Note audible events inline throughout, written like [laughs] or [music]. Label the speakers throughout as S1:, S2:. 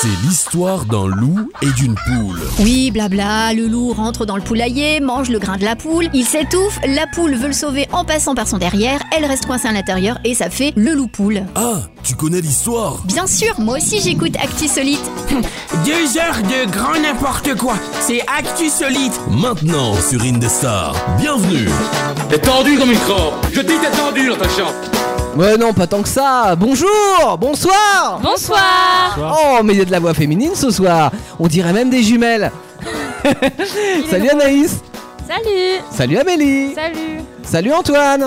S1: C'est l'histoire d'un loup et d'une poule.
S2: Oui, blabla, le loup rentre dans le poulailler, mange le grain de la poule, il s'étouffe, la poule veut le sauver en passant par son derrière, elle reste coincée à l'intérieur et ça fait le loup-poule.
S1: Ah, tu connais l'histoire
S2: Bien sûr, moi aussi j'écoute Actisolite.
S3: [laughs] Deux heures de grand n'importe quoi, c'est Actu Solide.
S1: Maintenant sur Indestar. Bienvenue
S4: T'es tendu comme une corde Je dis t'es tendu dans ta chambre
S5: Ouais non pas tant que ça Bonjour Bonsoir
S6: Bonsoir
S5: Oh mais il y a de la voix féminine ce soir On dirait même des jumelles Salut Anaïs
S6: Salut
S5: Salut Amélie
S6: Salut
S5: Salut Antoine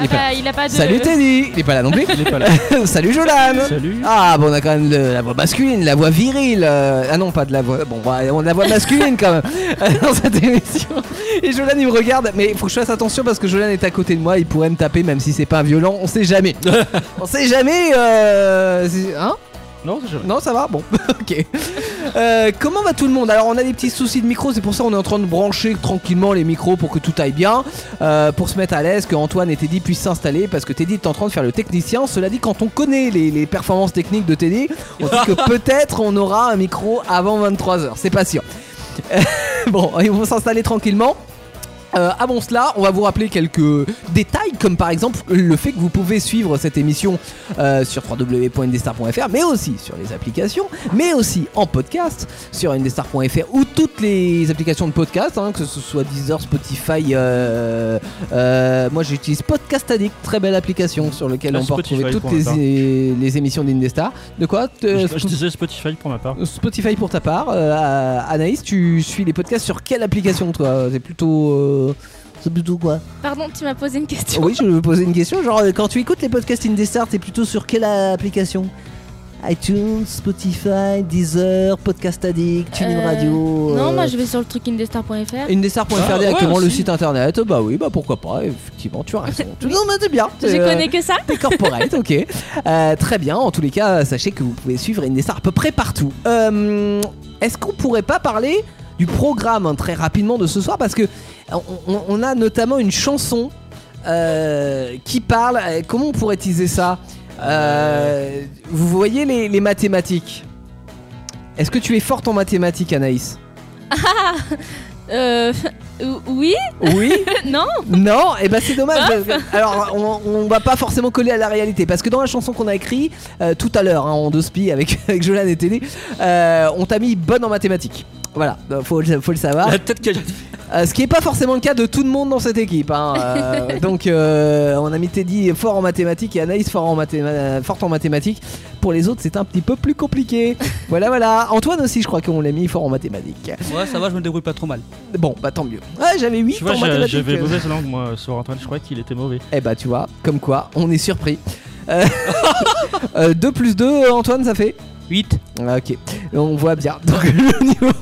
S6: Ah
S5: est pas-
S6: bah, il a pas de...
S5: Salut Teddy Il est pas là non plus
S7: [laughs] Il est pas là.
S5: [laughs] Salut Jolan
S7: Salut.
S5: Ah bon on a quand même le- la voix masculine, la voix virile euh, Ah non pas de la voix... Bon bah, on a la voix masculine quand même [laughs] Dans cette émission Et Jolan il me regarde Mais il faut que je fasse attention parce que Jolan est à côté de moi Il pourrait me taper même si c'est pas violent On
S7: [laughs]
S5: sait jamais On sait jamais euh... si- Hein
S7: Non, c'est jamais.
S5: Non, ça va Bon, [laughs] ok. Euh, comment va tout le monde Alors, on a des petits soucis de micro, c'est pour ça qu'on est en train de brancher tranquillement les micros pour que tout aille bien, euh, pour se mettre à l'aise, que Antoine et Teddy puissent s'installer, parce que Teddy est en train de faire le technicien. Cela dit, quand on connaît les, les performances techniques de Teddy, on dit que peut-être on aura un micro avant 23h, c'est pas sûr. Euh, [laughs] bon, ils vont s'installer tranquillement. Euh, avant cela, on va vous rappeler quelques détails, comme par exemple le fait que vous pouvez suivre cette émission euh, sur www.indestar.fr, mais aussi sur les applications, mais aussi en podcast sur indestar.fr ou toutes les applications de podcast, hein, que ce soit Deezer, Spotify. euh, euh, moi, j'utilise Podcast Addict, très belle application sur laquelle
S7: Ah,
S5: on peut retrouver
S7: Spotify
S5: toutes
S7: pour ma part.
S5: les, les émissions d'Indestar. De quoi euh,
S7: je, je disais Spotify pour ma part.
S5: Spotify pour ta part. Euh, Anaïs, tu suis les podcasts sur quelle application toi C'est plutôt. euh, C'est plutôt quoi
S6: Pardon, tu m'as posé une question.
S5: [laughs] Oui, je vais poser une question. Genre, euh, quand tu écoutes les podcasts Indestar, t'es plutôt sur quelle euh, application iTunes, Spotify, Deezer, Podcast Addict, TuneIn
S6: Euh,
S5: Radio.
S6: Non,
S5: euh,
S6: moi je vais sur le truc indestar.fr.
S5: Indestar.fr
S7: Ah, ouais,
S5: directement, le
S7: aussi.
S5: site internet. Bah oui, bah pourquoi pas, effectivement, tu
S6: [laughs]
S5: as raison. non, mais c'est bien.
S6: Je
S5: c'est, euh,
S6: connais que ça. [laughs]
S5: T'es corporate, ok. Euh, très bien, en tous les cas, sachez que vous pouvez suivre Indestar à peu près partout. Euh, Est-ce qu'on pourrait pas parler du programme hein, très rapidement de ce soir Parce que on, on- on a notamment une chanson euh, qui parle. euh, Comment on pourrait teaser ça Euh, Vous voyez les, les mathématiques Est-ce que tu es forte en mathématiques, Anaïs
S6: Ah, Euh... Oui
S5: Oui
S6: [laughs] Non
S5: Non, et bah c'est dommage. parce que- [laughs] alors on, on va pas forcément coller à la réalité parce que dans la chanson qu'on a écrite euh, tout à l'heure hein, en deux spi avec, [laughs] avec Jolan et Télé, on t'a mis bonne en mathématiques. Voilà, euh, faut, le- faut le savoir.
S7: La tête que j'ai.
S5: Euh, ce qui est pas forcément le cas de tout le monde dans cette équipe. hein.
S7: [laughs]
S5: Euh, donc euh, on a mis Teddy fort en mathématiques et Anaïs fort en mathéma- euh, forte en mathématiques. Pour les autres c'est un petit peu plus compliqué. voilà voilà. Antoine aussi je crois qu'on l'a mis fort en mathématiques.
S8: Ouais, ça va, je me débrouille pas trop mal.
S5: Bon bah tant mieux. Ouais j'avais 8
S7: Tu vois,
S5: en
S7: j'ai-
S5: mathématiques. euh.
S7: j'avais mauvaise langue moi sur Antoine. Je croyais qu'il était mauvais.
S5: Eh bah tu vois, comme quoi, on est surpris. Euh, [laughs] euh, 2 plus 2, Antoine, ça fait
S8: 8.
S5: Ah, Ok, on voit bien. Donc [laughs] le niveau...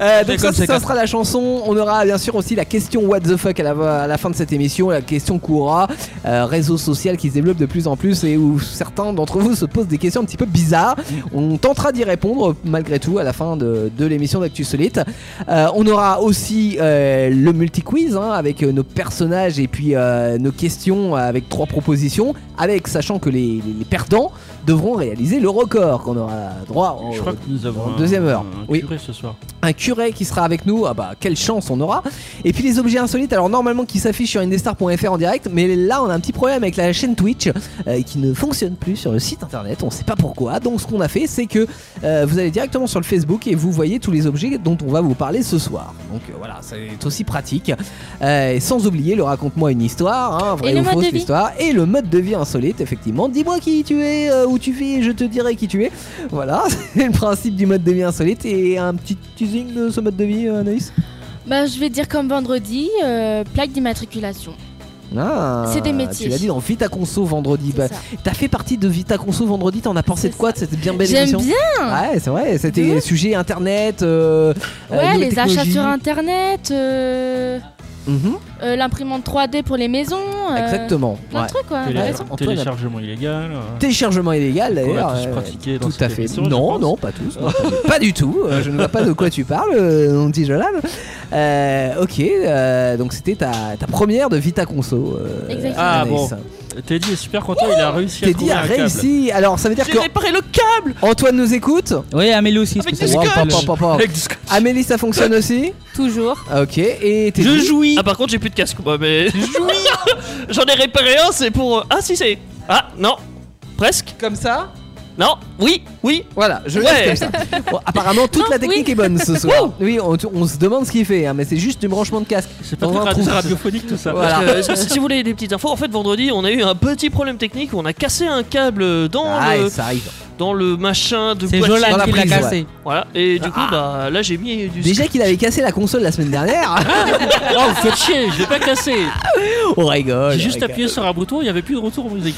S5: Euh, donc
S8: C'est
S5: ça,
S8: comme
S5: ça
S8: c'est comme
S5: sera la chanson. On aura bien sûr aussi la question What the fuck à la, à la fin de cette émission. La question courra, euh, réseau social qui se développe de plus en plus et où certains d'entre vous se posent des questions un petit peu bizarres. On tentera d'y répondre malgré tout à la fin de, de l'émission d'Actu Solite. Euh, on aura aussi euh, le multi-quiz hein, avec euh, nos personnages et puis euh, nos questions avec trois propositions. Avec sachant que les- les- les perdants devront réaliser le record qu'on aura droit au-
S7: je crois que nous avons
S5: en
S7: un-
S5: deuxième heure.
S7: un
S5: Oui.
S7: curé ce soir.
S5: un curé qui sera avec nous ah bah quelle chance on aura et puis les objets insolites alors normalement qui s'affichent sur indestar.fr en direct mais là on a un petit problème avec la chaîne Twitch euh, qui ne fonctionne plus sur le site internet on sait pas pourquoi donc ce qu'on a fait c'est que euh, vous allez directement sur le Facebook et vous voyez tous les objets dont on va vous parler ce soir donc euh, voilà c'est aussi pratique Euh, et sans oublier le raconte-moi une histoire hein, vraie
S6: Et le
S5: ou
S6: mode
S5: fausse
S6: de vie.
S5: l'histoire et le mode de vie insolite effectivement dis-moi qui tu es euh, où tu vis et je te dirai qui tu es voilà, [laughs] c'est le principe du mode de vie insolite et un petit teasing de ce mode de vie, euh, Anaïs
S6: Bah je vais dire comme vendredi, euh, plaque d'immatriculation.
S5: ah,
S6: C'est des métiers.
S5: Tu l'as dit dans Vita Conso vendredi.
S6: C'est
S5: Bah,
S6: ça.
S5: T'as fait partie de Vita Conso vendredi, t'en as pensé
S6: C'est
S5: de quoi de cette bien belle
S6: J'aime
S5: émission
S6: bien
S5: Ouais, c'est vrai, c'était
S6: De
S5: sujet internet. euh, euh,
S6: Ouais,
S5: nouvelles
S6: les achats
S5: technologies.
S6: sur internet, euh,
S5: Mhm,
S9: euh, l'imprimante 3D pour les maisons. euh,
S5: Exactement.
S9: Plein
S5: Ouais.
S9: de trucs, quoi. elle
S10: Télé-
S9: a raison.
S5: Antoine a-
S10: Téléchargement illégal. euh,
S5: Téléchargement illégal
S10: qu'on
S5: d'ailleurs.
S10: a tous
S5: euh,
S10: pratiqué dans
S5: Tout
S10: cette
S5: à fait.
S10: émission, je
S5: Non,
S10: pense.
S5: non, pas tous. non, pas, du- pas du tout. Euh, je ne vois pas de quoi tu parles, euh, non petit Jolan. Euh, ok, euh, donc c'était ta, ta première de Vita Conso. euh,
S9: Exactement.
S10: Ah,
S5: Anaïs.
S10: bon. Teddy est super content, il a réussi à
S5: Teddy
S10: trouver
S5: a
S10: un câble.
S5: réussi. Alors ça veut dire que
S7: J'ai réparé le câble
S5: Antoine nous écoute.
S11: Oui, Amélie aussi.
S7: Avec
S11: parce que
S7: du
S11: ça-
S7: scotch.
S5: Wow, pop, pop, pop, pop.
S7: Avec du scotch.
S5: Amélie, ça fonctionne aussi.
S7: Toujours.
S5: Ah, Ok, et Teddy.
S7: Je jouis. Ah par contre j'ai plus de casque moi mais. [laughs] J'en ai réparé un, c'est pour. Ah si c'est. Ah non. Presque.
S5: Comme ça
S7: Non. Oui. Oui.
S5: Voilà, je
S7: Ouais.
S5: laisse comme ça. Bon, apparemment, toute
S9: Non,
S5: la technique
S9: oui.
S5: est bonne ce soir. oui, on, on se demande ce qu'il fait, hein, mais c'est juste du branchement de casque.
S10: C'est pas
S5: On
S10: très
S5: en
S10: radio-
S5: trouve-
S10: radiophonique tout ça.
S5: Voilà.
S7: Parce que, euh, si- si vous voulez des petites infos, en fait vendredi on a eu un petit problème technique où on a cassé un câble dans
S5: Ah,
S7: le
S5: ça arrive.
S7: dans le machin de
S11: C'est
S7: boîtier.
S5: dans
S11: Jolan
S5: la
S11: qui l'a
S5: prise,
S11: cassé.
S7: Voilà. Et du coup bah là j'ai mis du.
S5: Ah. Déjà qu'il avait cassé la console la semaine [laughs] dernière.
S7: Oh vous faites chier. Je l'ai pas cassé.
S5: on rigole.
S10: J'ai
S5: on
S10: juste
S5: rigole.
S10: appuyé sur un bouton, il n'y avait plus de retour en
S5: [laughs]
S10: musique.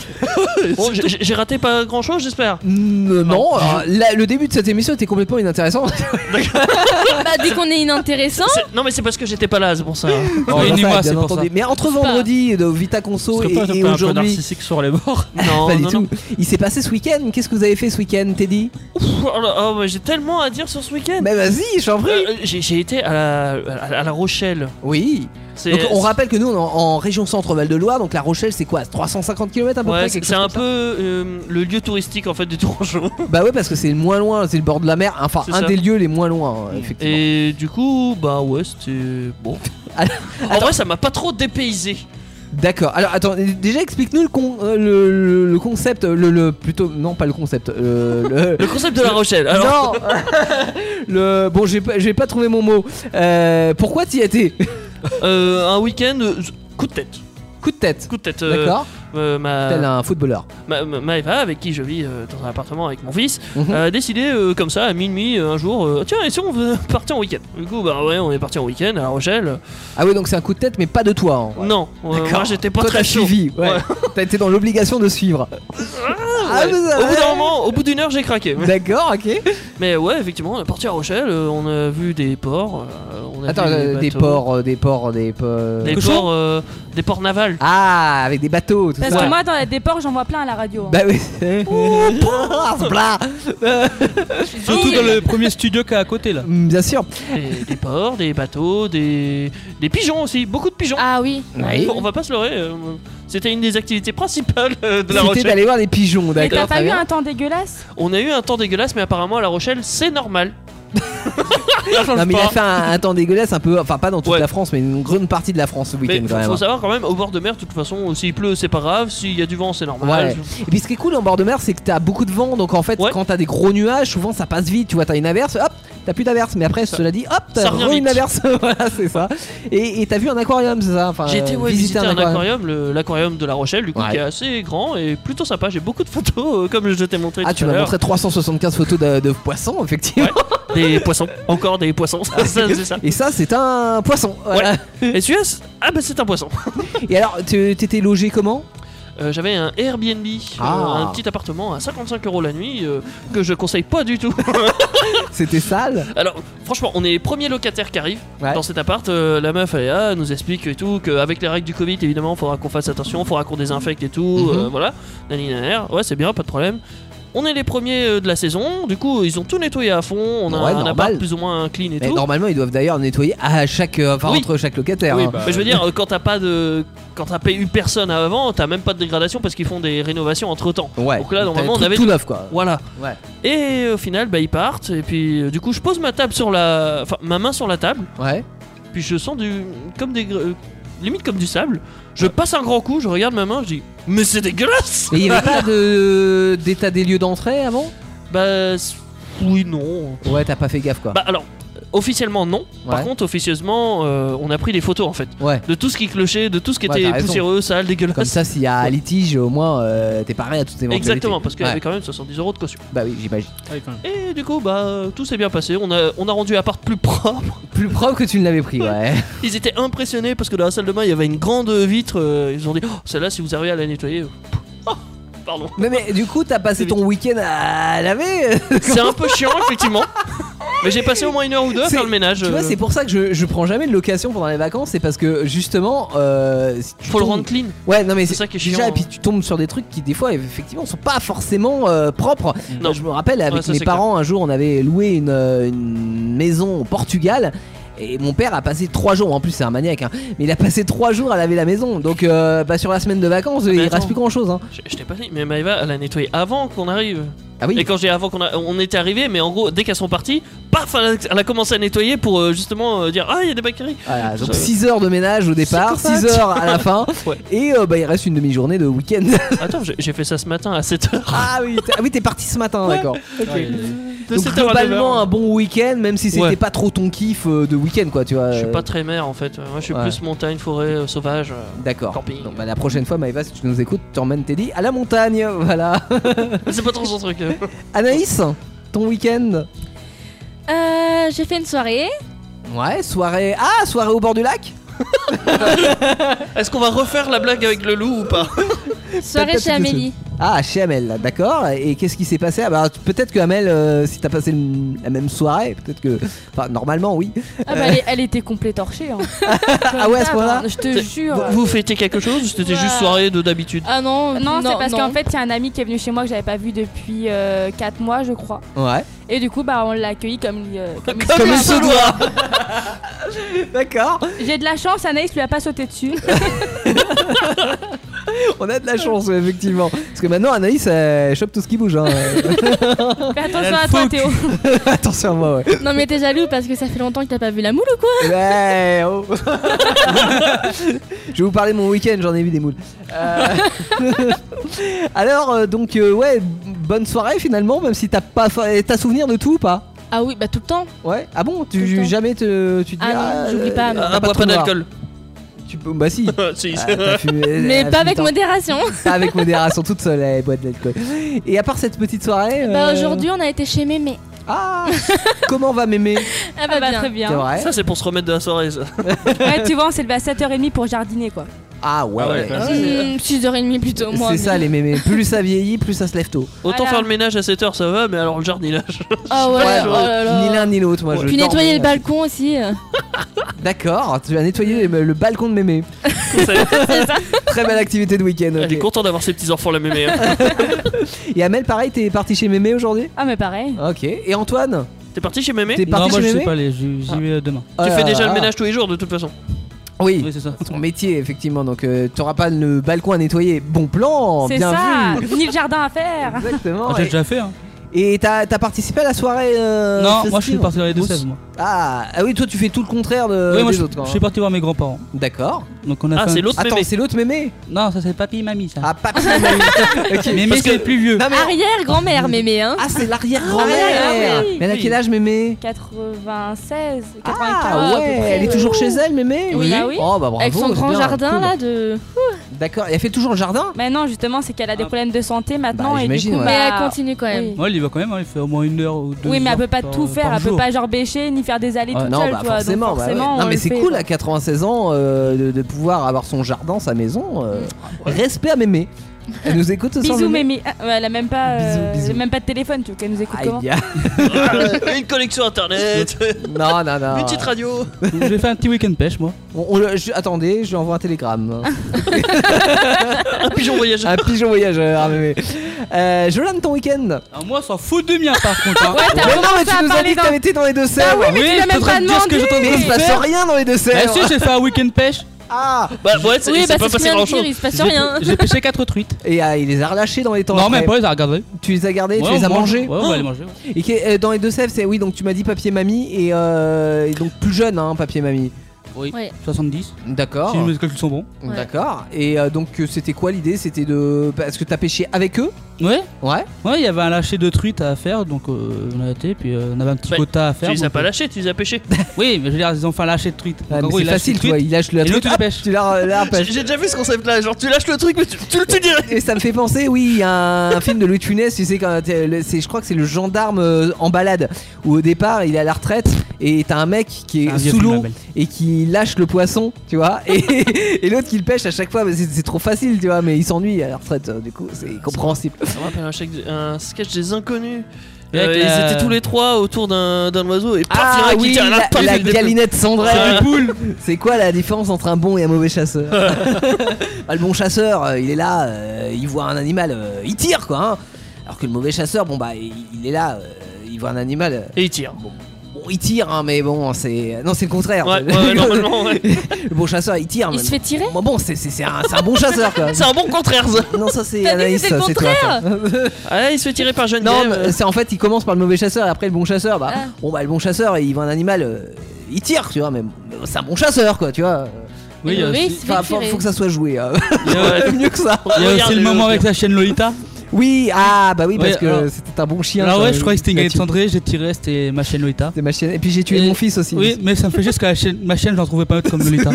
S7: Bon, j'ai- j'ai raté pas grand chose j'espère.
S5: Mm, Non, alors, la- le début de cette émission était complètement inintéressant.
S9: [laughs] Bah, dès qu'on est inintéressant,
S7: C'est- Non mais c'est parce que j'étais pas là c'est pour ça.
S5: [laughs] Bon,
S11: et moi,
S5: ça, bien
S11: c'est pour
S5: entendu.
S11: ça.
S5: Mais entre vendredi de Vita Conso
S10: Parce
S5: et,
S10: que toi, t'es
S5: et
S10: pas un peu
S5: aujourd'hui,
S10: narcissique sur les bords.
S5: [laughs]
S7: Non
S5: pas du
S7: non non.
S5: tout. Il s'est passé ce week-end. Qu'est-ce que vous avez fait ce week-end, Teddy
S7: Pff, oh là- oh, mais j'ai tellement à dire sur ce week-end.
S5: Mais vas-y, je t'en prie.
S7: Euh, j'ai j'ai été à la, à la- à la Rochelle.
S5: Oui.
S7: C'est-
S5: Donc on rappelle que nous, on est en, en région centre Val de Loire, donc La Rochelle, c'est quoi 350 km à peu
S7: Ouais,
S5: près
S7: c'est
S5: quelque
S7: c'est
S5: chose
S7: un
S5: comme ça
S7: peu euh, le lieu touristique en fait [laughs] de Tourangeau.
S5: Bah ouais, parce que c'est le moins loin, c'est le bord de la mer. Enfin,
S7: C'est
S5: un
S7: ça. Mm.
S5: des lieux les moins loin, euh, effectivement.
S7: Et du coup, bah ouais, c'était bon.
S5: Alors,
S7: en vrai, ça m'a pas trop dépaysé.
S5: D'accord. Alors attends, euh, déjà explique-nous le, con- euh, le, le- le concept, euh, le, le- plutôt non pas le concept, euh, le,
S7: [laughs] Le concept de la Rochelle. Alors,
S5: non. [laughs] le bon, j'ai pas, j'ai pas trouvé mon mot. Euh, pourquoi t'y étais
S7: euh, un week-end, euh, coup de tête.
S5: Coup de tête.
S7: Coup de tête. euh,
S5: D'accord.
S7: euh, ma,
S5: Tel un footballeur.
S7: ma- ma- Maëva, avec qui je vis euh, dans un appartement avec mon fils,
S5: Mhm.
S7: a décidé euh, comme ça à minuit euh, un jour. euh, Tiens, et si on veut [laughs] partir en week-end Du coup, bah ouais, on est parti en week-end à La Rochelle.
S5: Ah ouais, donc c'est un coup de tête, mais pas de toi. hein.
S7: Non, euh, moi j'étais pas
S5: Toi,
S7: très
S5: t'as
S7: chaud.
S5: suivi. Ouais.
S7: Ouais.
S5: [laughs] T'as été dans l'obligation de suivre. Ah,
S7: Ouais.
S5: vous
S7: Au bout
S5: avez-
S7: d'un moment, au bout d'une heure, j'ai craqué.
S5: [laughs] D'accord, ok.
S7: [laughs] Mais ouais, effectivement, on est parti à Rochelle, euh, on a vu des ports, euh, on a
S5: Attends,
S7: vu
S5: euh, des
S7: bateaux,
S5: ports, euh, des ports, des ports.
S7: des
S11: cochons
S7: ports, euh, des ports navals.
S5: Ah, avec des bateaux, tout
S12: Parce
S5: ça.
S12: que moi, dans les déports, j'en vois plein à la radio. hein.
S5: Bah oh, oui.
S7: [laughs]
S5: Ouh, porc, c'est plat.
S11: Surtout dans le premier studio qui est à côté là.
S5: Mm, Bien sûr.
S7: Des, des ports, des bateaux, des des pigeons aussi, beaucoup de pigeons.
S9: ah oui.
S7: Bon, On va pas se leurrer, euh, c'était une des activités principales euh, de La
S5: C'était
S7: Rochelle.
S5: d'aller voir les pigeons,
S12: Mais
S5: d'accord.
S12: t'as pas
S5: très
S12: eu
S5: bien.
S12: un temps dégueulasse
S7: On a eu un temps dégueulasse, mais apparemment à La Rochelle, c'est normal. Ça [laughs] change
S5: [laughs] Non mais il a
S7: pas.
S5: fait un, un temps dégueulasse un peu, enfin pas dans toute
S7: Ouais.
S5: la France, mais une grande partie de la France ce
S7: Mais
S5: week-end
S7: faut,
S5: quand même. hein.
S7: faut savoir quand même, au bord de mer, de toute façon, s'il pleut, c'est pas grave, s'il y a du vent, c'est normal.
S5: Ouais. Et puis ce qui est cool en bord de mer, c'est que t'as beaucoup de vent, donc en fait
S7: Ah, Ouais.
S5: quand t'as des gros nuages, souvent ça passe vite, tu vois, t'as une averse, hop, t'as plus d'averse, mais après cela dit, hop, t'as
S7: ça revient
S5: re une
S7: vite.
S5: averse, [laughs] voilà c'est ça. Et et t'as vu un aquarium, c'est ça enfin,
S7: J'ai été
S5: euh,
S7: ouais, visiter un aquarium, le- l'aquarium de La Rochelle, du coup,
S5: Ouais.
S7: qui est assez grand et plutôt sympa. J'ai beaucoup de photos, euh, comme je t'ai montré
S5: Ah
S7: tout
S5: tu
S7: à
S5: m'as
S7: l'heure.
S5: montré 375 photos de, de poissons [laughs] effectivement.
S7: Des poissons, encore des poissons, ça, [laughs] ça, c'est ça.
S5: Ah, Et ça c'est un poisson. voilà.
S7: Et celui-là, c'est- ah bah c'est un poisson. [laughs]
S5: Et alors tu- t'étais logé comment
S7: Euh, J'avais un Airbnb, euh,
S5: Ah.
S7: un petit appartement à 55 euros la nuit, euh, que je conseille pas du tout. [laughs]
S5: C'était sale
S7: Alors, franchement, on est les premiers locataires qui arrivent
S5: Ouais.
S7: dans cet appart. euh, la meuf, elle est là, elle nous explique et tout, qu'avec les règles du Covid, évidemment, faudra qu'on fasse attention, faudra qu'on désinfecte et tout.
S5: Mhm.
S7: euh, voilà, Nani, nanana. ouais, c'est bien, pas de problème. On est les premiers euh, de la saison, du coup, ils ont tout nettoyé à fond. On a
S5: Ouais,
S7: un
S5: normal.
S7: appart plus ou moins clean et
S5: Mais
S7: tout.
S5: normalement, ils doivent d'ailleurs nettoyer à chaque, euh, enfin,
S7: Oui.
S5: entre chaque locataire.
S10: Oui,
S5: hein.
S10: bah,
S7: Mais je veux dire, euh, quand t'as pas de. Quand t'as pas eu personne avant, t'as même pas de dégradation parce qu'ils font des rénovations entre temps.
S5: ouais.
S7: Donc là, normalement,
S5: T'as
S7: on
S5: tout-
S7: avait
S5: tout neuf quoi.
S7: Voilà.
S5: Ouais.
S7: Et euh, au final, bah, ils partent. Et puis, euh, du coup, je pose ma table sur la. Enfin, ma main sur la table.
S5: Ouais.
S7: Puis je sens du. Comme des. gr- euh, limite comme du sable. Je passe un grand coup, je regarde ma main, je dis. Mais c'est dégueulasse
S5: Et il n'y avait
S7: [laughs]
S5: pas de d'état des lieux d'entrée avant
S7: Bah. s- Oui, non.
S5: Ouais, t'as pas fait gaffe quoi.
S7: Bah, alors. Officiellement non. Par
S5: Ouais.
S7: contre, officieusement, euh, on a pris des photos en fait
S5: ouais.
S7: de tout ce qui clochait, de tout ce qui
S5: Ouais,
S7: était
S5: t'as raison.
S7: poussiéreux, sale, dégueulasse.
S5: Comme ça, s'il y a
S7: Ouais.
S5: litige, au moins, euh, t'es paré à toutes les éventualités.
S7: Exactement, parce qu'il y
S5: Ouais.
S7: avait quand même 70 euros de caution.
S5: Bah oui, j'imagine.
S10: Ouais, Ah quand même.
S7: Et du coup, bah, tout s'est bien passé. On a, on a rendu l'appart plus propre.
S5: Plus propre que tu ne l'avais pris, ouais.
S7: Ils étaient impressionnés parce que dans la salle de bain, il y avait une grande vitre. euh, Ils ont dit, oh, celle-là, si vous arrivez à la nettoyer. euh, pff, oh, [laughs] pardon.
S5: mais, mais du coup, t'as passé ton week-end à laver
S7: C'est un peu chiant, effectivement. Mais j'ai passé au moins une heure ou deux à
S5: C'est-
S7: faire le ménage.
S5: Tu vois,
S7: euh,
S5: c'est pour ça que je, je prends jamais de location pendant les vacances, c'est parce que justement. Euh, si tu
S7: Faut le
S5: tombes-
S7: rendre clean.
S5: Ouais, non, mais
S7: C'est
S5: c'est
S7: ça qui est
S5: déjà,
S7: chiant. hein.
S5: et puis tu tombes sur des trucs qui, des fois, effectivement, sont pas forcément euh, propres.
S7: Non.
S5: Je me rappelle, avec
S7: Mm. Ouais, ça,
S5: mes
S7: c'est
S5: parents, un jour, on avait loué une, euh, une maison au Portugal. Et mon père a passé trois jours, en plus c'est un maniaque, hein, mais il a passé trois jours à laver la maison. Donc euh, bah, sur la semaine de vacances, il
S7: Ah, attends.
S5: reste plus grand chose. Hein.
S7: Je, je t'ai pas dit, mais Maëva, elle a nettoyé avant qu'on arrive.
S5: Ah oui.
S7: Et quand j'ai avant qu'on a- on était arrivé, mais en gros, dès qu'elles sont parties, paf, elle a, elle a commencé à nettoyer pour euh, justement euh, dire Ah, il y a des bactéries.
S5: Voilà, donc
S7: Ça-
S5: 6 heures de ménage au départ, 6
S7: Psychopathe.
S5: heures à la fin,
S7: [laughs] Ouais.
S5: et euh, bah, il reste une demi-journée de week-end.
S7: [laughs] Attends, j'ai- j'ai fait ça ce matin à 7h.
S5: ah oui, t'es- ah oui, t'es parti ce matin, d'accord.
S7: De
S5: Donc
S7: 7h à
S5: globalement
S7: 9h.
S5: un bon week-end, même si c'était
S7: Ouais.
S5: pas trop ton kiff euh, de week-end quoi, tu vois.
S7: Je suis
S5: euh,
S7: pas très mer en fait. Moi, je suis
S5: Ouais.
S7: plus montagne, forêt, euh, sauvage. euh.
S5: D'accord.
S7: camping.
S5: Donc, bah, la prochaine fois, Maëva, si tu nous écoutes, t'emmènes Teddy à la montagne. [laughs] Voilà.
S7: C'est pas trop son truc. euh.
S5: Anaïs, ton week-end
S9: Euh, j'ai fait une
S5: [laughs]
S9: soirée.
S5: Ouais, soirée. Ah, soirée au bord du lac
S7: Est-ce qu'on va refaire la blague avec le loup ou pas
S9: Soirée
S5: Peut-être
S9: chez
S5: que c'est-
S9: Amélie.
S5: Ah, chez Amel, d'accord. Et qu'est-ce qui s'est passé ah, bah, Peut-être que Amel, euh, si t'as passé le- la même soirée, peut-être que. Enfin,
S9: [laughs]
S5: normalement, oui.
S12: Ah bah, elle, elle était complète torchée.
S5: [laughs]
S12: hein.
S5: Euh. Ah ouais, à ce point-là
S12: Je te jure.
S7: Vous fêtez quelque chose ou C'était juste
S12: Ouais.
S7: soirée de d'habitude.
S9: Ah non,
S12: Non, c'est parce
S9: non.
S12: qu'en fait, il y a un ami qui est venu chez moi que j'avais pas vu depuis 4 mois, je crois.
S5: Ouais.
S12: Et du coup, bah, on l'a accueilli comme, il, euh, comme il
S7: Comme
S12: se
S7: il se doit
S12: [laughs]
S5: [laughs] D'accord. Ah
S12: doit. J'ai de la chance, Anaïs lui a pas sauté
S5: [laughs]
S12: dessus.
S5: On a de la chance, ouais, effectivement. Parce que maintenant, Anaïs, elle chope tout ce qui bouge.
S9: [laughs]
S5: hein. [laughs]
S12: Fais
S13: Elle
S12: attention
S13: a
S12: à
S13: le
S12: toi,
S13: faux
S12: Théo.
S5: Attention à moi, ouais.
S9: Non mais t'es jaloux parce que ça fait longtemps que t'as pas vu la moule ou quoi
S5: Ouais, oh. [laughs] Je vais vous parler de mon week-end, j'en ai vu des moules. Euh, [laughs] Alors, euh, donc, euh, ouais, bonne soirée finalement, même si t'as pas. fa- et T'as souvenir de tout ou pas
S9: Ah oui, bah tout le temps.
S5: Ouais. Ah bon
S9: Tout le
S5: Tu
S9: temps.
S5: jamais te, tu te dis. euh,
S9: Ah non, j'oublie pas, mais-
S5: t'as
S7: Ah, bois
S5: de
S7: pas
S5: trou noir.
S7: d'alcool.
S5: Tu peux. Bah
S7: [laughs]
S5: si.
S7: Si,
S5: Ah, t'as fumé-
S9: Mais
S7: [laughs]
S5: elle
S9: pas
S5: fume
S9: avec
S5: tant-
S9: modération.
S5: Pas avec modération, toute seule, elle boit de l'alcool. Et à part cette petite soirée.
S9: [laughs] Bah
S5: euh,
S9: aujourd'hui on a été chez Mémé.
S5: Ah Comment va
S9: [laughs]
S5: mémé
S9: Ah
S12: Ah bah,
S9: bien.
S12: très
S5: C'est
S12: bien.
S5: vrai
S7: Ça, c'est pour se remettre de la soirée. ça.
S12: Ouais, tu vois, on s'est levé à 7h30 pour jardiner, quoi.
S5: Ah ouais,
S14: Ah ouais,
S5: ouais.
S14: quand même.
S9: Mmh,
S12: Hmm,
S9: 6h30 plutôt moi.
S5: C'est
S9: mais-
S5: ça les mémés. Plus ça vieillit, plus ça se lève tôt.
S7: Autant
S12: Voilà.
S7: faire le ménage à 7h, ça va, mais alors le jardinage.
S9: Ah ouais,
S7: [laughs]
S5: Ouais,
S9: oh là là.
S5: Ni l'un ni l'autre, moi. je
S9: Puis
S5: dors,
S9: nettoyer
S5: mais-
S9: le balcon aussi. euh.
S5: D'accord, tu as nettoyé le, le balcon de mémé. [laughs] Très belle activité de week-end. ok.
S7: Elle est contente d'avoir ses petits enfants la mémé.
S5: [laughs]
S7: hein.
S5: Et Amel, pareil, t'es parti chez mémé aujourd'hui
S12: Ah, mais pareil.
S5: Ok. Et Antoine
S7: T'es parti chez mémé
S5: T'es
S13: Non,
S5: parti
S13: moi
S5: chez
S13: je sais
S5: mémé
S13: pas, les- j'y j'y vais euh, demain.
S7: Tu
S5: Ah,
S7: fais déjà
S5: ah,
S7: le ménage tous les jours de toute façon.
S5: Oui.
S13: Oui, c'est ça.
S5: Ton métier, effectivement, donc euh, t'auras pas le balcon à nettoyer. Bon plan,
S12: C'est
S5: Oh, bien
S12: ça.
S5: vu.
S12: Ni le jardin à faire.
S5: Exactement.
S13: Ah, J'ai
S5: et-
S13: déjà fait, hein.
S5: Et t'as t'as participé à la soirée euh,
S13: non, moi je
S5: festive
S13: suis parti dans les Deux-Sèvres, moi.
S5: Ah, ah oui, toi tu fais tout le contraire de,
S13: Ouais, moi
S5: des
S13: je
S5: autres. quoi,
S13: je
S5: hein.
S13: suis parti voir mes grands-parents.
S5: D'accord.
S13: Donc on a
S7: Ah,
S13: fait un-
S7: c'est l'autre
S5: Attends,
S7: mémé.
S5: c'est l'autre mémé
S13: Non, ça c'est papy et mamie, ça.
S5: Ah, papy
S13: [laughs]
S5: mamie. Ok.
S13: mais
S7: parce que-
S13: c'est plus vieux.
S5: Non, mais-
S9: Arrière grand-mère Mémé hein.
S5: Ah, c'est l'arrière-grand-mère
S12: Ah, oui.
S5: Mais elle a quel âge, mémé
S12: 96, 95.
S5: Ah ouais, elle est toujours chez elle, mémé
S9: Oui. Bah oui.
S5: Oh, bah bravo.
S9: Avec son
S5: c'est
S9: grand
S5: bien,
S9: jardin
S5: cool.
S9: là de.
S5: D'accord, et elle fait toujours le jardin Ah.
S12: Mais Bah non, justement, c'est qu'elle a des problèmes de santé maintenant.
S5: Bah,
S12: et du
S5: j'imagine,
S12: coup,
S5: ouais.
S9: Mais elle
S12: bah,
S9: continue quand même.
S12: oui.
S13: Ouais, il y va quand même, hein, il fait au moins une heure ou deux.
S12: Oui, mais elle
S13: heures
S12: peut pas
S13: par-
S12: tout faire.
S13: par
S12: Elle peut
S13: jour.
S12: pas genre bêcher ni faire des allées
S13: Ouais.
S12: toute
S5: non,
S12: seule,
S5: bah
S12: tu vois, donc
S5: forcément, bah ouais.
S12: forcément,
S5: non
S12: on
S5: mais
S12: le
S5: c'est
S12: fait,
S5: cool
S12: quoi.
S5: à 96 ans euh, de, de pouvoir avoir son jardin, sa maison. euh, Respect à mémé. Elle nous écoute ce soir.
S12: Mm. Bisous, Mémé. Ah, ouais, elle a même pas, euh,
S5: Bisous, bisous.
S12: même pas de téléphone, tu veux qu'elle nous écoute
S5: Aïe,
S12: comment
S13: [laughs]
S7: [laughs]
S5: aïe.
S7: Une connexion internet,
S5: Ah, Non, non, non.
S7: une petite radio.
S13: Donc, J'ai fait un petit week-end pêche, moi.
S5: On- on le- je- attendez, je lui envoie
S12: [laughs]
S5: un télégramme.
S7: Un pigeon voyageur.
S5: un pigeon voyageur, à mémé. Euh, Jolane, ton week-end
S13: Alors, Ah, moi, s'en fout de mien par contre. hein.
S12: Ah, Ouais, t'as
S5: Mais non, mais
S12: commencé
S5: tu
S12: à
S5: nous as
S12: parler
S5: dit que t'avais
S12: d'un. Ah Bah
S5: été dans les deux serres.
S12: oui, mais tu l'as
S13: je
S12: même
S13: suis en train
S12: pas
S13: de dire ce que
S12: demandé.
S13: j'étais en train
S5: Mais
S13: de
S5: il se passe
S13: faire.
S5: rien dans les deux
S13: Bah
S5: serres.
S13: si, j'ai fait un week-end pêche.
S5: Ah
S7: Bah ouais, c'est
S9: Oui,
S7: c'est
S9: bah
S7: pas
S9: c'est ce
S7: passé
S9: qu'il vient
S7: grand
S9: de dire,
S7: chose.
S9: il se passe
S13: J'ai-
S9: rien.
S13: J'ai pêché 4 truites.
S5: Et ah, il les a relâchés dans les temps.
S13: Non,
S5: après.
S13: même pas, ils ont regardé.
S5: Tu les as gardés, tu les as mangés.
S13: Ouais,
S9: Oh.
S13: on va les manger. ouais.
S5: Et que- euh, dans les deux sèvres, c'est oui, donc tu m'as dit papier mamie et, euh, et donc plus jeune, hein, papier mamie.
S9: Ouais.
S13: 70.
S5: D'accord.
S13: Si mes calculs sont bons.
S9: Ouais.
S5: D'accord. Et euh, donc euh, c'était quoi l'idée C'était de parce que t'as pêché avec eux
S13: Ouais,
S5: Ouais.
S13: ouais, il y avait un lâcher de truites à faire, donc euh, on a été, puis euh, on avait un petit
S7: Bah,
S13: quota à
S7: Tu
S13: faire.
S7: les as
S13: donc,
S7: pas
S13: euh,
S7: lâchés, tu les as
S5: [laughs]
S7: pêchés.
S13: Oui, mais je veux dire, ils ont fait un lâcher de truites.
S5: Ah,
S13: Donc, en
S5: mais
S13: gros,
S5: c'est
S13: ils lâchent
S5: facile,
S13: une
S5: tu vois.
S13: truite.
S5: Il lâche la
S13: et l'autre,
S5: truite,
S13: tu
S5: hop,
S13: pêches.
S5: tu la, la pêches.
S7: J'ai déjà vu ce concept là, genre tu lâches le truc mais tu, tu le tues direct.
S5: Et ça me fait penser, oui, à un film de Louis de Funès, tu sais, quand t'es- le- c'est, je crois que c'est le gendarme euh, en balade, où au départ il est à la retraite et t'as un mec qui
S13: Ah,
S5: est
S13: vieux
S5: sous
S13: film, ma
S5: l'eau
S13: belle.
S5: et qui lâche le poisson, tu vois, et, [laughs] et l'autre qui le pêche à chaque fois, mais c'est, c'est trop facile, tu vois, mais il s'ennuie à la retraite, euh, du coup, c'est compréhensible.
S7: Ça me rappelle un, chèque- un sketch des inconnus.
S10: Et avec
S7: Euh,
S10: la-
S7: Ils étaient tous les trois autour d'un d'un oiseau et paf, il y en a
S5: Ah
S7: un qui tire,
S5: oui,
S7: il y en a un,
S5: la,
S7: paf,
S5: la
S7: il le-
S5: galinette
S7: C'est
S5: cendrée. Ah.
S7: une poule.
S5: C'est quoi la différence entre un bon et un
S7: [laughs]
S5: mauvais chasseur Bah, Le bon chasseur, euh, il est là, euh, il voit un animal, euh, il tire quoi. hein. Alors que le mauvais chasseur, bon bah, il, il est là, euh, il voit un animal, euh,
S7: Et il tire.
S5: bon, il tire, hein, mais bon, c'est non, c'est le contraire.
S7: Ouais,
S5: [laughs]
S7: ouais, normalement, ouais.
S5: le bon chasseur, il tire.
S9: Il
S5: mais-
S9: se fait tirer
S5: Bon, bon, c'est c'est- c'est un, c'est un bon chasseur
S7: [laughs]
S5: quoi.
S7: C'est un bon contraire, ça.
S5: Non, ça c'est
S15: T'as dit
S5: Anaïs,
S15: que c'était le
S5: c'est toi. ça.
S7: Ah, il se fait tirer par Jeanne
S5: Non,
S7: Guilhem, euh.
S5: mais c'est en fait, il commence par le mauvais chasseur et après le bon chasseur. Bah,
S15: Ah.
S5: bon, bah, le bon chasseur, il voit un animal, euh, il tire, tu vois, mais mais c'est un bon chasseur, quoi, tu vois.
S10: Oui,
S13: euh,
S10: il y a
S9: Oui,
S10: aussi-
S9: il se fait
S5: Enfin, faut,
S9: tirer.
S5: faut que ça soit joué, hein. [laughs]
S7: Ouais.
S5: mieux que ça.
S13: Il y a
S7: Regarde
S13: aussi le
S7: les
S13: moment
S7: autres.
S13: avec la chaîne Lolita.
S5: Oui, ah, bah oui, parce
S13: Ouais,
S5: que
S13: alors-
S5: c'était un bon chien.
S13: Alors
S5: ça,
S13: ouais, je crois que c'était une galette
S5: Mathieu. [laughs]
S13: cendrée, j'ai tiré, c'était ma chaîne Lolita.
S5: C'était ma chienne. Et puis j'ai tué
S13: Et-
S5: mon fils aussi.
S13: Oui, mais ça me fait juste que la chaîne- ma chaîne, j'en trouvais pas autre comme
S5: [laughs]
S13: Lolita.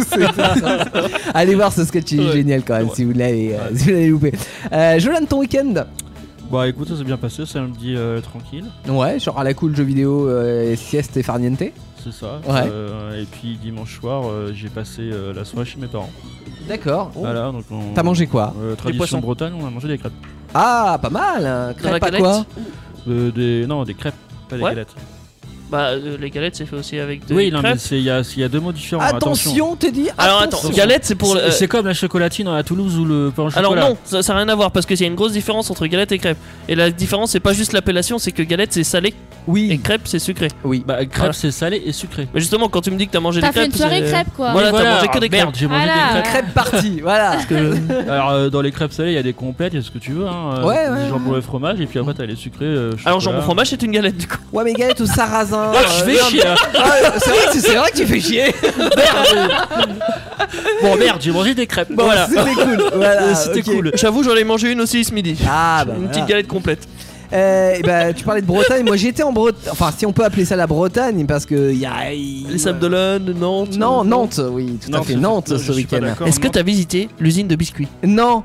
S5: Allez voir ce sketch, il est
S10: Ouais.
S5: génial quand même,
S10: Ouais.
S5: si vous l'avez euh, si vous l'avez loupé. Euh, Jolan, ton week-end
S10: Bah écoute, ça s'est bien passé, samedi euh, tranquille,
S5: Ouais, genre à la cool, jeux vidéo, euh, sieste et farniente.
S10: c'est ça.
S5: Ouais.
S10: Euh, et puis dimanche soir, euh, j'ai passé euh, la soirée chez mes parents. Oh.
S5: D'accord.
S10: Voilà, donc on-
S5: T'as mangé quoi
S10: euh,
S7: poissons.
S10: Tradition bretonne, on a mangé des crêpes.
S5: Ah, pas mal hein.
S7: Dans la
S5: Crêpe à
S7: galette
S5: quoi
S10: Euh, des... Non, des crêpes, pas des
S7: Ouais.
S10: galettes.
S7: Bah, euh, les galettes, c'est fait aussi avec de
S10: Oui,
S7: la
S10: non, mais
S7: crêpe.
S10: c'est- il y, a- il y a deux mots différents. hein,
S5: Attention, t'es dit
S7: Alors attends, galette, c'est pour.
S10: C'est
S7: le-
S10: c'est comme la chocolatine à Toulouse ou le pain au chocolat.
S7: Alors non, ça n'a rien à voir parce que c'est une grosse différence entre galette et crêpe. Et la différence, c'est pas juste l'appellation, c'est que galette c'est salé et
S5: Oui,
S7: crêpe c'est sucré.
S5: oui.
S10: Bah, crêpe,
S7: Voilà.
S10: c'est salé et sucré.
S7: Mais justement, quand tu me dis que t'as mangé
S9: T'as
S7: des
S9: fait
S7: crêpes,
S9: une soirée
S7: c'est-
S9: crêpe quoi.
S7: Voilà,
S10: Oui,
S7: t'as mangé que
S10: Ah,
S7: des crêpes.
S10: Merde, j'ai mangé
S9: Voilà.
S10: des crêpes.
S5: Crêpe partie, voilà.
S10: [laughs] Alors, euh, dans les crêpes salées, il y a des complètes, il y a ce que tu veux. Hein, euh,
S5: Ouais, ouais,
S10: du jambon et fromage, et puis après, t'as les sucrés. euh,
S7: Alors
S10: chocolat.
S7: jambon fromage c'est une galette du coup.
S5: Ouais, mais galette au sarrasin.
S10: Ah, je vais
S5: euh,
S10: chier là.
S5: ah, c'est vrai, que- c'est vrai que tu fais chier.
S10: Bon, merde, j'ai mangé des crêpes.
S5: Bon,
S7: Voilà.
S5: c'était
S10: [laughs]
S5: cool. Voilà,
S10: C'était
S5: ok.
S10: cool.
S7: J'avoue, j'en ai mangé une aussi ce midi.
S5: Ah, bah.
S7: une
S5: voilà.
S7: petite galette complète.
S5: Euh, et bah, tu parlais de Bretagne. Moi, j'étais en Bretagne. Enfin, si on peut appeler ça la Bretagne, parce que il y a.
S7: Les sables d'Olonne, euh, Nantes.
S5: Non, Nantes, oui, tout à fait. Nantes ce week-end.
S7: Est-ce que t'as visité l'usine de biscuits
S10: [laughs]
S5: Non,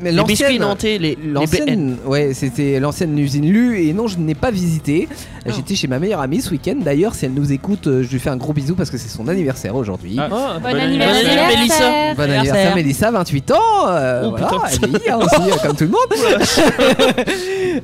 S5: mais
S7: Les biscuits
S5: l'ancienne.
S7: nantais, les, les BN.
S5: L'ancienne, ouais, c'était l'ancienne usine Lu et non, je n'ai pas visité.
S7: Ah.
S5: J'étais chez ma meilleure amie ce week-end. D'ailleurs, si elle nous écoute, euh, je lui fais un gros bisou parce que c'est son anniversaire aujourd'hui.
S10: Ah,
S7: Ah,
S15: Bon
S10: Bon
S15: anniversaire,
S7: anniversaire, Mélissa.
S5: Bon anniversaire Mélissa, 28 ans euh,
S7: Oh,
S5: voilà,
S7: putain.
S5: Elle vieillit hein, aussi, euh, comme tout le
S7: [laughs]
S5: monde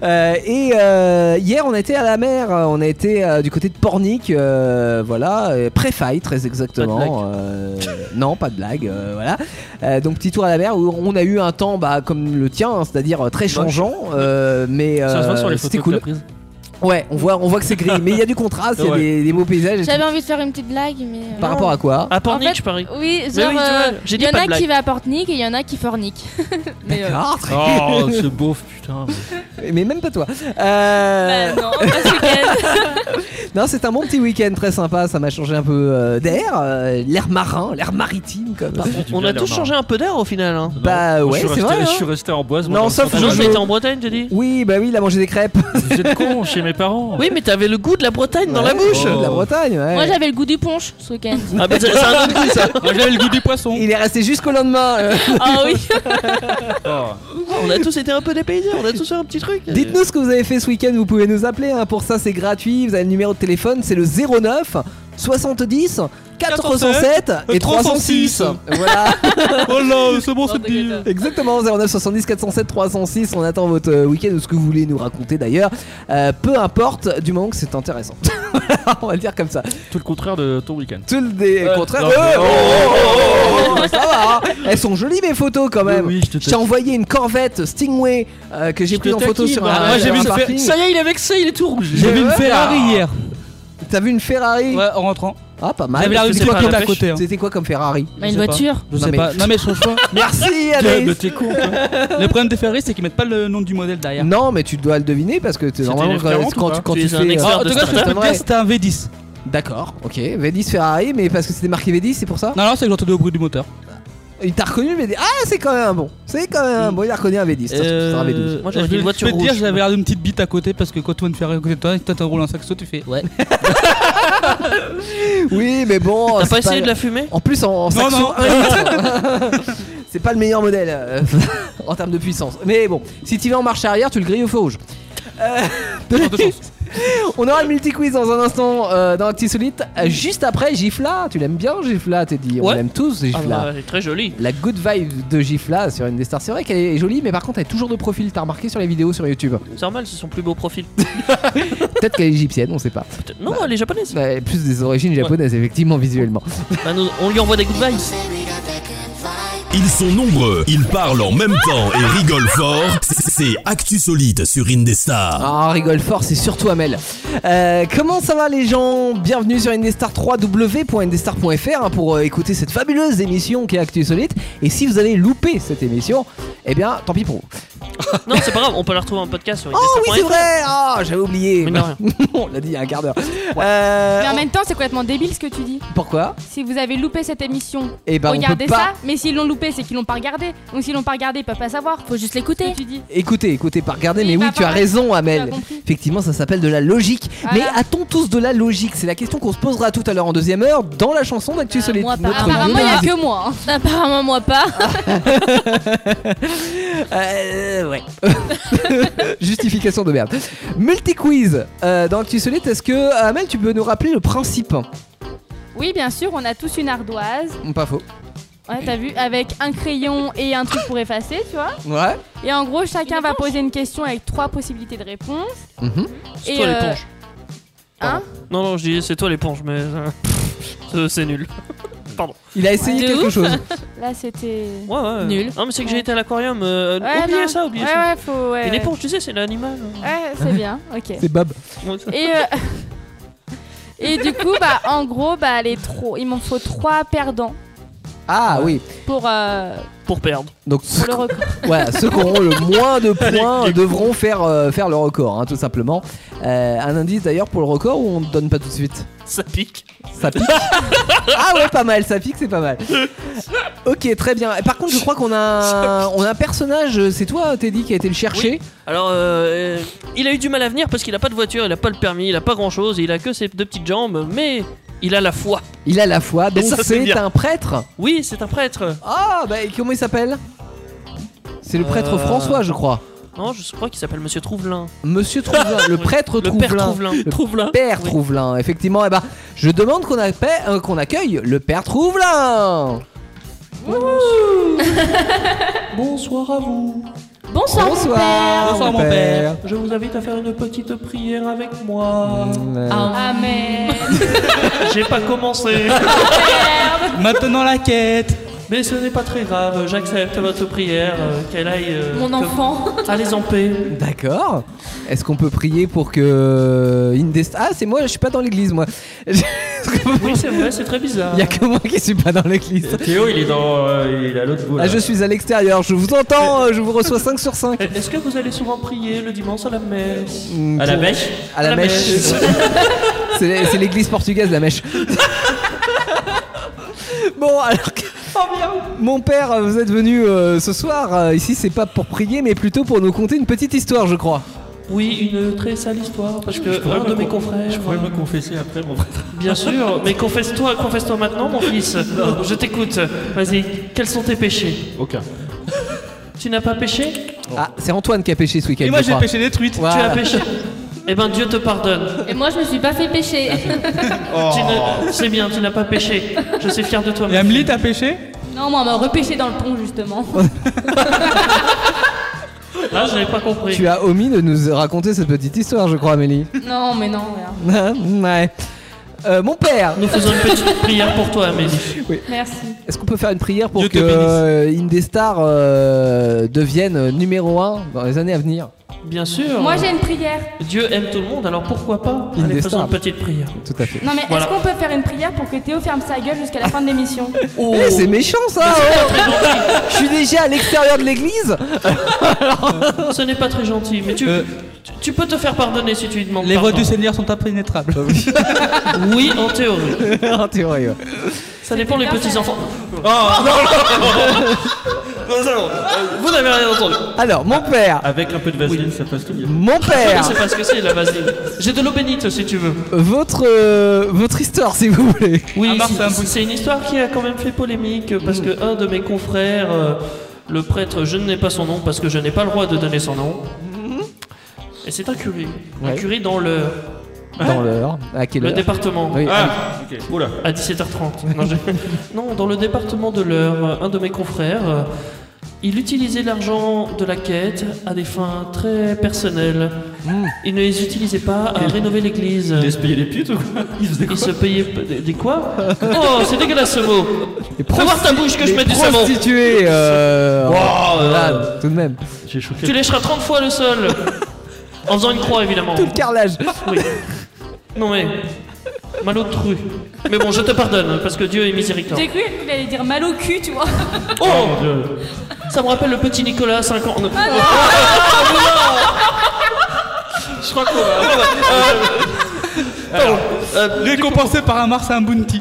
S5: Euh, Et euh, hier on était à la mer, euh, on a été euh, du côté de Pornic, euh, voilà, euh, pré-fight très exactement. Euh, non, pas de blague, euh, voilà. Euh, donc petit tour à la mer où on a eu un temps bah, comme le tien, hein, c'est-à-dire euh, très changeant, euh, mais
S10: Ça se voit
S5: euh,
S10: sur les
S5: c'était
S10: photos
S5: cool.
S10: que t'as prises.
S5: Ouais, on voit, on voit que c'est gris, mais il y a du contraste, il y a
S10: Ouais.
S5: des, des beaux paysages. et tout.
S9: J'avais envie de faire une petite blague, mais. euh,
S5: Par
S9: non.
S5: rapport à quoi
S7: À Pornic,
S9: En fait-
S7: je parie.
S9: Oui, genre.
S7: Ah, oui, tu vois,
S9: euh,
S7: j'ai
S9: Il
S7: dit
S9: y
S7: pas
S9: en
S7: de
S9: a qui
S7: blague.
S9: va à Portnick et il y en a qui fornique. Mais, euh,
S5: D'accord, très- [laughs]
S10: Oh, ce beauf, putain.
S5: mais même pas toi. Euh,
S9: bah, non, pas ce week-end.
S5: [laughs] Non, c'est un bon petit week-end très sympa. Ça m'a changé un peu euh, d'air, euh, l'air marin, l'air maritime comme.
S10: Ça fait du
S7: On
S10: bien
S7: a
S10: d'air
S7: tous
S10: marin.
S7: changé un peu d'air au final. Hein.
S10: Non,
S5: Bah,
S10: moi,
S5: ouais,
S10: je suis
S5: c'est
S10: resté-
S5: vrai,
S10: Je
S5: hein.
S10: suis resté en boise.
S5: Non,
S10: moi,
S5: sauf
S10: dans le
S5: que
S7: Genre,
S10: centre.
S5: je-
S7: j'étais en Bretagne, j'ai dit.
S5: Oui, bah oui, il a mangé des crêpes.
S7: [laughs]
S10: Vous êtes cons chez mes parents.
S7: Oui, mais t'avais le goût de la Bretagne dans la
S5: Ouais,
S7: bouche.
S5: De la
S10: Oh.
S5: Bretagne, ouais.
S9: Moi j'avais le goût du punch ce week-end.
S7: Ah, bah, c'est c'est un autre goût ça.
S13: Moi j'avais le goût du poisson.
S5: Il est resté jusqu'au lendemain. euh.
S9: Ah oui
S10: Oh.
S7: On a tous été un peu dépaysés, on a tous fait un petit truc.
S5: Dites-nous ce que vous avez fait ce week-end. Vous pouvez nous appeler. hein. Pour ça, c'est gratuit. Vous avez le numéro de téléphone, c'est le 09 70 407 et 306. voilà.
S13: [laughs] Oh là, c'est bon, c'est petit.
S5: Exactement, 09 70 407 306. On attend votre euh, week-end ou ce que vous voulez nous raconter d'ailleurs. Euh, peu importe, du moment que c'est intéressant. [laughs] Voilà, on va le dire comme ça.
S10: Tout le contraire
S13: Euh,
S10: de ton week-end.
S5: Tout le dé-
S10: Ouais.
S5: contraire.
S10: Non,
S5: Ouais,
S10: mais-
S5: oh, oh, oh, oh, oh, ça va, hein. Elles sont jolies mes photos quand même.
S10: Oui, je te
S5: Je t'ai envoyé une Corvette Stingway euh, que j'ai
S10: Je
S5: pris
S10: te
S5: en photo
S10: taquine,
S5: sur
S7: hein.
S10: moi.
S5: un,
S7: Ah,
S13: Moi, j'ai
S5: sur
S13: vu
S5: un
S13: se faire-
S5: parking.
S10: y est, il est vexé, il est tout rouge.
S13: J'ai vu une
S5: Ouais.
S13: Ferrari hier.
S5: T'as vu une Ferrari
S13: Ouais, en rentrant.
S5: Ah, pas mal.
S13: J'avais la rue
S7: parce que
S13: du
S7: c'est pas
S13: coin
S7: la
S13: à côté. hein.
S5: C'était quoi comme Ferrari
S9: Bah, Une
S13: sais pas.
S9: voiture.
S13: Je
S5: Non,
S13: sais
S5: mais-
S13: pas. Non mais change pas.
S5: [laughs] Merci
S10: Mais
S5: Anaïs
S10: t'es con, toi.
S13: Le problème des Ferrari, c'est qu'ils mettent pas le nom du modèle derrière.
S5: Non, mais tu dois le deviner parce que t'es normalement
S10: une
S5: quand,
S10: F40
S5: quand
S10: ou
S5: tu,
S10: pas
S5: quand
S7: Tu
S5: tu
S7: es
S5: fais.
S7: un
S5: euh,
S13: Ah, en
S7: de
S13: tout cas, ce que je peux te
S5: Startup.
S13: dire, c'était un V10.
S5: D'accord, ok. V10 Ferrari, mais parce que c'était marqué V10, c'est pour ça
S13: Non, non, c'est que j'entendais au bruit du moteur.
S5: Il t'a reconnu, mais il dit, ah, c'est quand même un bon. C'est quand même un bon. Il a reconnu un V10. ça se trouve, c'est un V12.
S13: Euh,
S7: Moi,
S13: je
S7: j'aurais dit
S13: peux
S7: une voiture
S13: te dire,
S7: rouge.
S13: j'avais l'air d'une petite bite à côté parce que quand toi une Ferrari à côté de toi, et toi t'as roulé un saxo, tu fais [laughs] ouais.
S5: Oui, mais bon.
S7: T'as
S5: c'est
S7: pas essayé de la fumer
S5: En plus, en, en saxo
S13: non.
S5: 1 litre. [laughs] C'est pas le meilleur modèle euh, [laughs] en termes de puissance. Mais bon, si tu vas en marche arrière, tu le grilles au feu rouge. Euh,
S13: [laughs] T'as de chance.
S5: [laughs] On aura le multi-quiz dans un instant euh, dans Actu Solite. Euh, Juste après, Gifla. Tu l'aimes bien, Gifla, t'es dit. On
S9: Ouais.
S5: l'aime tous,
S9: Ah
S5: Gifla.
S9: bah, c'est très joli.
S5: La good vibe de Gifla sur une des stars. C'est vrai qu'elle est jolie, mais par contre, elle est toujours de profil. T'as remarqué sur les vidéos sur YouTube.
S9: C'est normal, c'est son plus beau profil.
S5: Peut-être qu'elle est égyptienne, on sait pas.
S9: Peut-être- Non, elle est japonaise.
S5: Bah, elle a plus des origines japonaises, effectivement, visuellement.
S9: Bah, nous- on lui envoie des good vibes.
S12: [laughs]
S16: Ils sont nombreux, ils parlent en même temps et rigolent fort. C'est Actu Solide sur Indestar.
S5: Ah, on rigole fort, c'est surtout Amel. Euh, comment ça va, les gens Bienvenue sur Indestar 3 www.indestar.fr hein, pour euh, écouter cette fabuleuse émission qui est Actu Solite. Et si vous avez loupé cette émission, eh bien, tant pis pour vous.
S9: Non, c'est pas grave, on peut la retrouver en podcast sur
S5: Oh oui, c'est
S9: indestar.fr.
S5: vrai Ah, j'avais oublié
S9: Mine de rien.
S5: [laughs] On l'a dit il y a un quart d'heure. Euh,
S12: Mais en même temps, c'est complètement débile ce que tu dis.
S5: Pourquoi
S12: Si vous avez loupé cette émission,
S5: Eh ben, on peut
S12: regardez
S5: pas.
S12: ça. Mais s'ils l'ont loupé, c'est qu'ils l'ont pas regardé. Donc s'ils l'ont pas regardé, ils peuvent pas savoir. Faut juste l'écouter. Tu dis.
S5: Écoutez, écoutez, pas regarder,
S12: Oui,
S5: mais oui,
S12: bah,
S5: tu as
S12: pareil,
S5: raison,
S12: as
S5: Amel.
S12: compris.
S5: Effectivement, ça s'appelle de la logique.
S12: Voilà.
S5: Mais a-t-on tous de la logique C'est la question qu'on se posera tout à l'heure en deuxième heure dans la chanson d'Actu
S17: Bah,
S5: Solide.
S17: moi,
S5: Notre
S12: Euh,
S5: Ah.
S12: Apparemment, il y a
S5: leader.
S12: que moi. hein.
S17: Apparemment, moi pas.
S12: [laughs]
S5: Euh, ouais. [laughs] Justification de merde. Multi-quiz euh, dans Actu Solide. Est-ce que, euh, Amel, tu peux nous rappeler le principe hein
S12: Oui, bien sûr, on a tous une ardoise.
S5: Pas faux.
S12: Ouais, t'as vu, avec un crayon et un truc pour effacer, tu vois.
S5: Ouais.
S12: Et en gros, chacun va poser une question avec trois possibilités de réponse.
S5: Mhm.
S9: C'est
S12: Et,
S9: toi
S12: euh,
S9: l'éponge.
S12: Hein
S9: Non, non, je dis c'est toi l'éponge, mais. euh, [laughs] c'est- C'est nul. [laughs]
S5: Il a essayé
S17: De
S5: quelque
S17: ouf.
S5: chose.
S12: [laughs] Là, c'était.
S9: Ouais, ouais.
S17: Nul.
S9: Euh, Non, mais c'est que j'ai
S12: Ouais.
S9: été à l'aquarium. euh,
S12: Ouais,
S9: oubliez
S12: non.
S9: ça, oubliez
S12: ouais,
S9: ça.
S12: Ouais, faut. Ouais,
S9: Et
S12: ouais.
S9: l'éponge, tu sais, c'est l'animal.
S12: Ouais,
S5: [laughs]
S12: c'est bien, ok.
S5: C'est Bob.
S12: Et, euh, [laughs] et du coup, bah, en gros, bah, les trois, il m'en faut trois perdants
S5: Ah oui.
S12: pour, euh,
S9: Pour perdre.
S5: Donc,
S12: pour le record.
S5: [laughs] Voilà, ceux qui auront le moins
S9: [laughs]
S5: de points devront faire, euh, faire le record, hein, tout simplement. Euh, un indice d'ailleurs pour le record ou on ne donne pas tout de suite
S9: [laughs] Ça pique.
S5: Ça
S9: [laughs]
S5: pique Ah ouais, pas mal, ça pique, c'est pas mal. Ok, très bien. Et par contre, je crois qu'on
S9: [laughs]
S5: a, un- on a un personnage, euh, c'est toi Teddy qui a été le chercher.
S9: Alors, euh, euh, il a eu du mal à venir parce qu'il a pas de voiture, il a pas le permis, il a pas grand chose, il a que ses deux petites jambes, mais il a la foi.
S5: Il a la foi, donc
S9: ça, c'est
S5: c'est
S9: bien.
S5: un prêtre.
S9: Oui, c'est un prêtre.
S5: Ah, bah et comment il s'appelle C'est le prêtre
S9: Euh,
S5: François, je crois.
S9: Non, je crois qu'il s'appelle Monsieur Trouvelin.
S5: Monsieur Trouvelin,
S9: [laughs]
S5: le prêtre
S9: Le père
S5: Trouvelin.
S9: Trouvelin. Trouvelin.
S5: Père
S9: Oui.
S5: Trouvelin, effectivement. Eh ben, je demande qu'on appelle- euh, qu'on accueille le Père Trouvelin.
S7: [laughs] Bonsoir à vous.
S17: Bonsoir, mon père.
S7: Bonsoir mon père. Je vous invite à faire une petite prière avec moi.
S10: Mm, euh.
S17: Ah.
S12: Amen.
S7: [laughs] J'ai pas
S17: [laughs]
S7: commencé.
S10: Maintenant la quête.
S7: Mais ce n'est pas très grave, j'accepte votre prière. euh, Qu'elle aille. euh,
S17: Mon
S7: comme-
S17: enfant.
S7: Allez en paix.
S5: D'accord. Est-ce qu'on peut prier pour que Indest Ah, c'est moi, je suis pas dans
S9: [laughs]
S5: l'église moi.
S7: Oui, c'est vrai, c'est très bizarre.
S5: Il y a que moi qui suis pas dans l'église.
S10: Théo, il est dans. euh, il est à
S9: Oh
S10: l'autre bout.
S5: Ah, je suis à l'extérieur, je vous entends, euh, je vous reçois 5 sur 5.
S7: Est-ce que vous allez souvent prier le dimanche à la messe
S5: Mm, pour-
S7: mèche
S5: À la,
S7: à la
S5: mèche. [laughs] c'est c'est l'église portugaise,
S7: [laughs]
S5: la mèche. bon, alors que-
S7: Oh,
S5: Mon père, vous êtes venu euh, ce soir. euh, ici, c'est pas pour prier, mais plutôt pour nous conter une petite histoire, je crois.
S7: Oui, une très sale histoire, parce que
S10: pourrais
S7: un
S10: me
S7: de mes
S10: con-
S7: confrères... euh,
S10: Je pourrais me confesser après, mon prêtre.
S7: Bien sûr,
S10: [laughs]
S7: mais confesse-toi, confesse-toi maintenant, mon fils. Je t'écoute. Vas-y, quels sont tes péchés
S10: Aucun.
S7: Tu n'as pas péché
S5: Ah, c'est Antoine qui a pêché ce week-end.
S10: Et moi,
S5: je
S10: j'ai
S5: crois.
S10: pêché des truites.
S5: Voilà.
S7: Tu as
S5: [laughs]
S7: péché Eh ben, Dieu te pardonne.
S17: Et moi, je me suis pas fait pêcher.
S9: [laughs]
S7: Tu ne- C'est bien, tu n'as pas péché. Je suis fier de toi.
S10: Oh. Et Amélie, t'as pêché
S12: Non, moi, on m'a repêché dans le pont,
S7: [laughs]
S12: justement.
S7: Là, je n'ai Ah, pas compris.
S5: Tu as omis de nous raconter cette petite histoire, je crois, Amélie. [laughs]
S12: non, mais non, regarde.
S5: ouais. Euh, mon père,
S7: Nous faisons une petite prière pour toi,
S5: [laughs]
S7: Amélie.
S12: Merci.
S5: est-ce qu'on peut faire une prière pour
S10: Dieu te
S5: que
S10: bénisse.
S5: euh, Indestar euh, devienne numéro 1 dans les années à venir
S7: Bien sûr.
S12: Moi, j'ai une prière.
S7: Dieu aime tout le monde, alors pourquoi pas Allez,
S5: Indestar.
S7: faisons une petite prière.
S5: Tout à fait.
S12: Non, mais
S7: Voilà.
S12: est-ce qu'on peut faire une prière pour que Théo ferme sa gueule jusqu'à la fin de l'émission
S7: [laughs] Oh,
S5: Eh, c'est méchant ça oh [laughs] Je suis déjà à l'extérieur de l'église
S7: ce n'est pas très gentil, mais tu,
S10: Euh,
S7: tu, tu peux te faire pardonner si tu lui demandes
S10: Les voies
S7: pardon.
S10: du Seigneur sont impénétrables.
S7: Oui, en théorie.
S5: [laughs] En théorie, ouais.
S7: Ça dépend les petits enfants.
S10: Oh,
S7: [laughs] Vous n'avez rien entendu.
S5: Alors, mon père
S10: Avec un peu de vaseline, ça passe tout bien.
S5: Mon
S7: Je
S5: père
S7: sais pas ce que Ah, c'est la vaseline. J'ai de l'eau bénite si tu veux.
S5: Votre, euh, votre histoire, si vous voulez.
S7: Oui,
S10: Ah, Marc,
S7: c'est-
S10: c'est un
S7: c'est
S10: peu-
S7: c'est une histoire qui a quand même fait polémique parce que un de mes euh, confrères, euh, le prêtre, je n'ai pas son nom parce que je n'ai pas le droit de donner son nom. Et c'est un curé. Un
S5: Ouais.
S7: curé dans le.
S5: Dans l'heure. À quelle
S7: Le
S5: heure
S7: département.
S5: Oui,
S7: Ah,
S4: ok. Oula.
S7: À 17h30. Non,
S5: [laughs]
S7: je- non, dans le département de l'heure, un de mes confrères, euh, il utilisait l'argent de la quête à des fins très personnelles.
S5: Hmm.
S7: Il ne les utilisait pas à rénover l'église.
S4: Il se payer les putes ou quoi Il faisait
S7: Il se payait p- des, des
S5: [laughs]
S7: quoi Oh, c'est dégueulasse ce mot.
S5: Les
S7: Fais voir ta bouche que je mette du savon.
S5: prostituées, euh,
S7: Oh,
S5: là,
S7: euh,
S5: tout de même.
S4: J'ai choqué.
S7: Tu lécheras 30 fois le
S5: [laughs]
S7: sol. En faisant une croix, évidemment.
S5: Tout le carrelage.
S7: Oui. Non mais. Malotru. Mais bon, je te pardonne, parce que Dieu est miséricordieux.
S9: J'ai cru qu'il allait dire mal au cul, tu vois.
S7: Oh Ça me rappelle le petit Nicolas, 5 ans.
S5: Ah
S7: Non.
S18: Je crois qu'on va.
S7: euh,
S18: récompensé par un Mars à un Bounty.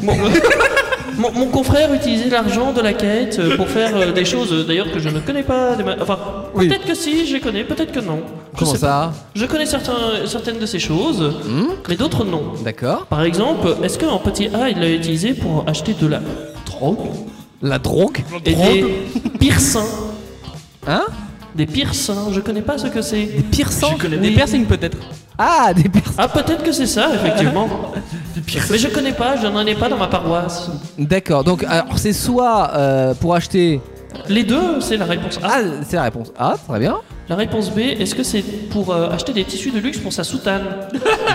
S7: Mon, mon confrère utilisait l'argent de la quête euh, pour faire euh, des choses, euh, d'ailleurs, que je ne connais pas. des ma- Enfin,
S5: Oui.
S7: peut-être que si, je les connais, peut-être que non. Je
S5: Comment
S7: sais pas.
S5: ça
S7: Je connais certains, certaines de ces choses, mais d'autres non.
S5: Hmm D'accord.
S7: Par exemple, est-ce qu'en petit A, il l'a utilisé pour acheter de la drogue
S5: La drogue
S7: et des piercings
S5: [laughs] Hein
S7: Des piercings, je connais pas ce que c'est.
S5: Des piercings
S18: Des piercings peut-être.
S5: Ah, des piercings.
S7: Ah, peut-être que c'est ça,
S5: [laughs]
S7: effectivement. Mais je connais pas, je n'en ai pas dans ma paroisse.
S5: D'accord. Donc, alors, c'est soit euh, pour acheter.
S7: Les deux, c'est la réponse A.
S5: Ah, c'est la réponse. Ah, très bien.
S7: La réponse B, est-ce que c'est pour euh, acheter des tissus de luxe pour sa soutane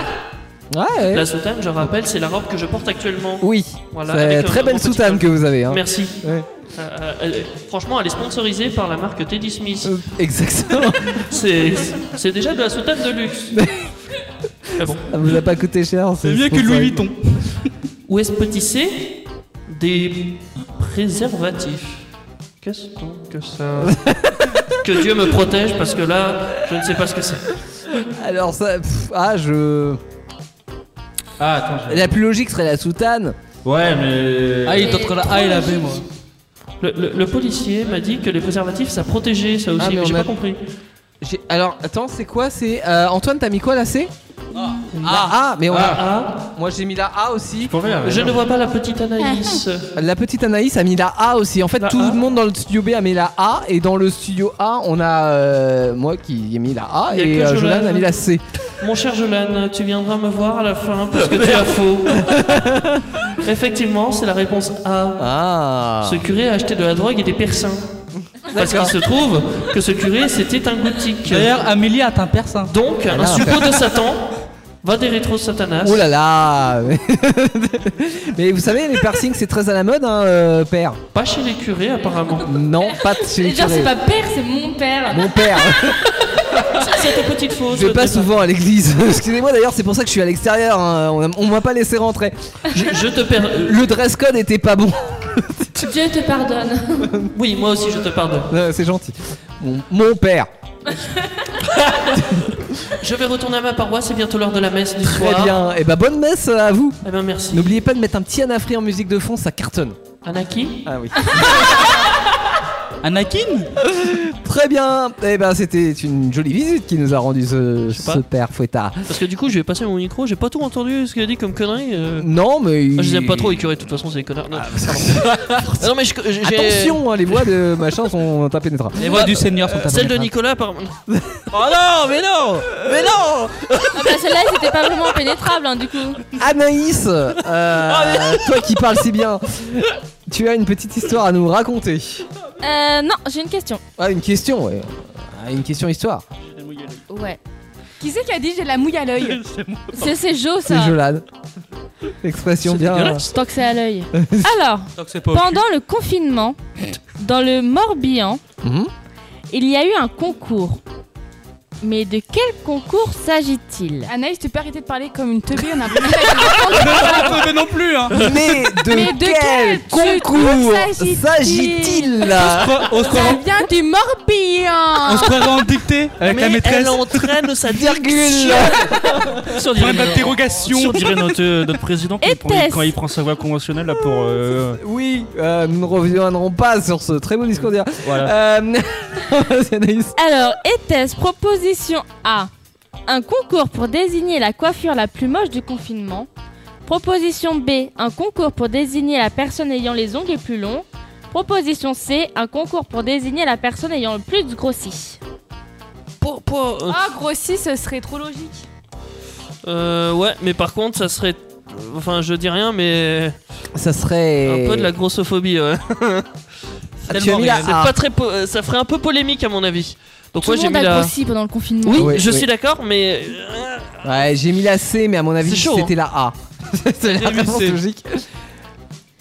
S5: [laughs] Ouais.
S7: La soutane, je rappelle, c'est la robe que je porte actuellement.
S5: Oui.
S7: Voilà,
S5: c'est
S7: avec un-
S5: très
S7: un
S5: belle
S7: petit
S5: soutane
S7: col.
S5: que vous avez. Hein.
S7: Merci.
S5: Ouais.
S7: Euh, euh, euh, franchement, elle est sponsorisée par la marque Teddy Smith.
S5: Euh, Exactement.
S7: [laughs] C'est c'est déjà de la soutane de
S5: [laughs]
S7: luxe. Ah bon.
S5: ça vous a pas coûté cher.
S18: C'est mieux que Louis Vuitton.
S7: Où est-ce petit C Des préservatifs. Qu'est-ce donc que ça [laughs] Que Dieu me protège parce que là, je ne sais pas ce que c'est.
S5: Alors ça. pff, ah, je.
S4: Ah, attends.
S5: La plus logique serait la soutane.
S4: j'ai- Ouais, mais.
S18: Ah, il est entre la A et la B, moi.
S7: Le, le- le policier m'a dit que les préservatifs, ça protégeait ça aussi,
S5: Ah, mais
S7: mais,
S5: on
S7: j'ai
S5: a-
S7: pas compris.
S5: J'ai- Alors, attends, c'est quoi C'est euh, Antoine, t'as mis quoi là C'est ah. mais on a-
S7: Ah,
S5: moi j'ai mis la A aussi.
S4: Pour rien, mais
S7: je
S4: non.
S7: ne vois
S13: [laughs]
S7: pas la petite Anaïs.
S5: [laughs] La petite Anaïs a mis la A aussi. En fait,
S7: La
S5: tout
S7: A.
S5: le monde dans le studio B a mis la A et dans le studio A, on a euh, moi qui ai mis la A
S7: Il y a
S5: et
S7: que
S5: euh,
S7: Jolan.
S5: Jolan a mis la C.
S7: Mon cher Jolan, tu viendras me voir à la fin parce que tu as faux. Effectivement, c'est la réponse A.
S5: Ah.
S7: Ce curé a acheté de la drogue et des piercings. Parce qu'il se trouve que ce curé, c'était un gothique.
S18: D'ailleurs, Amélie a un persin.
S7: Donc, un
S5: là,
S7: suppôt de Satan va des rétro Satanas.
S5: Ah Oh là là [laughs] Mais vous savez, les piercings, c'est très à la mode, hein, euh, père.
S7: Pas chez les curés, apparemment.
S5: Non, pas chez les
S9: Genre,
S5: curés.
S9: c'est pas père, c'est mon père.
S5: Mon père.
S7: C'est ta petite fausse.
S5: Je vais pas
S7: t'es-
S5: souvent à l'église. [laughs] Excusez-moi d'ailleurs, c'est pour ça que je suis à l'extérieur. hein. On, a- on m'a pas laissé rentrer.
S7: Je, je te perds.
S5: Le dress code était pas bon.
S9: Dieu te pardonne.
S7: Oui, moi aussi, je te
S5: [laughs]
S7: pardonne.
S5: Euh, c'est gentil. Mon, mon père.
S7: Je vais retourner à ma paroisse, c'est bientôt l'heure de la messe du soir.
S5: Très bien. Et bah bonne messe à vous.
S7: Eh ben merci.
S5: N'oubliez pas de mettre un petit anafri en musique de fond, ça cartonne.
S7: Anaki
S5: Ah oui.
S18: [laughs] Anakin
S5: [laughs] Très bien. Et ben c'était une jolie visite qui nous a rendu ce,
S7: sais pas.
S5: ce père fouettard.
S7: Parce que du coup, je vais passer mon micro, j'ai pas tout entendu ce qu'il a dit comme connerie. euh.
S5: Non mais. Ah, bah,
S7: Ah, je les aime pas trop, les curés, de toute façon, c'est des connards. Non, pardon. Ah [laughs] non, mais je- j'ai.
S5: Attention, hein, les voix de machin sont impénétrables.
S18: Les voix du Seigneur sont
S7: Euh, Celle de Nicolas, par.
S5: [laughs] Oh non, mais non, mais non.
S9: Ah bah celle-là, c'était pas vraiment pénétrable, hein, du coup.
S5: Anaïs,
S7: Oh
S5: euh, toi qui parles si bien, tu as une petite histoire à nous raconter.
S9: Euh, non, j'ai une question.
S5: Ah, une question, ouais. Ah, Une question histoire.
S9: Ouais.
S6: Qui c'est qui a dit j'ai la mouille à l'œil
S9: C'est c'est Jo,
S5: C'est
S9: ça.
S5: Jolade. Expression bien.
S9: Tant que c'est à l'œil. Alors, pendant le confinement, dans le Morbihan,
S5: Mhm.
S9: il y a eu un concours. Mais de quel concours s'agit-il
S6: Anaïs, tu peux arrêter de parler comme une teubée, on a vraiment
S18: Nicolas
S7: [laughs]
S18: non plus, hein
S5: Mais de,
S9: Mais de
S5: quel,
S9: quel
S5: concours
S9: s'agit-il
S5: s'agit-il
S18: On se
S9: Ça
S18: croirait-
S9: vient du Morbihan
S18: on se croirait en dictée avec la
S7: Mais
S18: maîtresse.
S7: elle entraîne sa
S5: Virgule
S7: Sur
S18: Point
S7: des
S18: d'interrogation.
S10: On dirait notre, euh, notre président quand
S9: Et
S10: il, prend,
S9: Tess.
S10: quand il prend sa voix conventionnelle là pour. euh,
S5: Oui, euh, nous ne reviendrons pas sur ce très beau discours d'hier.
S10: voilà.
S5: Euh, [laughs] c'est Anaïs.
S9: Alors, était-ce proposition A Un concours pour désigner la coiffure la plus moche du confinement. Proposition B Un concours pour désigner la personne ayant les ongles les plus longs. Proposition C Un concours pour désigner la personne ayant le plus grossi.
S7: pas, pas, euh,
S12: Ah, grossi, ce serait trop logique.
S7: euh, ouais, mais par contre, ça serait. Enfin, je dis rien, mais.
S5: Ça serait.
S7: Un peu de la grossophobie,
S5: [laughs]
S7: ouais. C'est
S5: as
S7: tellement
S5: mis la
S7: horrible. C'est
S5: A.
S7: pas très po- euh, ça ferait un peu polémique, à mon avis. Donc,
S9: Tout
S7: moi,
S9: le
S7: j'ai
S9: monde
S7: mis
S9: a
S7: la.
S9: grossi pendant le confinement.
S7: Oui,
S5: Oui,
S7: je
S5: oui.
S7: suis d'accord, mais. euh,
S5: Ouais, j'ai mis la C, mais à mon avis,
S7: C'est chaud,
S5: c'était
S7: hein.
S5: la A. [laughs] c'est la
S7: J'ai mis
S5: réponse
S7: C.
S5: logique.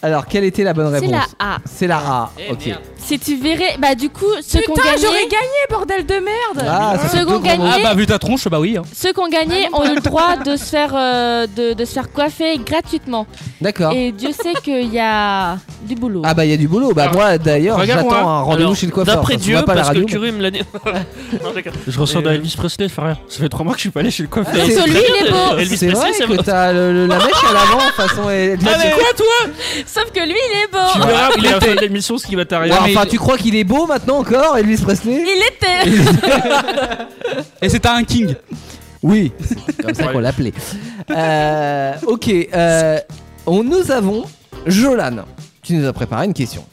S5: Alors, quelle était la bonne
S9: C'est
S5: réponse
S9: la A.
S5: C'est la A,
S7: Eh
S5: ok.
S9: Si tu verrais, bah du coup, ceux qu'on
S12: Putain,
S9: gagnait,
S12: j'aurais gagné, bordel de merde
S5: Ah, ça fait
S9: Second
S5: deux gros mots.
S9: gagné.
S18: Ah bah vu ta tronche, bah oui. hein.
S9: ceux qu'on
S12: Ah,
S9: gagnait ont eu le droit de se faire, euh, de, de se faire coiffer gratuitement.
S5: D'accord.
S9: Et Dieu sait qu'il y a du boulot.
S5: Ah bah, il y a du boulot. Bah, moi, d'ailleurs,
S9: regarde-moi.
S5: j'attends un rendez-vous
S7: Alors,
S5: chez le coiffeur.
S7: D'après
S5: Ça se
S7: Dieu,
S5: voit pas à la
S7: parce que le
S5: radio,
S7: curé me l'a dit. [laughs] Non, d'accord.
S10: Je ressors
S7: Mais, euh,
S10: d'Elvis Presley, frère. Ça fait trois mois que je suis pas allé chez le coiffeur.
S7: Ah,
S5: c'est
S7: très
S5: lui,
S7: bien,
S9: il est beau.
S7: Elvis
S5: C'est vrai
S7: Presley, ça
S5: que
S7: va.
S5: t'as le- le- la mèche à l'avant, de toute façon. et-
S10: Ah,
S7: toi
S9: Sauf que lui, il est beau.
S10: Tu verras après la fin de l'émission ce qui
S7: Ah,
S10: va
S5: Ouais,
S10: t'arriver.
S5: enfin, tu crois qu'il est beau maintenant encore, Elvis Presley
S9: Il était.
S13: [laughs]
S18: Et c'est un king.
S5: Oui, c'est comme ça qu'on l'appelait. Euh, ok, euh, on, nous avons Jolan qui nous a préparé une question.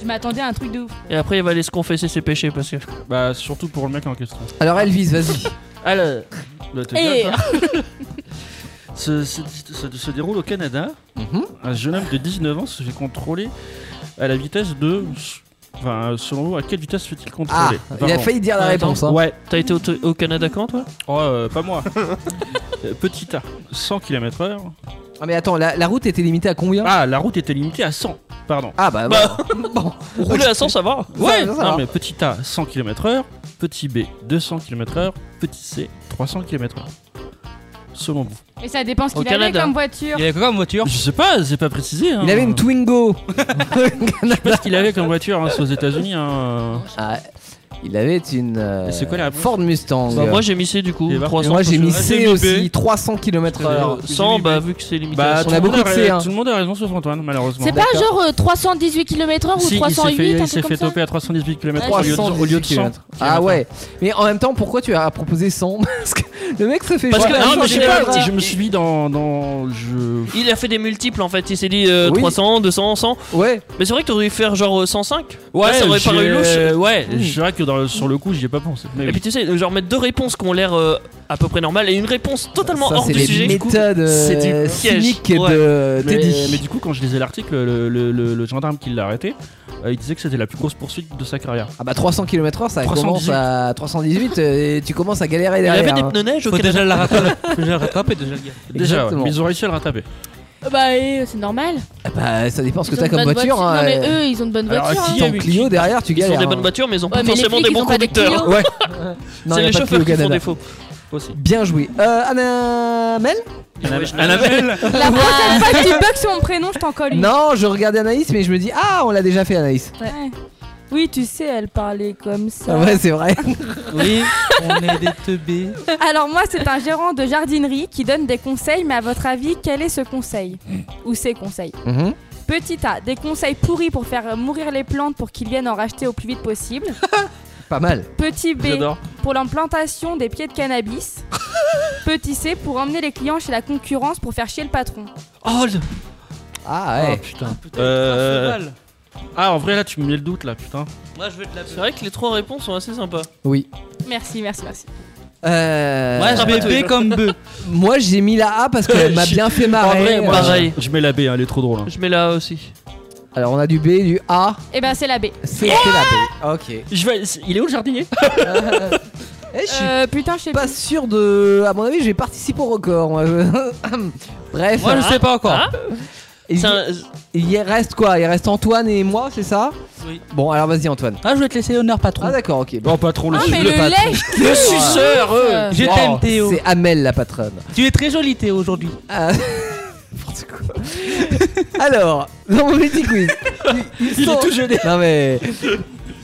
S9: Je m'attendais à un truc de ouf.
S7: Et après, il va aller se confesser ses péchés parce que.
S10: Bah surtout pour le mec en question.
S5: Alors Elvis, vas-y.
S10: [laughs] Alors, bah, le truc
S9: Et-
S10: là, [laughs] ça, se- se- se- se déroule au Canada.
S5: Mhm.
S10: Un jeune homme de 19 ans se fait contrôler à la vitesse de. Enfin, selon vous, à quelle vitesse se fait-il
S5: Ah,
S10: contrôler
S5: il a
S10: Pardon.
S5: failli dire la
S7: Attends.
S5: réponse. hein.
S10: Ouais,
S7: T'as été au, au Canada quand, toi
S10: oh, euh, pas
S5: [laughs]
S10: moi. Euh, Petit A, 100 km/h.
S5: Ah, mais attends, la, la route était limitée à combien
S10: Ah, la route était limitée à 100, pardon.
S5: Ah bah,
S7: Bah,
S5: bon.
S7: rouler à 100, ça va
S5: Ouais, ça va.
S10: Non, mais petit A, 100 km/h. Petit B, 200 km/h. Petit C, 300 km/h. Selon vous.
S12: Mais ça dépend ce
S7: Au
S12: qu'il avait
S7: Canada.
S12: comme voiture.
S18: Il y avait quoi comme voiture
S10: Je sais pas, c'est pas précisé. hein.
S5: Il avait une Twingo.
S10: [laughs] Je sais pas ce qu'il avait comme voiture, hein, c'est aux États-Unis. Hein.
S5: Ah, il avait une euh,
S10: Et c'est quoi la réponse
S5: Ford Mustang.
S7: Bah, moi, j'ai mis C du coup.
S10: Et bah,
S7: 300.
S5: moi j'ai mis
S10: Ah, j'ai
S5: C
S10: mis B.
S5: aussi, 300 km/h.
S7: Alors, 100, bah, vu que c'est limité à 100.
S10: tout
S5: on a
S10: le monde
S5: beaucoup de
S10: ra-
S5: C, hein.
S10: Tout le monde a raison sauf Antoine, malheureusement.
S9: C'est pas genre euh, 318 km/h
S10: Si,
S9: ou
S10: il s'est
S9: 308
S10: fait,
S9: un
S10: il s'est
S9: truc comme
S10: fait
S9: ça.
S10: toper à 318 km au lieu de,
S5: 300
S10: au lieu de 100.
S5: km. Ah ouais. Mais en même temps, pourquoi tu as proposé 100 [laughs] Parce que le mec se fait Ah,
S7: Parce
S5: jouer
S7: que-
S5: à
S7: non,
S5: 100
S7: mais j'ai pas-
S5: km/h.
S10: Je me suis mis dans, dans le jeu.
S7: Il a fait des multiples en fait, il s'est dit euh,
S5: Oui.
S7: 300, 200, 100.
S5: Ouais.
S7: Mais c'est vrai que t'aurais dû faire genre euh, 105 ça aurait paru
S10: j'ai- euh,
S5: euh,
S7: louche. Mmh.
S10: Ouais, c'est vrai que dans- sur le coup, j'y ai pas pensé. Mais
S7: Et
S10: oui.
S7: puis tu sais, genre mettre deux réponses qui ont l'air euh, à peu près normales et une réponse totalement
S5: Ça,
S7: hors
S5: c'est
S7: du
S5: les
S7: sujet.
S5: méthodes
S7: c'est du
S5: euh,
S7: piège.
S5: cyniques
S7: Ouais.
S5: de
S10: Mais,
S5: Teddy.
S10: mais du coup, quand je lisais l'article, le, le- le- le gendarme qui l'a arrêté, euh, il disait que c'était la plus grosse poursuite de sa carrière. [laughs]
S5: Ah bah 300 km/h, ça
S10: 318.
S5: commence à 318 euh, et tu commences à galérer
S7: Il avait
S5: derrière.
S7: des
S5: hein.
S7: pneus neige au
S18: Faut
S7: Canada.
S18: déjà la rattraper.
S7: [laughs]
S18: Faut déjà le rattraper déjà le gars.
S10: Déjà, ouais,
S5: Exactement.
S10: mais ils ont réussi à le rattraper.
S9: Bah, et, c'est normal.
S5: Ah Bah ça dépend ce que
S9: Ils ont
S5: t'as
S9: de
S5: comme
S9: bonnes
S5: voiture.
S9: voitures.
S5: hein,
S9: Non, mais
S5: euh,
S9: eux, ils ont de bonnes
S10: Alors,
S9: voitures.
S10: si,
S9: hein.
S10: il y a
S5: ton
S10: eu-
S5: Clio derrière,
S7: Ils
S5: tu
S7: ont
S5: galères.
S7: des
S5: hein.
S7: bonnes voitures, mais ils ont pas
S9: Ouais, mais les
S7: forcément
S9: flics,
S7: des
S9: ils
S7: bons
S9: ont pas des
S7: conducteurs.
S9: Clio.
S7: [laughs]
S5: Ouais. Non, y
S7: C'est
S5: a
S7: les
S5: pas de Clio
S7: chauffeurs
S5: au
S7: qui font
S5: Canada.
S7: défaut.
S5: Bien joué. Euh, Annamel
S10: Annabelle
S12: La prochaine fois que tu bugs sur mon prénom, je t'en colle une.
S5: Non, je regardais Anaïs, mais je me dis ah, on l'a déjà fait Anaïs.
S9: Oui, tu sais, elle parlait comme
S5: Ah
S9: ça.
S5: ouais, c'est vrai. [laughs]
S18: Oui, on est des teubés.
S12: [laughs] Alors moi, c'est un gérant de jardinerie qui donne des conseils, mais à votre avis, quel est ce conseil Ou ces conseils
S5: Mhm.
S12: Petit A, des conseils pourris pour faire mourir les plantes pour qu'ils viennent en racheter au plus vite
S5: [laughs]
S12: possible.
S5: Pas mal.
S12: Petit B,
S10: J'adore.
S12: pour l'implantation des pieds de cannabis.
S5: [laughs]
S12: Petit C, pour emmener les clients chez la concurrence pour faire chier le patron.
S7: Oh, le-
S5: Ah ouais.
S10: putain. Euh... Ah, en vrai, là, tu me mets le doute, là, putain.
S7: Moi, je veux te la- C'est vrai que les trois réponses sont assez sympas.
S5: Oui.
S12: Merci, merci, merci.
S5: Euh,
S7: Ouais,
S18: J'ai bébé comme bœuf.
S5: [laughs] moi j'ai mis la A parce qu'elle m'a bien fait
S7: En
S5: marrer.
S7: vrai,
S5: Euh,
S7: pareil.
S10: Je mets la B, hein, elle est trop drôle. hein.
S7: Je mets là Ah, aussi.
S5: Alors on a du B, du A,
S12: Eh ben, c'est la B.
S5: C, c'est la B. Ok.
S10: Je vais... Il est où le jardinier
S5: Eh, je suis
S12: Euh, putain, je sais
S5: pas
S12: plus.
S5: sûr de. À mon avis, je vais participer au record. moi. [laughs] Bref.
S18: Moi je sais pas encore.
S12: Hein
S7: Ah,
S5: Il,
S7: c'est un-
S5: il y reste quoi Il reste Antoine et moi, c'est ça
S7: Oui.
S5: Bon, alors vas-y Antoine.
S18: Ah je vais te laisser honneur patron.
S5: Ah d'accord, ok. Bon.
S10: Non, pas trop, le
S12: Ah, mais
S10: le-
S12: le
S5: patron.
S12: lait
S7: Le suceur, euh.
S18: Je
S5: Oh,
S18: t'aime Théo.
S5: C'est Amel la patronne.
S18: Tu es très joli Théo aujourd'hui.
S5: Ah, [laughs] n'importe quoi. alors, dans mon petit quiz, ils, ils sont... Non mais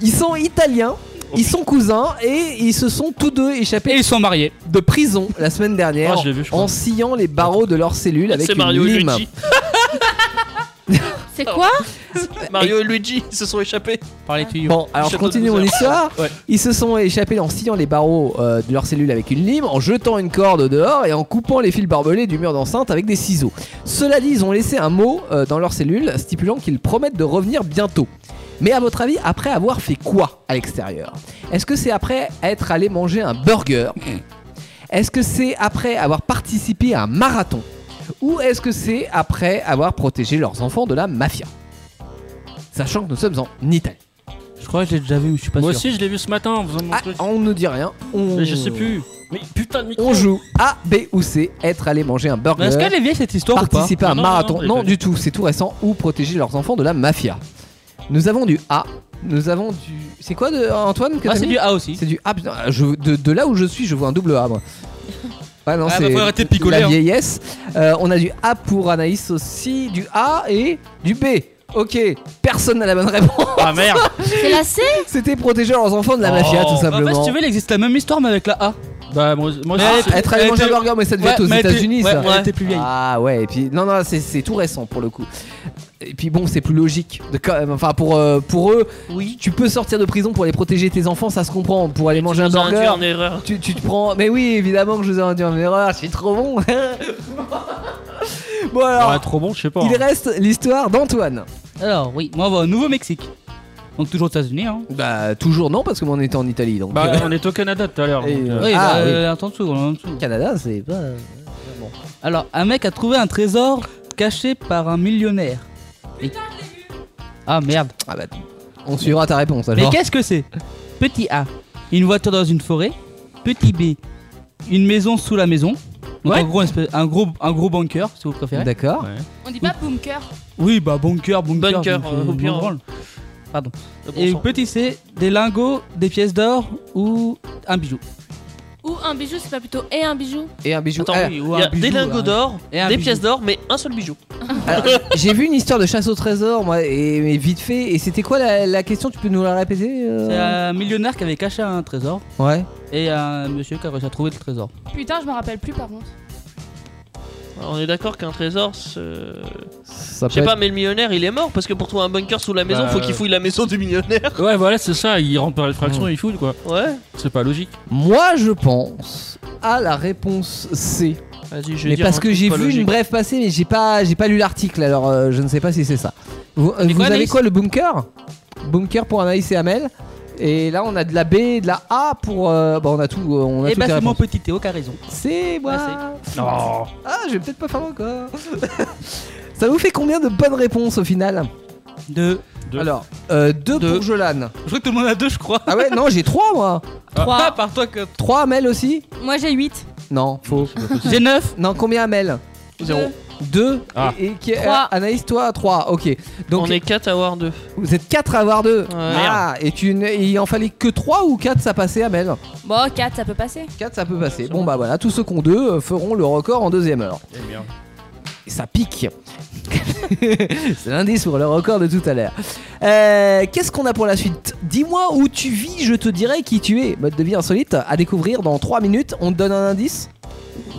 S5: ils sont italiens. Ils sont cousins et ils se sont tous deux
S18: Et
S5: échappés
S18: ils sont mariés.
S5: de prison la semaine dernière
S10: Ah, je l'ai vu, je crois.
S5: en sciant les barreaux de leur cellule avec
S7: C'est
S5: une
S7: Mario et
S5: lime.
S7: Luigi.
S9: [laughs] C'est quoi
S7: Mario et Luigi se sont échappés.
S18: Par les tuyaux.
S5: Bon, alors je
S7: Château de
S5: continue mon
S7: Bowser.
S5: histoire.
S7: Ouais.
S5: Ils se sont échappés en sciant les barreaux euh, de leur cellule avec une lime, en jetant une corde dehors et en coupant les fils barbelés du mur d'enceinte avec des ciseaux. Cela dit, ils ont laissé un mot euh, dans leur cellule stipulant qu'ils promettent de revenir bientôt. Mais à votre avis, après avoir fait quoi à l'extérieur Est-ce que c'est après être allé manger un burger Est-ce que c'est après avoir participé à un marathon Ou est-ce que c'est après avoir protégé leurs enfants de la mafia Sachant que nous sommes en Italie.
S13: Je crois que j'ai déjà vu, je suis pas
S10: Moi
S13: sûr.
S10: aussi, je l'ai vu ce matin en faisant mon truc.
S5: Ah, On ne dit rien. On...
S10: Je sais plus. Mais putain de micro.
S5: On joue A, B ou C, être allé manger un burger.
S10: Mais est-ce qu'elle est vieille,
S13: cette histoire, ou pas
S5: Participer à un
S13: Non, non,
S5: marathon.
S13: non,
S5: Non,
S13: elle est pas
S5: du tout, c'est tout récent. Ou protéger leurs enfants de la mafia. Nous avons du A. Nous avons du. C'est quoi, de... euh, Antoine que
S13: Ah,
S5: t'as
S13: c'est
S5: mis
S13: du A aussi.
S5: C'est du A. putain, euh, je... de, de là où je suis, je vois un double A,
S13: [laughs]
S5: moi. Ah non,
S13: Ah, bah,
S5: c'est.
S13: faut arrêter de picoler,
S5: La
S13: hein.
S5: vieillesse. Euh, on a du A pour Anaïs aussi, du A et du B. Ok, personne n'a la bonne réponse.
S10: Ah
S5: [laughs]
S10: merde
S9: C'est la C
S5: C'était protéger leurs enfants de la mafia, tout simplement.
S13: Bah, si tu veux, il existe la même histoire, mais avec la A.
S10: Bah, moi, moi
S5: Ah, être allé manger un burger, mais ça devait être aux États-Unis,
S13: Ouais,
S5: ça.
S13: elle était plus vieille.
S5: Ah ouais, et puis non, non, c'est- c'est tout récent pour le coup. Et puis bon, c'est plus logique. De, quand même- enfin, pour, euh, pour eux, oui. tu peux sortir de prison pour aller protéger tes enfants, ça se comprend. Pour aller manger un
S8: nous as induits
S5: burger,
S8: en erreur.
S5: Tu, tu te prends. Mais oui, évidemment que je vous ai induit en erreur, je suis trop bon. [laughs] bon alors,
S10: Bah, trop bon, je sais pas. hein.
S5: il reste l'histoire d'Antoine.
S13: Alors, oui, moi, on va au Nouveau-Mexique. Donc, toujours aux États-Unis, hein.
S5: Bah, toujours non, parce que on était en Italie donc. euh,
S10: Bah, on est au Canada tout à l'heure.
S5: Et,
S10: donc,
S5: euh,
S10: euh,
S13: Oui,
S5: Ah,
S13: bah,
S5: oui.
S13: euh, attends, en dessous, en dessous.
S5: Canada, c'est pas. bon.
S13: Alors, un mec a trouvé un trésor caché par un millionnaire. Et- Ah merde.
S5: Ah bah, on suivra ta réponse
S13: Mais
S5: alors.
S13: qu'est-ce que c'est Petit A, une voiture dans une forêt. Petit B, une maison sous la maison. Donc en gros, un espèce- un gros, un gros bunker, si vous préférez.
S5: D'accord.
S12: On dit pas bunker.
S13: Oui, bah bunker, bunker.
S7: Bunker,
S13: donc,
S7: euh,
S13: euh,
S7: au pire.
S13: bon branle. Pardon.
S7: Le bon
S13: Et
S7: sang.
S13: petit C, des lingots, des pièces d'or ou un bijou.
S9: Ou un bijou, c'est pas plutôt et un bijou
S5: Et un bijou.
S7: Attends,
S5: Ah,
S7: il
S13: ou
S7: y
S13: un
S7: a des
S13: bijou,
S7: lingots
S13: hein.
S7: d'or,
S13: Et un
S7: des
S13: bijou.
S7: pièces d'or, mais un seul bijou.
S5: Alors, J'ai vu une histoire de chasse au trésor, moi, et, mais vite fait. Et c'était quoi la, la question Tu peux nous la répéter euh
S13: C'est un millionnaire qui avait caché un trésor
S5: Ouais.
S13: et un monsieur qui a réussi à trouver le trésor.
S12: Putain, je me rappelle plus par contre.
S7: Alors, on est d'accord qu'un trésor, ce-
S5: Ça
S7: je sais pas, mais le millionnaire, il est mort parce que pour trouver un bunker sous la maison,
S10: Bah,
S7: faut
S10: euh,
S7: qu'il fouille la maison du millionnaire.
S10: [laughs] Ouais, voilà, c'est ça. Il rentre par l'effraction, il fouille quoi.
S7: Ouais.
S10: C'est pas logique.
S5: Moi, je pense à Ah, la réponse C.
S7: Vas-y, je vais
S5: Mais
S7: dire
S5: parce
S7: un
S5: que
S7: truc
S5: j'ai
S7: pas
S5: vu une
S7: logique.
S5: brève passer, mais j'ai pas, j'ai pas lu l'article, alors euh, je ne sais pas si c'est ça. Vous, euh,
S13: Mais
S5: vous
S13: quoi,
S5: avez
S13: Anaïs
S5: quoi le bunker Bunker pour Anaïs et Amel. Et là, on a de la B, et de la A pour. euh, bah, on a tout. euh, On a
S13: et
S5: toutes
S13: bah
S5: les
S13: c'est mon
S5: réponses.
S13: petit Théo qui a raison.
S5: C'est moi.
S13: Ah,
S10: Non.
S5: Ah, je vais peut-être pas faire encore. [laughs] ça vous fait combien de bonnes réponses au final
S13: Deux.
S10: Deux.
S5: Alors, euh, deux, pour Jolan.
S13: Je crois que tout le monde a deux, je crois.
S5: Ah ouais, non, j'ai trois moi.
S13: Ah,
S12: Trois.
S13: par toi que.
S5: Trois Amel aussi
S12: Moi j'ai 8.
S5: Non, faux.
S13: J'ai neuf.
S5: Non, combien Amel
S7: Zéro.
S5: Deux.
S10: Ah.
S5: Et, et qui- euh,
S12: Trois.
S5: Anaïs, toi, trois. Ok. Donc,
S7: On est 4 à avoir 2.
S5: vous êtes quatre à avoir deux. Ah, et tu, ne- il en fallait que trois ou quatre, ça passait Amel
S12: Bon, 4, ça peut passer.
S5: Quatre, ça peut passer. Bon, bah voilà, tous ceux qui ont deux euh, feront le record en deuxième heure.
S10: Eh bien.
S5: Et ça pique. [laughs] C'est l'indice pour le record de tout à l'heure. Euh, Qu'est-ce qu'on a pour la suite Dis-moi où tu vis, je te dirai qui tu es. Mode de vie insolite à découvrir dans 3 minutes. On te donne un indice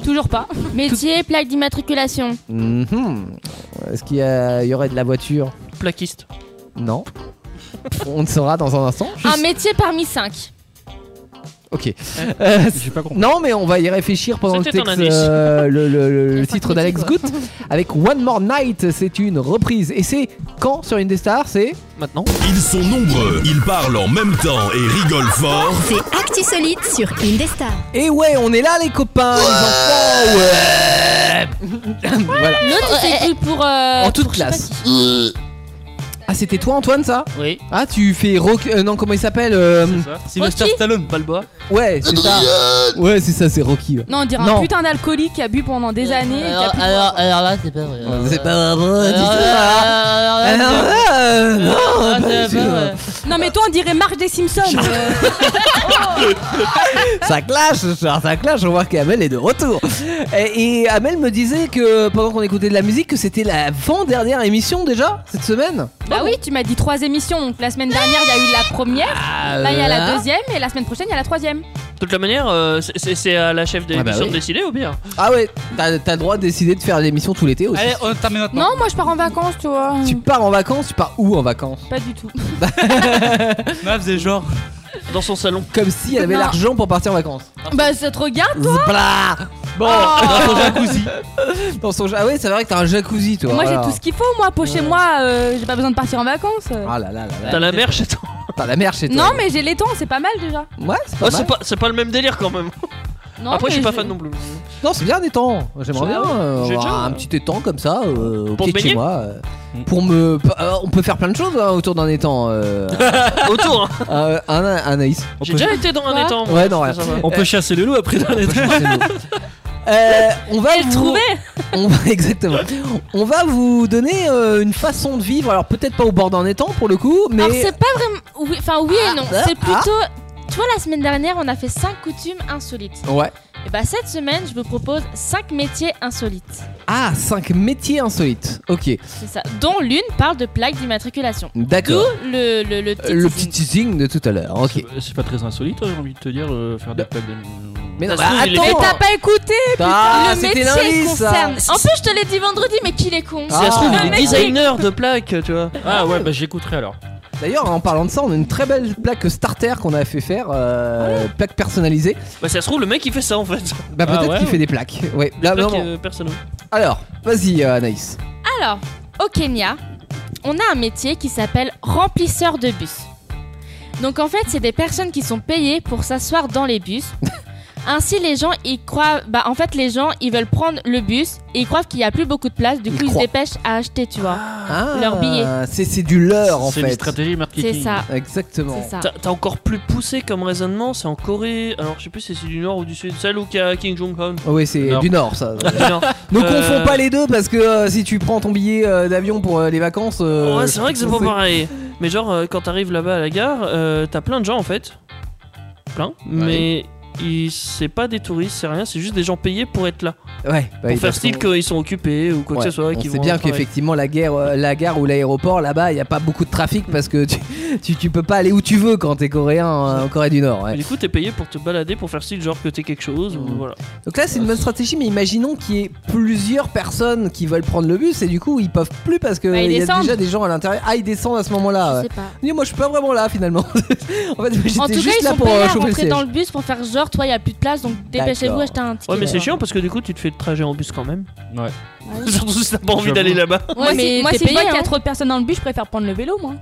S12: Toujours pas.
S9: Métier, plaque d'immatriculation.
S5: Mhm. Est-ce qu'il y, a- il y aurait de la voiture
S7: Plaquiste.
S5: Non. On le saura dans un instant.
S9: Un métier parmi 5.
S5: Ok. Euh,
S10: J'ai pas compris.
S5: non, mais on va y réfléchir pendant le,
S7: C'était un
S5: texte,
S7: indice.
S5: euh, le, le-
S7: [laughs]
S5: le- le
S12: cinq
S5: titre d'Alex
S12: minutes,
S5: Good avec One More Night. C'est une reprise. Et c'est quand sur Indestar C'est
S7: Maintenant.
S1: Ils sont nombreux, ils parlent en même temps et rigolent fort.
S2: C'est Actu Solide sur Indestar.
S5: Et Eh ouais, on est là, les copains, les enfants. Ouais. voilà.
S9: L'autre, c'est cru pour. euh,
S5: En toute
S9: pour je sais pas
S5: classe.
S9: qui.
S5: Ah, c'était toi, Antoine, ça
S7: Oui.
S5: Ah, tu fais rock. euh, non, comment il s'appelle euh,
S10: C'est ça.
S13: Sylvester
S9: Rocky
S13: Stallone.
S7: Balboa.
S5: Ouais, c'est ça. Ouais, c'est ça, c'est Rocky. ouais.
S12: Non, on dirait
S5: Non.
S12: un putain d'alcoolique qui a bu pendant des années. et qui a
S13: Alors,
S12: plus de
S13: alors,
S12: voix.
S13: alors là, c'est
S12: [laughs]
S13: pas vrai.
S5: Euh, C'est
S9: Euh,
S5: pas vrai, dis
S13: Alors,
S5: ça.
S13: alors, alors,
S5: Alors
S13: alors,
S5: là, euh, non,
S13: Ah,
S5: bah,
S13: c'est
S5: c'est-
S13: pas vrai.
S12: Non, mais toi, on dirait Marge des Simpsons. Euh,
S5: ça clash, ce soir, ça clash. On voit qu'Amel est de retour. Et, et Amel me disait que pendant qu'on écoutait de la musique, que c'était l'avant-dernière émission déjà cette semaine.
S12: bah oui, tu m'as dit trois émissions. Donc la semaine dernière, il y a eu la première. Là, il y a la
S5: Voilà.
S12: deuxième. Et la semaine prochaine, il y a la troisième.
S7: De toute la manière, euh, c'est- c'est c'est à la chef des
S5: Ah bah
S7: émissions
S5: oui.
S7: de décider ou bien
S5: Ah ouais, t'as t'as le droit de décider de faire l'émission tout l'été aussi.
S13: Allez, on termine maintenant.
S12: Non, moi, je pars en vacances, tu vois.
S5: Tu pars en vacances, tu pars où en vacances
S12: Pas du tout. [laughs]
S7: [laughs]
S13: Meuf, c'est genre.
S7: Dans son salon.
S5: Comme si elle avait
S12: Non.
S5: l'argent pour partir en vacances.
S12: bah, ça te regarde,
S5: Zblah Bon,
S12: Dans [laughs] son
S5: jacuzzi. Dans son ja- Ah ouais, c'est vrai que t'as un jacuzzi, toi.
S12: moi j'ai
S5: voilà.
S12: tout ce qu'il faut, moi, pour chez moi, euh, j'ai pas besoin de partir en vacances.
S5: Ah là là là là.
S7: T'as la mer chez toi
S5: T'as la mer chez toi.
S12: Non, mais j'ai les temps, c'est pas mal déjà.
S5: Ouais, c'est pas
S7: Ah,
S5: mal.
S7: c'est pas, c'est pas le même délire quand même.
S12: Non,
S7: Après, je suis
S12: mais
S7: pas
S12: je-
S7: fan non plus.
S5: Non, c'est bien des temps. J'aimerais
S7: Ah
S5: bien
S7: ouais.
S5: euh,
S7: J'ai
S5: avoir
S7: déjà,
S5: un petit étang comme ça euh, au
S7: Pour
S5: pied
S7: te
S5: de chez
S7: baigner Mm.
S5: moi. euh, Pour me, euh, on peut faire plein de choses hein, autour d'un étang.
S7: [laughs]
S5: euh,
S7: Autour, hein.
S5: euh, un, un Anaïs.
S7: J'ai déjà été dans un
S5: Quoi
S7: étang. moi,
S5: Ouais, non, ouais.
S7: ça va.
S5: On Eh, peut
S10: chasser le loup après dans
S5: les [laughs] Euh, on va vous... trouver. On va [laughs] exactement. On va vous donner euh, une façon de vivre. Alors peut-être pas au bord d'un étang pour le coup, mais
S9: Alors c'est pas vraiment. oui- Enfin oui et non.
S5: ah,
S9: C'est plutôt. Tu vois, la semaine dernière, on a fait 5 coutumes insolites.
S5: ouais.
S9: Et bah cette semaine, je vous propose 5 métiers insolites.
S5: Ah, 5 métiers insolites. Ok.
S9: C'est ça. Dont l'une parle de plaque d'immatriculation.
S5: D'accord.
S9: D'où le, le, le petit
S5: Le
S9: teasing.
S5: petit teasing de tout à l'heure. Ok. Bah,
S10: C'est pas très insolite, j'ai envie de te dire, euh, faire des plaques de.
S5: Mais non,
S10: Ça se
S5: bah,
S10: trouve, il est-
S5: attends.
S9: Mais t'as pas écouté putain,
S5: Ah,
S9: Le
S5: c'était
S9: métier
S5: lundi, ça.
S9: concerne. En plus, je te l'ai dit vendredi, mais qu'il est
S5: ah,
S9: con.
S7: Si ça se trouve,
S9: Le
S7: il est
S9: métier-
S7: designer de plaques, tu vois.
S10: Ah ouais, bah j'écouterai alors.
S5: D'ailleurs, en parlant de ça, on a une très belle plaque starter qu'on a fait faire, euh, plaque personnalisée.
S7: Bah, ça se trouve, le mec il fait ça en fait.
S5: Bah peut-être qu'il fait des plaques. Ouais. Là,
S7: plaques,
S5: vraiment.
S7: euh, personnelles.
S5: Alors, vas-y euh, Anaïs.
S9: Alors, au Kenya, on a un métier qui s'appelle remplisseur de bus. Donc en fait, c'est des personnes qui sont payées pour s'asseoir dans les bus. Ainsi, les gens, ils croient. Bah, en fait, les gens, ils veulent prendre le bus et ils croient qu'il n'y a plus beaucoup de place. Du coup, ils, se
S5: croient.
S9: dépêchent à acheter, tu vois,
S5: Ah,
S9: leur billet.
S5: C'est c'est du leurre en fait.
S10: C'est une stratégie marketing.
S9: C'est ça.
S5: Exactement.
S9: C'est ça.
S7: T'as t'as encore plus poussé comme raisonnement, c'est en Corée. Alors je sais plus si c'est du nord ou du sud, celle où qu'il y a Kim Jong-un.
S5: Ah Oui, c'est du nord
S7: [laughs]
S5: ça.
S7: Du nord.
S5: ne
S7: Euh,
S5: confonds pas les deux parce que euh, si tu prends ton billet euh, d'avion pour euh, les vacances. euh,
S7: Ouais, c'est vrai que c'est pas pareil. Mais genre, euh, quand t'arrives là-bas à la gare, euh, t'as plein de gens en fait. Plein. Mais ils- c'est pas des touristes, c'est rien, c'est juste des gens payés pour être là.
S5: Ouais, bah,
S7: pour
S5: ils
S7: faire
S5: doivent
S7: style
S5: se-
S7: qu'ils sont occupés ou quoi
S5: Ouais,
S7: que ce soit.
S5: on
S7: qu'ils
S5: sait
S7: vont
S5: bien
S7: au travail.
S5: qu'effectivement la, guerre, euh, la gare ou l'aéroport là-bas, il n'y a pas beaucoup de trafic parce que tu, [laughs] tu, tu peux pas aller où tu veux quand t'es coréen euh, en Corée du Nord. ouais. Mm.
S7: Mais du coup, t'es payé pour te balader, pour faire style, genre que t'es quelque chose. Ou, voilà.
S5: Donc là, c'est une bonne stratégie, mais imaginons qu'il y ait plusieurs personnes qui veulent prendre le bus et du coup, ils peuvent plus parce que
S9: Bah, ils
S5: il y a
S9: descendent.
S5: déjà des gens à l'intérieur. Ah, ils descendent à ce moment-là.
S9: Je
S5: ouais.
S9: sais pas.
S5: Mais Moi, je suis pas vraiment là finalement. [laughs] en fait,
S9: En
S5: j'étais
S9: tout cas,
S5: juste
S9: ils
S5: là
S9: sont
S5: pour
S9: payés
S5: euh,
S9: à
S5: chauffer le
S9: rentrer
S5: siège.
S9: dans le bus pour faire genre, toi, il n'y a plus de place, donc dépêchez-vous,
S5: D'accord.
S9: achetez un ticket.
S7: Ouais, mais c'est
S9: Voilà.
S7: chiant parce que du coup, tu te fais le trajet en bus quand même.
S10: Ouais.
S7: [laughs] Surtout si t'as pas envie d'aller là-bas.
S12: Moi,
S9: Ouais,
S12: si-
S9: mais
S12: moi,
S9: t'es
S12: si je vois
S9: payé,
S12: qu'il y a
S9: hein.
S12: trop de personnes dans le bus, je préfère prendre le vélo, moi.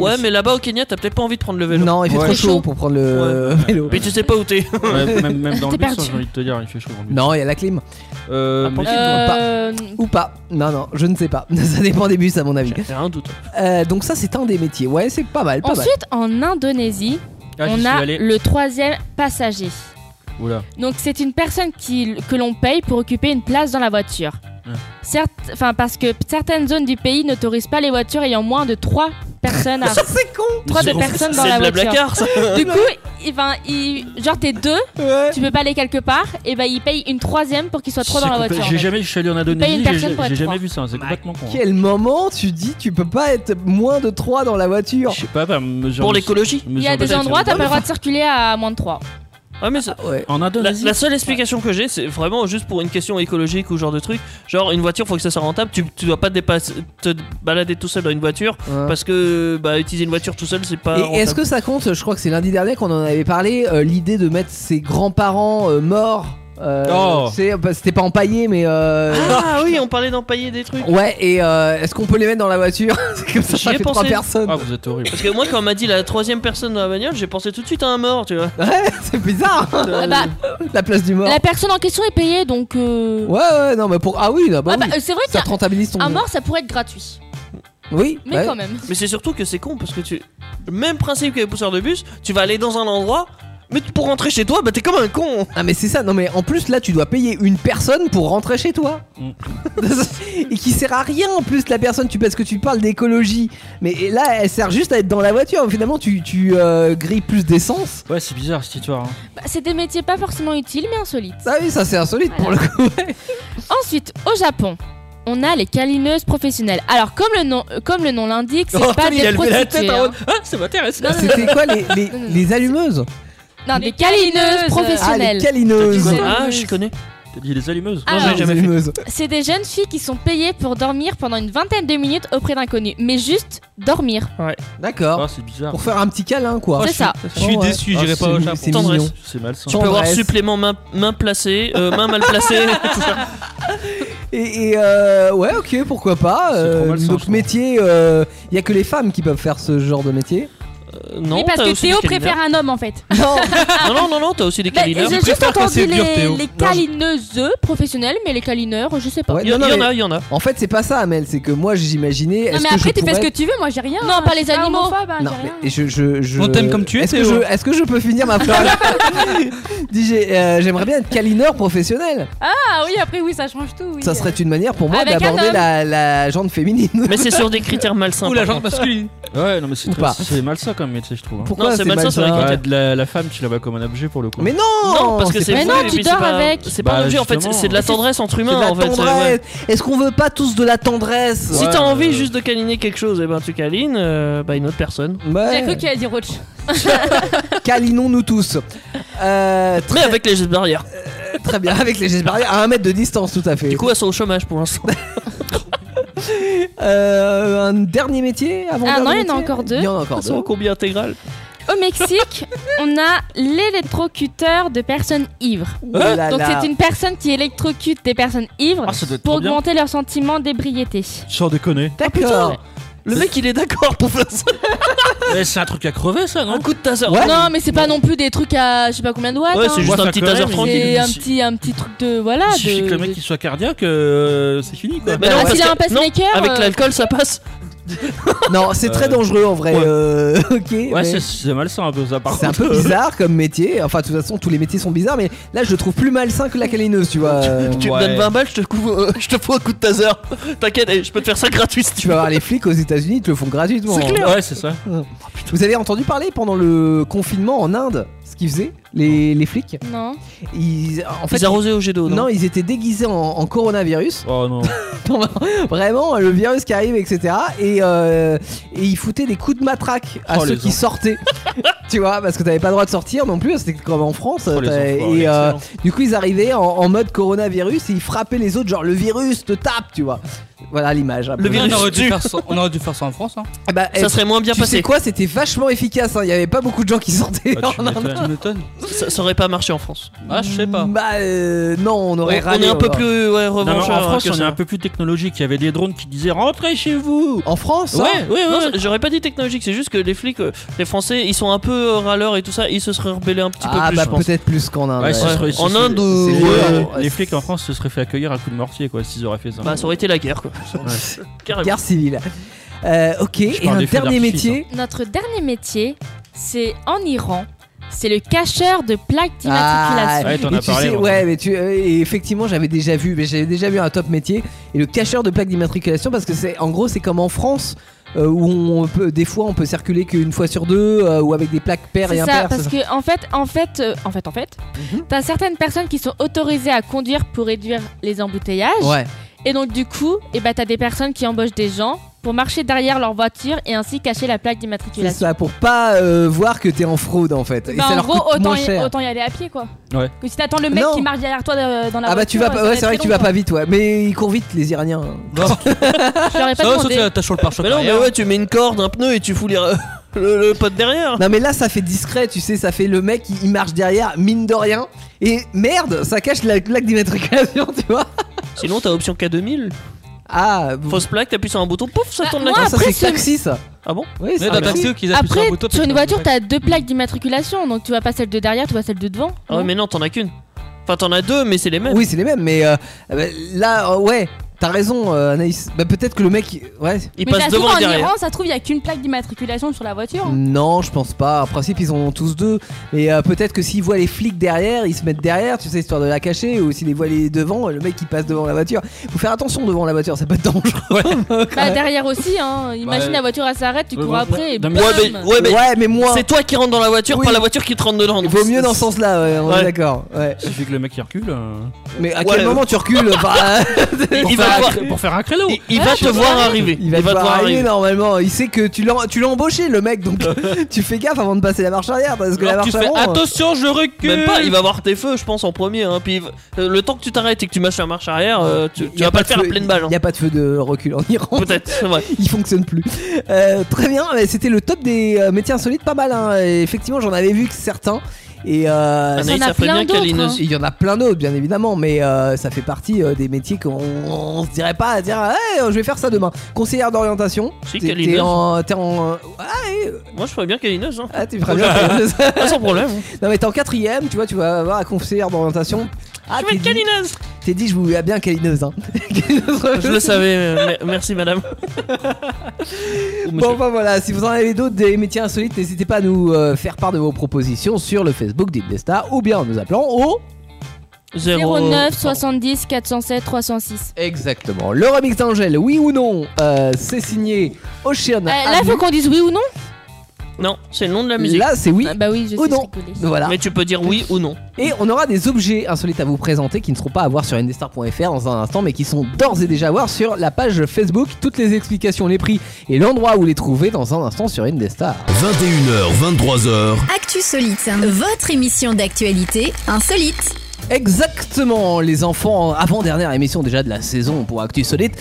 S7: Ouais, mais là-bas au Kenya, t'as peut-être pas envie de prendre le vélo.
S5: Non, il fait trop chaud pour prendre le [laughs] vélo.
S7: Mais tu sais pas où t'es.
S10: Ouais,
S5: [laughs]
S10: même, même dans le
S9: T'es
S10: bus, hein,
S9: perdu.
S10: j'ai envie de te dire, il fait chaud dans le bus.
S5: Non, il y a la clim.
S10: Euh, mais-
S9: Euh,
S5: Ou pas. Non, non, je ne sais pas. [laughs] Ça dépend des bus à mon avis.
S7: J'ai un doute.
S5: Euh, donc ça, c'est un des métiers. Ouais, c'est pas mal, pas mal.
S9: Ensuite, en Indonésie,
S10: Ah, j'y
S9: on
S10: suis
S9: a
S10: allé.
S9: le troisième passager.
S10: Oula.
S9: Donc c'est une personne qui, que l'on paye pour occuper une place dans la voiture.
S10: Ouais.
S9: Certes, enfin parce que certaines zones du pays n'autorisent pas les voitures ayant moins de 3 personnes à
S5: Ça, [laughs] c'est con.
S9: trois
S7: C'est-
S9: personnes dans
S7: c'est
S9: la
S7: de la
S9: voiture.
S7: Blablacar, ça.
S9: [laughs] Du coup, il- 'fin, il- genre t'es deux, tu peux pas aller quelque part, et ben il paye une troisième pour qu'il soit trois
S10: C'est
S9: dans la
S10: complet-
S9: voiture. en
S10: J'ai
S9: fait.
S10: jamais, je suis allé en
S9: paye
S10: Indonésie,
S9: une
S10: j'ai
S9: personne pour
S10: j'ai
S9: être
S10: jamais
S9: trois.
S10: vu ça, c'est complètement con. hein.
S5: Bah, Quel moment tu dis tu peux pas être moins de 3 dans la voiture
S10: Je sais pas, bah, mesure-
S7: Pour l'écologie.
S9: Il y a
S10: mesure
S9: des
S10: de-
S9: endroits, t'as pas le droit de circuler à moins de 3.
S7: Ouais, mais
S5: Ah
S7: ça-
S10: En
S7: La,
S10: Indonésie.
S7: la seule explication que j'ai, c'est vraiment juste pour une question écologique ou genre de truc. Genre, une voiture, faut que ça soit rentable. Tu, tu dois pas te, dépasser- te balader tout seul dans une voiture
S5: Ouais.
S7: parce que bah, utiliser une voiture tout seul, c'est pas.
S5: Et est-ce que ça compte Je crois que c'est lundi dernier qu'on en avait parlé. euh, L'idée de mettre ses grands-parents euh, morts. euh,
S10: Oh.
S5: tu sais, bah, C'était pas empaillé, mais. euh,
S7: Ah oui, on parlait d'empailler des trucs.
S5: Ouais, et euh, est-ce qu'on peut les mettre dans la voiture [laughs] C'est Comme ça,
S7: J'y
S5: ça
S7: ai
S5: fait trois
S7: pensé.
S5: personnes.
S10: Ah, vous êtes horrible.
S7: Parce que moi, quand on m'a dit la troisième personne dans la bagnole, j'ai pensé tout de suite à un mort, tu vois.
S5: Ouais, [laughs] c'est bizarre. Euh,
S9: Ah bah,
S5: La place du mort.
S9: la personne en question est payée, donc. euh,
S5: Ouais, ouais, non, mais pour. Ah oui, là, bah
S9: ah bah,
S5: oui.
S9: euh, c'est vrai
S5: Ça te
S9: qu'un
S5: rentabilise ton.
S9: un mort, ça pourrait être gratuit.
S5: Oui,
S9: Mais
S5: ouais.
S9: quand même.
S7: Mais c'est surtout que c'est con parce que tu. le Même principe que les pousseurs de bus, tu vas aller dans un endroit, mais tu- pour rentrer chez toi, bah t'es comme un con.
S5: Ah, mais c'est ça, non, mais en plus, là, tu dois payer une personne pour rentrer chez toi.
S10: Mm.
S5: [laughs] et qui sert à rien en plus, la personne, tu, parce que tu parles d'écologie. Mais et là, elle sert juste à être dans la voiture. Finalement, tu, tu euh, grilles plus d'essence.
S10: Ouais, c'est bizarre cette histoire. hein.
S9: Bah, c'est des métiers pas forcément utiles, mais insolites.
S5: Ah oui, ça, c'est insolite pour le coup.
S9: Ensuite, au Japon, on a les câlineuses professionnelles. Alors, comme le nom, euh, comme le nom l'indique, c'est
S7: Oh,
S9: pas
S7: il
S9: des
S7: a levé la
S9: prostituées.
S7: tête en
S9: hein.
S7: mode, Ah, ça m'intéresse.
S9: Non, non, non,
S5: C'était quoi les, les, les allumeuses
S9: non, des câlineuses
S5: Ah, les
S9: professionnelles.
S5: câlineuses.
S7: Ah, je connais.
S10: T'as dit les allumeuses
S9: Non, j'ai Alors, jamais fait.
S5: allumeuses.
S9: C'est des jeunes filles qui sont payées pour dormir pendant une vingtaine de minutes auprès d'inconnus, mais juste dormir.
S7: Ouais.
S5: D'accord.
S10: Ah, c'est bizarre.
S5: Pour faire un petit câlin, quoi. Ah,
S9: C'est Ah, ça.
S10: Je suis déçu, j'irai pas au Japon.
S5: C'est
S10: Tendresse.
S5: mignon.
S10: C'est malsain.
S7: Tu peux avoir
S5: Tendresse.
S7: supplément main, main placée, euh, main mal
S5: [laughs]
S7: placée. tout ça.
S5: Et, et, euh, ouais, ok, pourquoi pas. euh, donc, métier, il y a que les femmes qui peuvent faire ce genre de métier.
S7: Euh, non,
S9: oui, parce
S7: t'as
S9: que
S7: aussi
S9: Théo
S7: des câlineurs.
S9: préfère un homme en fait. [laughs]
S7: non, non, non, non, t'as aussi des
S9: Bah,
S7: câlineurs.
S9: J'ai juste entendu les, les câlineuses professionnelles, mais les câlineurs, je sais pas.
S5: Ouais, non, non, mais En fait, c'est pas ça, Amel. C'est que moi, j'imaginais.
S9: Non,
S5: est-ce
S9: mais
S5: que
S9: après,
S5: je
S9: tu fais ce
S5: pourrais-
S9: que tu veux, moi j'ai rien.
S12: hein.
S9: Non, pas les animaux.
S12: bah.
S5: Non, mais je, je, je...
S13: On t'aime comme tu es,
S5: Est-ce que,
S13: Théo.
S5: je- est-ce que je peux finir
S13: [laughs]
S5: ma phrase DJ, euh, j'aimerais bien être câlineur professionnel.
S9: Ah oui, après, oui, ça change tout. oui.
S5: Ça serait une manière pour moi
S9: Avec un
S5: d'aborder
S9: homme.
S5: la, la jante féminine.
S7: Mais c'est
S5: [laughs]
S7: sur des critères malsains.
S10: Ou
S7: par contre.
S10: Ouais, non, mais c'est
S5: Ou
S10: très-
S5: pas.
S10: c'est malsain comme métier, je trouve. hein.
S5: Pourquoi Non, c'est c'est malsain,
S7: malsain c'est vrai
S10: Bah,
S7: qu'il y a-
S10: de la, la femme, tu la vois comme un objet pour le coup.
S5: Mais non
S7: Non, parce que c'est
S5: Mais
S7: vous,
S5: non,
S7: et
S5: tu
S7: puis c'est
S5: dors
S7: pas-
S5: avec.
S7: C'est pas un
S10: Bah,
S7: objet en fait, c'est-
S10: justement.
S7: c'est de la tendresse entre
S5: C'est de
S7: humains
S5: la
S7: en fait.
S5: tendresse.
S7: ouais.
S5: Est-ce qu'on veut pas tous de la tendresse
S7: Si t'as envie juste de câliner quelque chose, et ben tu câlines euh, bah, une autre personne.
S9: J'ai cru qu'il allait
S12: [laughs]
S9: dire autre chose.
S5: Câlinons-nous tous. Euh,
S7: Mais avec les gestes barrières.
S5: très bien, avec les gestes barrières à un mètre de distance, tout à fait.
S7: Du coup, elles sont au chômage pour l'instant.
S5: Euh, un dernier métier avant
S9: Ah non,
S5: dernier
S9: il y en a
S5: métier
S9: encore deux.
S5: Il y en a encore
S7: Elles sont
S5: deux.
S7: au combi intégral.
S9: Au Mexique, [laughs] on a l'électrocuteur de personnes ivres.
S5: Oh là
S9: Donc
S5: là.
S9: c'est une personne qui électrocute des personnes ivres
S10: Ah, ça doit être
S9: pour
S10: trop bien.
S9: augmenter leur sentiment d'ébriété.
S10: Sans déconner.
S5: Ah, D'accord.
S7: Le mec, il est d'accord pour faire ça.
S10: Mais c'est un truc à crever ça, non
S7: Un coup de taser.
S9: Non, mais c'est pas non plus des trucs à je sais pas combien de watts.
S7: Ouais,
S9: hein.
S7: c'est juste
S10: Moi,
S7: un
S10: ça
S7: petit
S10: connaît,
S7: taser
S10: mais-
S7: tranquille.
S9: C'est un petit, un petit truc de voilà.
S10: Il suffit
S9: de-
S10: que le mec il soit cardiaque, euh, c'est fini quoi.
S7: Mais non,
S9: Ah,
S7: parce
S9: s'il a un
S7: que-
S9: pacemaker,
S7: non, avec
S9: euh,
S7: l'alcool, ça passe.
S5: [laughs] Non, c'est très
S10: Euh,
S5: dangereux en vrai.
S10: ouais.
S5: euh, [laughs] ok.
S10: Ouais,
S5: mais
S10: c'est- c'est malsain un peu ça par
S5: C'est un
S10: contre.
S5: peu
S7: euh,
S5: bizarre comme métier. Enfin, de toute façon, tous les métiers sont bizarres, mais là, je le trouve plus malsain que la câlineuse, tu vois. Euh,
S7: [laughs] Tu me
S10: Ouais.
S7: donnes 20 balles, je te, coupe, euh, je te fous un coup de taser. T'inquiète, eh, je peux te faire ça hein. gratuit si tu
S5: tu vas voir les flics aux États-Unis, ils te le font gratuitement. hein.
S7: C'est clair.
S10: Ouais, c'est
S5: [laughs]
S10: ça.
S5: Vous avez entendu parler pendant le confinement en Inde, ce qu'ils faisaient, les, les flics
S9: Non.
S5: Ils, en fait,
S7: Ils arrosaient au jet d'eau.
S5: ils- non, ils étaient déguisés en, en coronavirus.
S10: [laughs]
S5: [laughs]
S10: Oh non.
S5: Vraiment, euh, le virus qui arrive, etc. Et, euh, et ils foutaient des coups de matraque à
S10: Oh,
S5: ceux
S10: les
S5: qui
S10: enfants.
S5: sortaient. [laughs] tu vois, parce que t'avais pas le droit de sortir non plus, c'était comme en France.
S10: Oh, les
S5: t'avais-
S10: enfants,
S5: et euh,
S10: excellent.
S5: du coup, ils arrivaient en, en mode coronavirus et ils frappaient les autres, genre le virus te tape, tu vois. Voilà l'image. un peu.
S7: Le
S13: On
S7: virus
S13: aurait, dû
S7: tue.
S13: faire ça, on aurait dû faire ça en France. Hein.
S5: Eh ben, eh,
S7: Ça serait moins bien
S5: tu sais
S7: passé.
S5: quoi, c'était vachement efficace. hein, Il y avait pas beaucoup de gens qui sortaient.
S10: Ah, tu
S5: en Inde.
S10: m'étonnes.
S13: m'étonnes.
S7: Ça, ça aurait pas marché en France.
S13: Ah, je sais pas.
S5: Bah euh, non, on
S7: On,
S5: aurait
S7: on
S5: râlé,
S7: est un peu
S5: alors.
S7: plus ouais,
S10: Non, mais en
S7: revanchard
S10: France,
S7: que
S10: on est
S7: ça.
S10: un peu plus technologique. Il y avait des drones qui disaient rentrez chez vous.
S5: En France
S10: Ouais,
S5: hein
S10: ouais, ouais.
S7: Non, c'est- j'aurais pas dit technologique, c'est juste que les flics, euh, les Français, ils sont un peu euh, râleurs et tout ça, ils se seraient rebellés un petit
S5: Ah
S7: peu plus,
S5: bah
S7: je pense.
S5: peut-être plus qu'en Inde.
S10: Ouais,
S5: ouais.
S10: ce serait-
S7: En
S10: ce-
S7: Inde,
S10: ce-
S5: euh,
S10: les-
S5: ouais.
S10: les flics en France se seraient fait accueillir à coups de mortier quoi s'ils auraient fait ça.
S7: Bah, ça aurait été la guerre, quoi.
S5: [laughs]
S7: Carrément.
S5: Guerre civile. Euh, ok, et
S10: parle
S5: un
S10: des feux
S5: dernier
S10: d'artifice,
S5: métier.
S9: Notre dernier métier, c'est en Iran. C'est le cacheur de plaques
S5: Ah,
S9: d'immatriculation.
S10: Ouais, t'en
S5: mais
S10: as
S5: tu
S10: parlé,
S5: sais,
S10: ouais.
S5: ouais, mais tu, euh, et effectivement, j'avais déjà vu, mais j'avais déjà vu un top métier et le cacheur de plaques d'immatriculation parce que c'est, en gros, c'est comme en France euh, où on peut, des fois, on peut circuler qu'une fois sur deux euh, ou avec des plaques paires
S9: C'est
S5: et Mhm.
S9: ça,
S5: impaires.
S9: parce
S5: c'est-
S9: que en fait, en fait, euh, en fait, en fait, t'as certaines personnes qui sont autorisées à conduire pour réduire les embouteillages.
S5: Ouais.
S9: Et donc du coup, et bah t'as des personnes qui embauchent des gens pour marcher derrière leur voiture et ainsi cacher la plaque
S5: C'est
S9: d'immatriculation. Ben,
S5: ça, pour pas euh, voir que t'es en fraude en fait. et
S12: Bah,
S5: ça
S12: en
S5: leur
S12: gros,
S5: coûte
S12: autant
S5: moins
S12: y,
S5: cher.
S12: autant y aller à pied quoi.
S10: Ouais.
S12: Que si t'attends le mec
S5: Non.
S12: qui marche derrière toi euh, dans la
S5: Ah bah
S12: voiture,
S5: tu vas
S12: ça
S5: pas,
S12: va
S5: ouais,
S12: être
S5: c'est vrai que
S12: très
S5: tu vas
S12: longtemps.
S5: pas vite, ouais. Mais ils courent vite les Iraniens.
S9: Je leur ai pas
S13: Ça, ça,
S9: demandé.
S13: t'as- t'as chaud le pare-choc.
S7: Mais non, mais
S13: arrière.
S7: ouais, tu mets une corde, un pneu et tu fous les- [laughs] le, le pote derrière.
S5: Non mais là ça fait discret, tu sais, ça fait le mec il il marche derrière, mine de rien, et merde, ça cache la plaque d'immatriculation, [laughs] tu vois.
S7: Sinon, t'as option K2000.
S5: Ah, vous-
S7: Fausse plaque, t'appuies sur un bouton, pouf, ça
S9: Bah,
S7: tourne la
S9: moi,
S5: Ah,
S7: carte.
S5: ça
S9: après, ce-
S5: c'est taxi ça.
S7: Ah bon
S5: Oui, c'est
S13: Ouais, t'as
S5: taxi.
S13: Bercy qui appuie
S9: Après,
S13: le bouton,
S9: sur une
S13: putain,
S9: voiture, t'as deux plaques d'immatriculation, donc tu vas pas celle de derrière, tu vas celle de devant.
S7: Ah ouais, mais non, t'en as qu'une. Enfin, t'en as deux, mais c'est les mêmes.
S5: Oui, c'est les mêmes, mais euh, euh, là, euh, ouais, t'as raison, euh, Anaïs. Bah peut-être que le mec, ouais.
S7: Ils
S12: Mais ça
S7: passent
S12: se trouve,
S7: devant et
S12: en
S7: derrière.
S12: Iran, ça se trouve, il y a qu'une plaque d'immatriculation sur la
S5: [laughs]
S12: voiture. hein.
S5: Non, je pense pas. En principe, ils en ont tous deux. Et euh, peut-être que s'ils voient les flics derrière, ils se mettent derrière, tu sais, histoire de la cacher. Ou s'ils les voient les devant, le mec qui passe devant la voiture. Faut faire attention devant la voiture, ça peut être dangereux. [laughs]
S9: Bah derrière aussi, hein. Imagine
S10: Ouais.
S9: la voiture, elle s'arrête, tu
S10: Ouais,
S9: cours
S10: bon,
S9: après et
S10: non,
S9: bam
S10: mais-
S7: Ouais, mais, ouais, mais
S5: Ouais, mais moi,
S7: c'est toi qui rentre dans la voiture,
S5: Oui.
S7: pas la voiture qui te rentre dedans.
S5: il vaut mieux dans ce sens-là, ouais, on est
S7: Ouais.
S5: d'accord. Ouais. [laughs]
S10: Il suffit que le mec il recule. euh.
S5: Mais à
S7: Ouais,
S5: quel
S7: euh.
S5: moment tu recules Bah,
S7: Il
S5: pour
S7: va
S5: faire un
S7: voir-
S5: cr-
S7: pour faire un créneau.
S5: Il-
S7: [laughs] Il va te voir arriver.
S5: Il va te voir arriver normalement. Il sait que tu l'as tu l'as embauché le mec
S7: [laughs]
S5: donc tu fais gaffe avant de passer la marche arrière parce que la marche
S7: tu fais
S5: avant. euh,
S7: attention, je recule. Même pas, il va voir tes feux, je pense, en premier. hein. Puis euh, le temps que tu t'arrêtes et que tu mâches la marche arrière, euh, tu, tu
S5: y a
S7: vas pas le
S5: de
S7: faire à
S5: feu-
S7: pleine balle. hein.
S5: Il n'y a pas de feu de recul en Iran.
S7: [laughs] Peut-être, c'est vrai.
S5: [laughs] Il fonctionne plus. Euh, très bien, mais c'était le top des euh, métiers insolites, pas mal. hein. Et effectivement, j'en avais vu que certains. Et euh,
S7: Anaïs, Ah, Il y en a ça ferait plein bien qu'Aline d'autres, hein. aussi.
S5: Il y en a plein d'autres, bien évidemment, mais euh, ça fait partie euh, des métiers qu'on on se dirait pas à dire Hey, je vais faire ça demain. Conseillère d'orientation.
S7: Si,
S5: t'es-
S7: qu'Aline.
S5: t'es en, t'es en-
S7: Moi, je ferais bien câlineuse. Hein.
S5: Ah, tu [laughs] ferais bien câlineuse.
S7: [laughs] Pas sans problème. hein.
S5: Non mais t'es en quatrième, tu vois, tu vas avoir la conseillère d'orientation. Ah, tu
S7: être
S5: [laughs]
S7: câlineuse
S5: T'es dit, je vous vois bien câlineuse. Hein.
S7: Je le savais. euh, mer- merci, madame.
S5: Bon, bah voilà, si vous en avez d'autres des métiers insolites, n'hésitez pas à nous euh, faire part de vos propositions sur le Facebook d'Idvesta ou bien en nous appelant au
S9: 09 70 407 306.
S5: Exactement. Le remix d'Angèle, oui ou non, euh, c'est signé Ocean.
S9: Euh, là, il faut qu'on dise oui ou non
S7: Non, c'est le nom de la musique.
S5: Là, c'est oui
S9: Bah oui, je
S5: ou
S9: sais
S5: non.
S9: bricoler.
S5: Voilà.
S7: Mais tu peux dire oui ou non.
S5: Et on aura des objets insolites à vous présenter qui ne seront pas à voir sur indestar.fr dans un instant, mais qui sont d'ores et déjà à voir sur la page Facebook. Toutes les explications, les prix et l'endroit où les trouver dans un instant sur Indestar.
S1: 21h, 23h,
S2: Actu Solite, votre émission d'actualité insolite.
S5: Exactement, les enfants, avant-dernière émission déjà de la saison pour Actu Solide,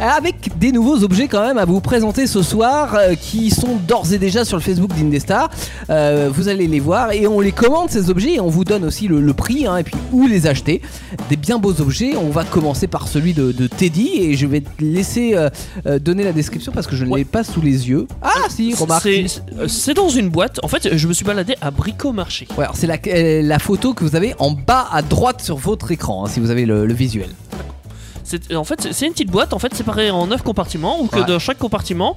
S5: avec des nouveaux objets quand même à vous présenter ce soir euh, qui sont d'ores et déjà sur le Facebook d'Indestar. Euh, vous allez les voir et on les commande ces objets et on vous donne aussi le, le prix hein, et puis où les acheter. Des bien beaux objets, on va commencer par celui de, de Teddy et je vais te laisser euh, euh, donner la description parce que je ne l'ai pas sous les yeux. Ah si, remarque.
S7: C'est- c'est- C'est dans une boîte. En fait, je me suis baladé à Bricomarché.
S5: Ouais, alors c'est la, euh, la photo que vous avez en bas à droite sur votre écran hein, si vous avez le- le visuel.
S7: C'est- euh, En fait, c'est- c'est une petite boîte en fait séparée en 9 compartiments où que
S5: Ouais.
S7: dans chaque compartiment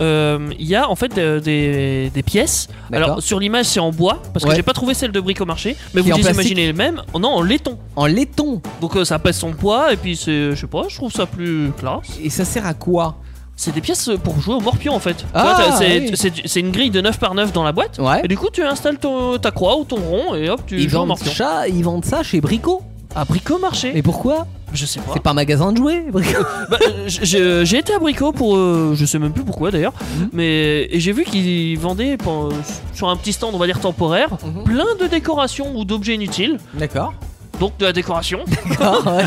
S7: euh, il y a en fait euh, des, des pièces.
S5: D'accord.
S7: Alors sur l'image c'est en bois parce que
S5: Ouais.
S7: j'ai pas trouvé celle de bricomarché, mais
S5: Qui est en
S7: vous
S5: plastique.
S7: imaginez le même. Oh Non, en laiton.
S5: En laiton.
S7: Donc euh, ça pèse son poids et puis c'est je sais pas, je trouve ça plus classe.
S5: Et ça sert à quoi
S7: c'est des pièces pour jouer au morpion en fait. Tu
S5: Ah,
S7: vois, t'as- c'est
S5: oui.
S7: c'est- c'est une grille de 9 par 9 dans la boîte.
S5: Ouais.
S7: Et du coup, tu installes ton- ta croix ou ton rond et hop, tu
S5: ils
S7: joues au
S5: vendent
S7: morpion.
S5: ça, ils vendent ça chez Brico.
S7: À Bricomarché.
S5: Mais pourquoi
S7: Je sais pas.
S5: C'est pas un magasin de jouets, Brico.
S7: Bah, euh, j- j'ai j'ai été à Brico pour. euh, je sais même plus pourquoi d'ailleurs.
S5: Mhm.
S7: Mais et j'ai vu qu'ils vendaient pen- sur un petit stand, on va dire temporaire, plein de décorations ou d'objets inutiles.
S5: Mhm. D'accord.
S7: Donc de la
S5: [laughs]
S7: décoration. [laughs]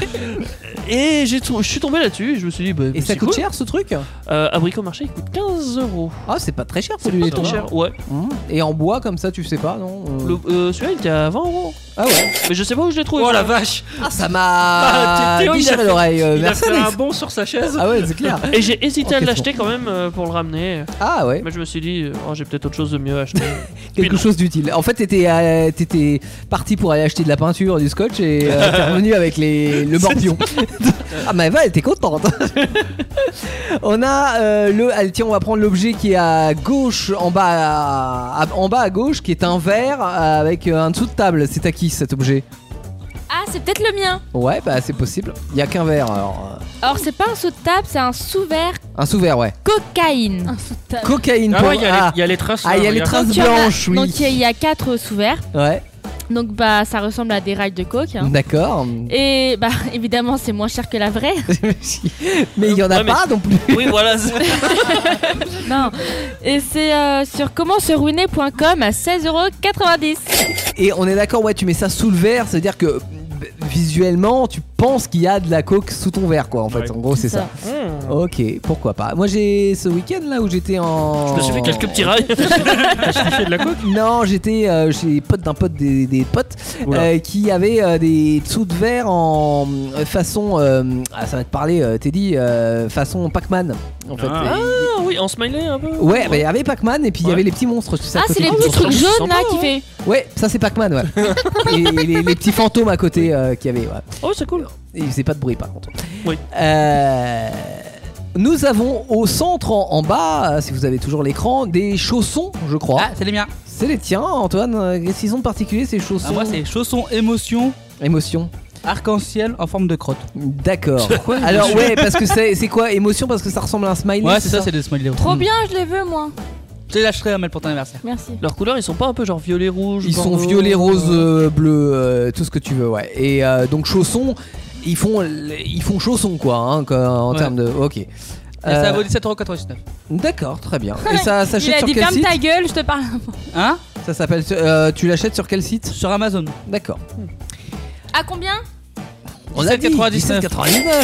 S7: Et j'ai trou- je suis tombé là-dessus et je me suis dit. Bah,
S5: Et ça
S7: c'est
S5: coûte
S7: cool.
S5: cher ce truc
S7: Euh, à Brico Marché, il coûte 15 euros.
S5: Ah, c'est pas très cher
S7: C'est
S5: celui
S7: pas trop cher, ouais.
S5: Mmh. Et en bois comme ça, tu sais pas, non euh,
S7: Le- euh, Celui-là, il était à 20 euros.
S5: Ah ouais
S7: Mais je sais pas où je l'ai trouvé.
S5: Oh,
S7: moi.
S5: la vache. Ah, ça
S7: [laughs]
S5: m'a
S7: Théo, Ah, il a
S5: biché à
S7: fait-
S5: l'oreille. euh,
S7: il a
S5: merci,
S7: fait un
S5: Alex.
S7: bond sur sa chaise.
S5: Ah ouais, c'est
S7: [laughs]
S5: clair.
S7: Et j'ai hésité à
S5: Ok,
S7: l'acheter quand même euh, pour le ramener.
S5: Ah ouais.
S7: Mais je me suis dit, euh, oh, j'ai peut-être autre chose de mieux à
S5: [laughs]
S7: acheter.
S5: Quelque chose d'utile. En fait, t'étais euh, t'étais parti pour aller acheter de la peinture, du scotch et
S10: [laughs]
S5: euh, t'es revenu avec les, le morpion. [laughs] ah, mais Eva, elle
S10: [laughs]
S5: était contente. on a euh, le. allez, tiens, on va prendre l'objet qui est à gauche, en bas à, à- en bas à gauche, qui est un verre avec euh, un dessous de table. C'est à qui cet objet
S9: Ah, c'est peut-être le mien.
S5: Ouais, bah c'est possible. Il y a qu'un verre. Alors, euh,
S9: Alors, c'est pas un sous de table, c'est un sous-verre
S5: un sous-verre, ouais.
S9: cocaïne. Un sous
S5: Cocaïne.
S10: Ah
S5: pour-
S10: ouais, il y a les- il y a les traces,
S5: Ah, il y a
S10: euh,
S5: les
S10: regarde.
S5: traces blanches, oui.
S9: Donc, il y a- il y a quatre sous-verres.
S5: Ouais.
S9: Donc, bah, ça ressemble à des rails de coke. hein.
S5: D'accord.
S9: Et bah, [laughs] évidemment, c'est moins cher que la
S5: [laughs]
S9: vraie.
S5: Mais il y en a
S9: Ouais, mais-
S5: pas non plus.
S7: Euh, Oui,
S5: [laughs]
S7: voilà.
S9: non. Et c'est euh, sur comment se ruiner.com à 16,90€.
S5: Et on est d'accord, ouais, tu mets ça sous le verre, c'est-à-dire que b- visuellement, tu penses qu'il y a de la coke sous ton verre, quoi, en fait. En gros, c'est ça. Mmh. Ok, pourquoi pas. Moi, j'ai ce week-end là où j'étais en.
S7: Je me suis fait quelques petits
S5: [laughs]
S7: rails.
S5: de la coke Non, j'étais euh, chez pote d'un pote des, des potes
S7: Oula.
S5: euh, qui avait euh, des sous de verre en euh, façon. euh, ah, ça va te parler, euh, Teddy, euh, façon Pac-Man,
S7: [laughs]
S5: en fait.
S7: ah
S5: Et-
S7: oui, en smiley un peu.
S5: Ouais, bah il y avait Pac-man et puis il y avait les petits monstres. Tu sais, à
S9: Ah,
S5: côté.
S9: c'est les petits trucs jaunes là
S13: hein.
S9: qui fait.
S5: Ouais, ça c'est Pac-Man, ouais.
S13: [laughs]
S5: et les, les petits fantômes à côté euh, qu'il y avait, ouais.
S7: Oh, c'est cool.
S5: Et Ils faisaient pas de bruit par contre.
S7: Oui.
S5: Euh, nous avons au centre, en, en bas, euh, si vous avez toujours l'écran, des chaussons, je crois.
S13: Ah, c'est les miens.
S5: C'est les tiens, Antoine. Euh, Qu'est-ce qu'ils ont de particulier ces chaussons
S13: Ah, moi, c'est chaussons émotion.
S5: Émotion.
S13: Arc-en-ciel en forme de crotte. [laughs]
S5: D'accord.
S13: Pourquoi une
S5: Alors
S13: émotion
S5: ouais, parce que c'est c'est quoi émotion parce que ça ressemble à un smiley.
S13: Ouais, c'est ça, c'est des smileys.
S12: Trop bien, je les veux moi.
S13: Je te lâcherai à Mel pour ton anniversaire.
S12: Merci.
S7: Leurs couleurs, ils sont pas un peu genre violet, rouge
S5: Ils sont
S7: bordeaux,
S5: violets,
S7: euh,
S5: roses, euh, bleus, euh, tout ce que tu veux, ouais. Et euh, donc chaussons. ils font, ils font chausson quoi, hein, quoi, en
S13: Ouais.
S5: termes de. Ok.
S13: Et ça
S5: Euh,
S13: vaut 17,99€.
S5: D'accord, très bien.
S12: [laughs]
S5: Et ça
S12: Il
S5: s'achète
S12: a
S5: sur
S12: dit
S5: quel
S12: ferme
S5: site
S12: ta gueule, je te parle.
S13: Hein
S5: Ça s'appelle. euh, tu l'achètes sur quel site
S13: Sur Amazon.
S5: D'accord.
S12: À combien
S5: On l'a dit,
S13: 17,99.
S5: 17,99.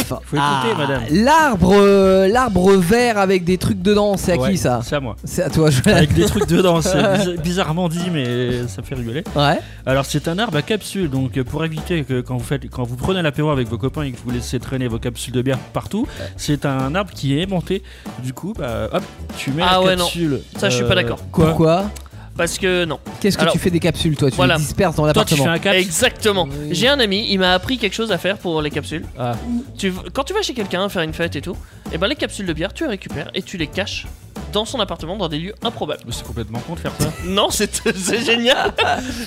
S13: Faut
S10: écouter, madame.
S5: L'arbre, euh, l'arbre vert avec des trucs dedans, c'est à
S10: Ouais,
S5: qui ça
S10: C'est à moi.
S5: C'est à toi. Je...
S10: Avec des trucs dedans,
S5: [laughs]
S10: c'est bizar- bizarrement dit, mais ça me fait rigoler.
S5: Ouais.
S10: Alors c'est un arbre à capsule, donc euh, pour éviter que quand vous faites, quand vous prenez l'apéro avec vos copains et que vous laissez traîner vos capsules de bière partout, c'est un arbre qui est aimanté. Du coup, bah, hop, tu mets
S7: Ah
S10: la
S7: ouais, non.
S10: capsule. euh,
S7: Ça, je suis pas d'accord.
S5: Pourquoi
S7: Parce que non.
S5: Euh, Qu'est-ce que
S7: Alors,
S5: tu fais des capsules, toi Tu
S7: voilà.
S5: les disperses dans l'appartement.
S7: Exactement. J'ai un ami, il m'a appris quelque chose à faire pour les capsules.
S10: Ah.
S7: Tu, quand tu vas chez quelqu'un faire une fête et tout, et ben les capsules de bière, tu les récupères et tu les caches dans son appartement dans des lieux improbables.
S10: C'est complètement con de faire ça.
S7: [laughs] Non, c'est c'est
S10: [laughs]
S7: génial.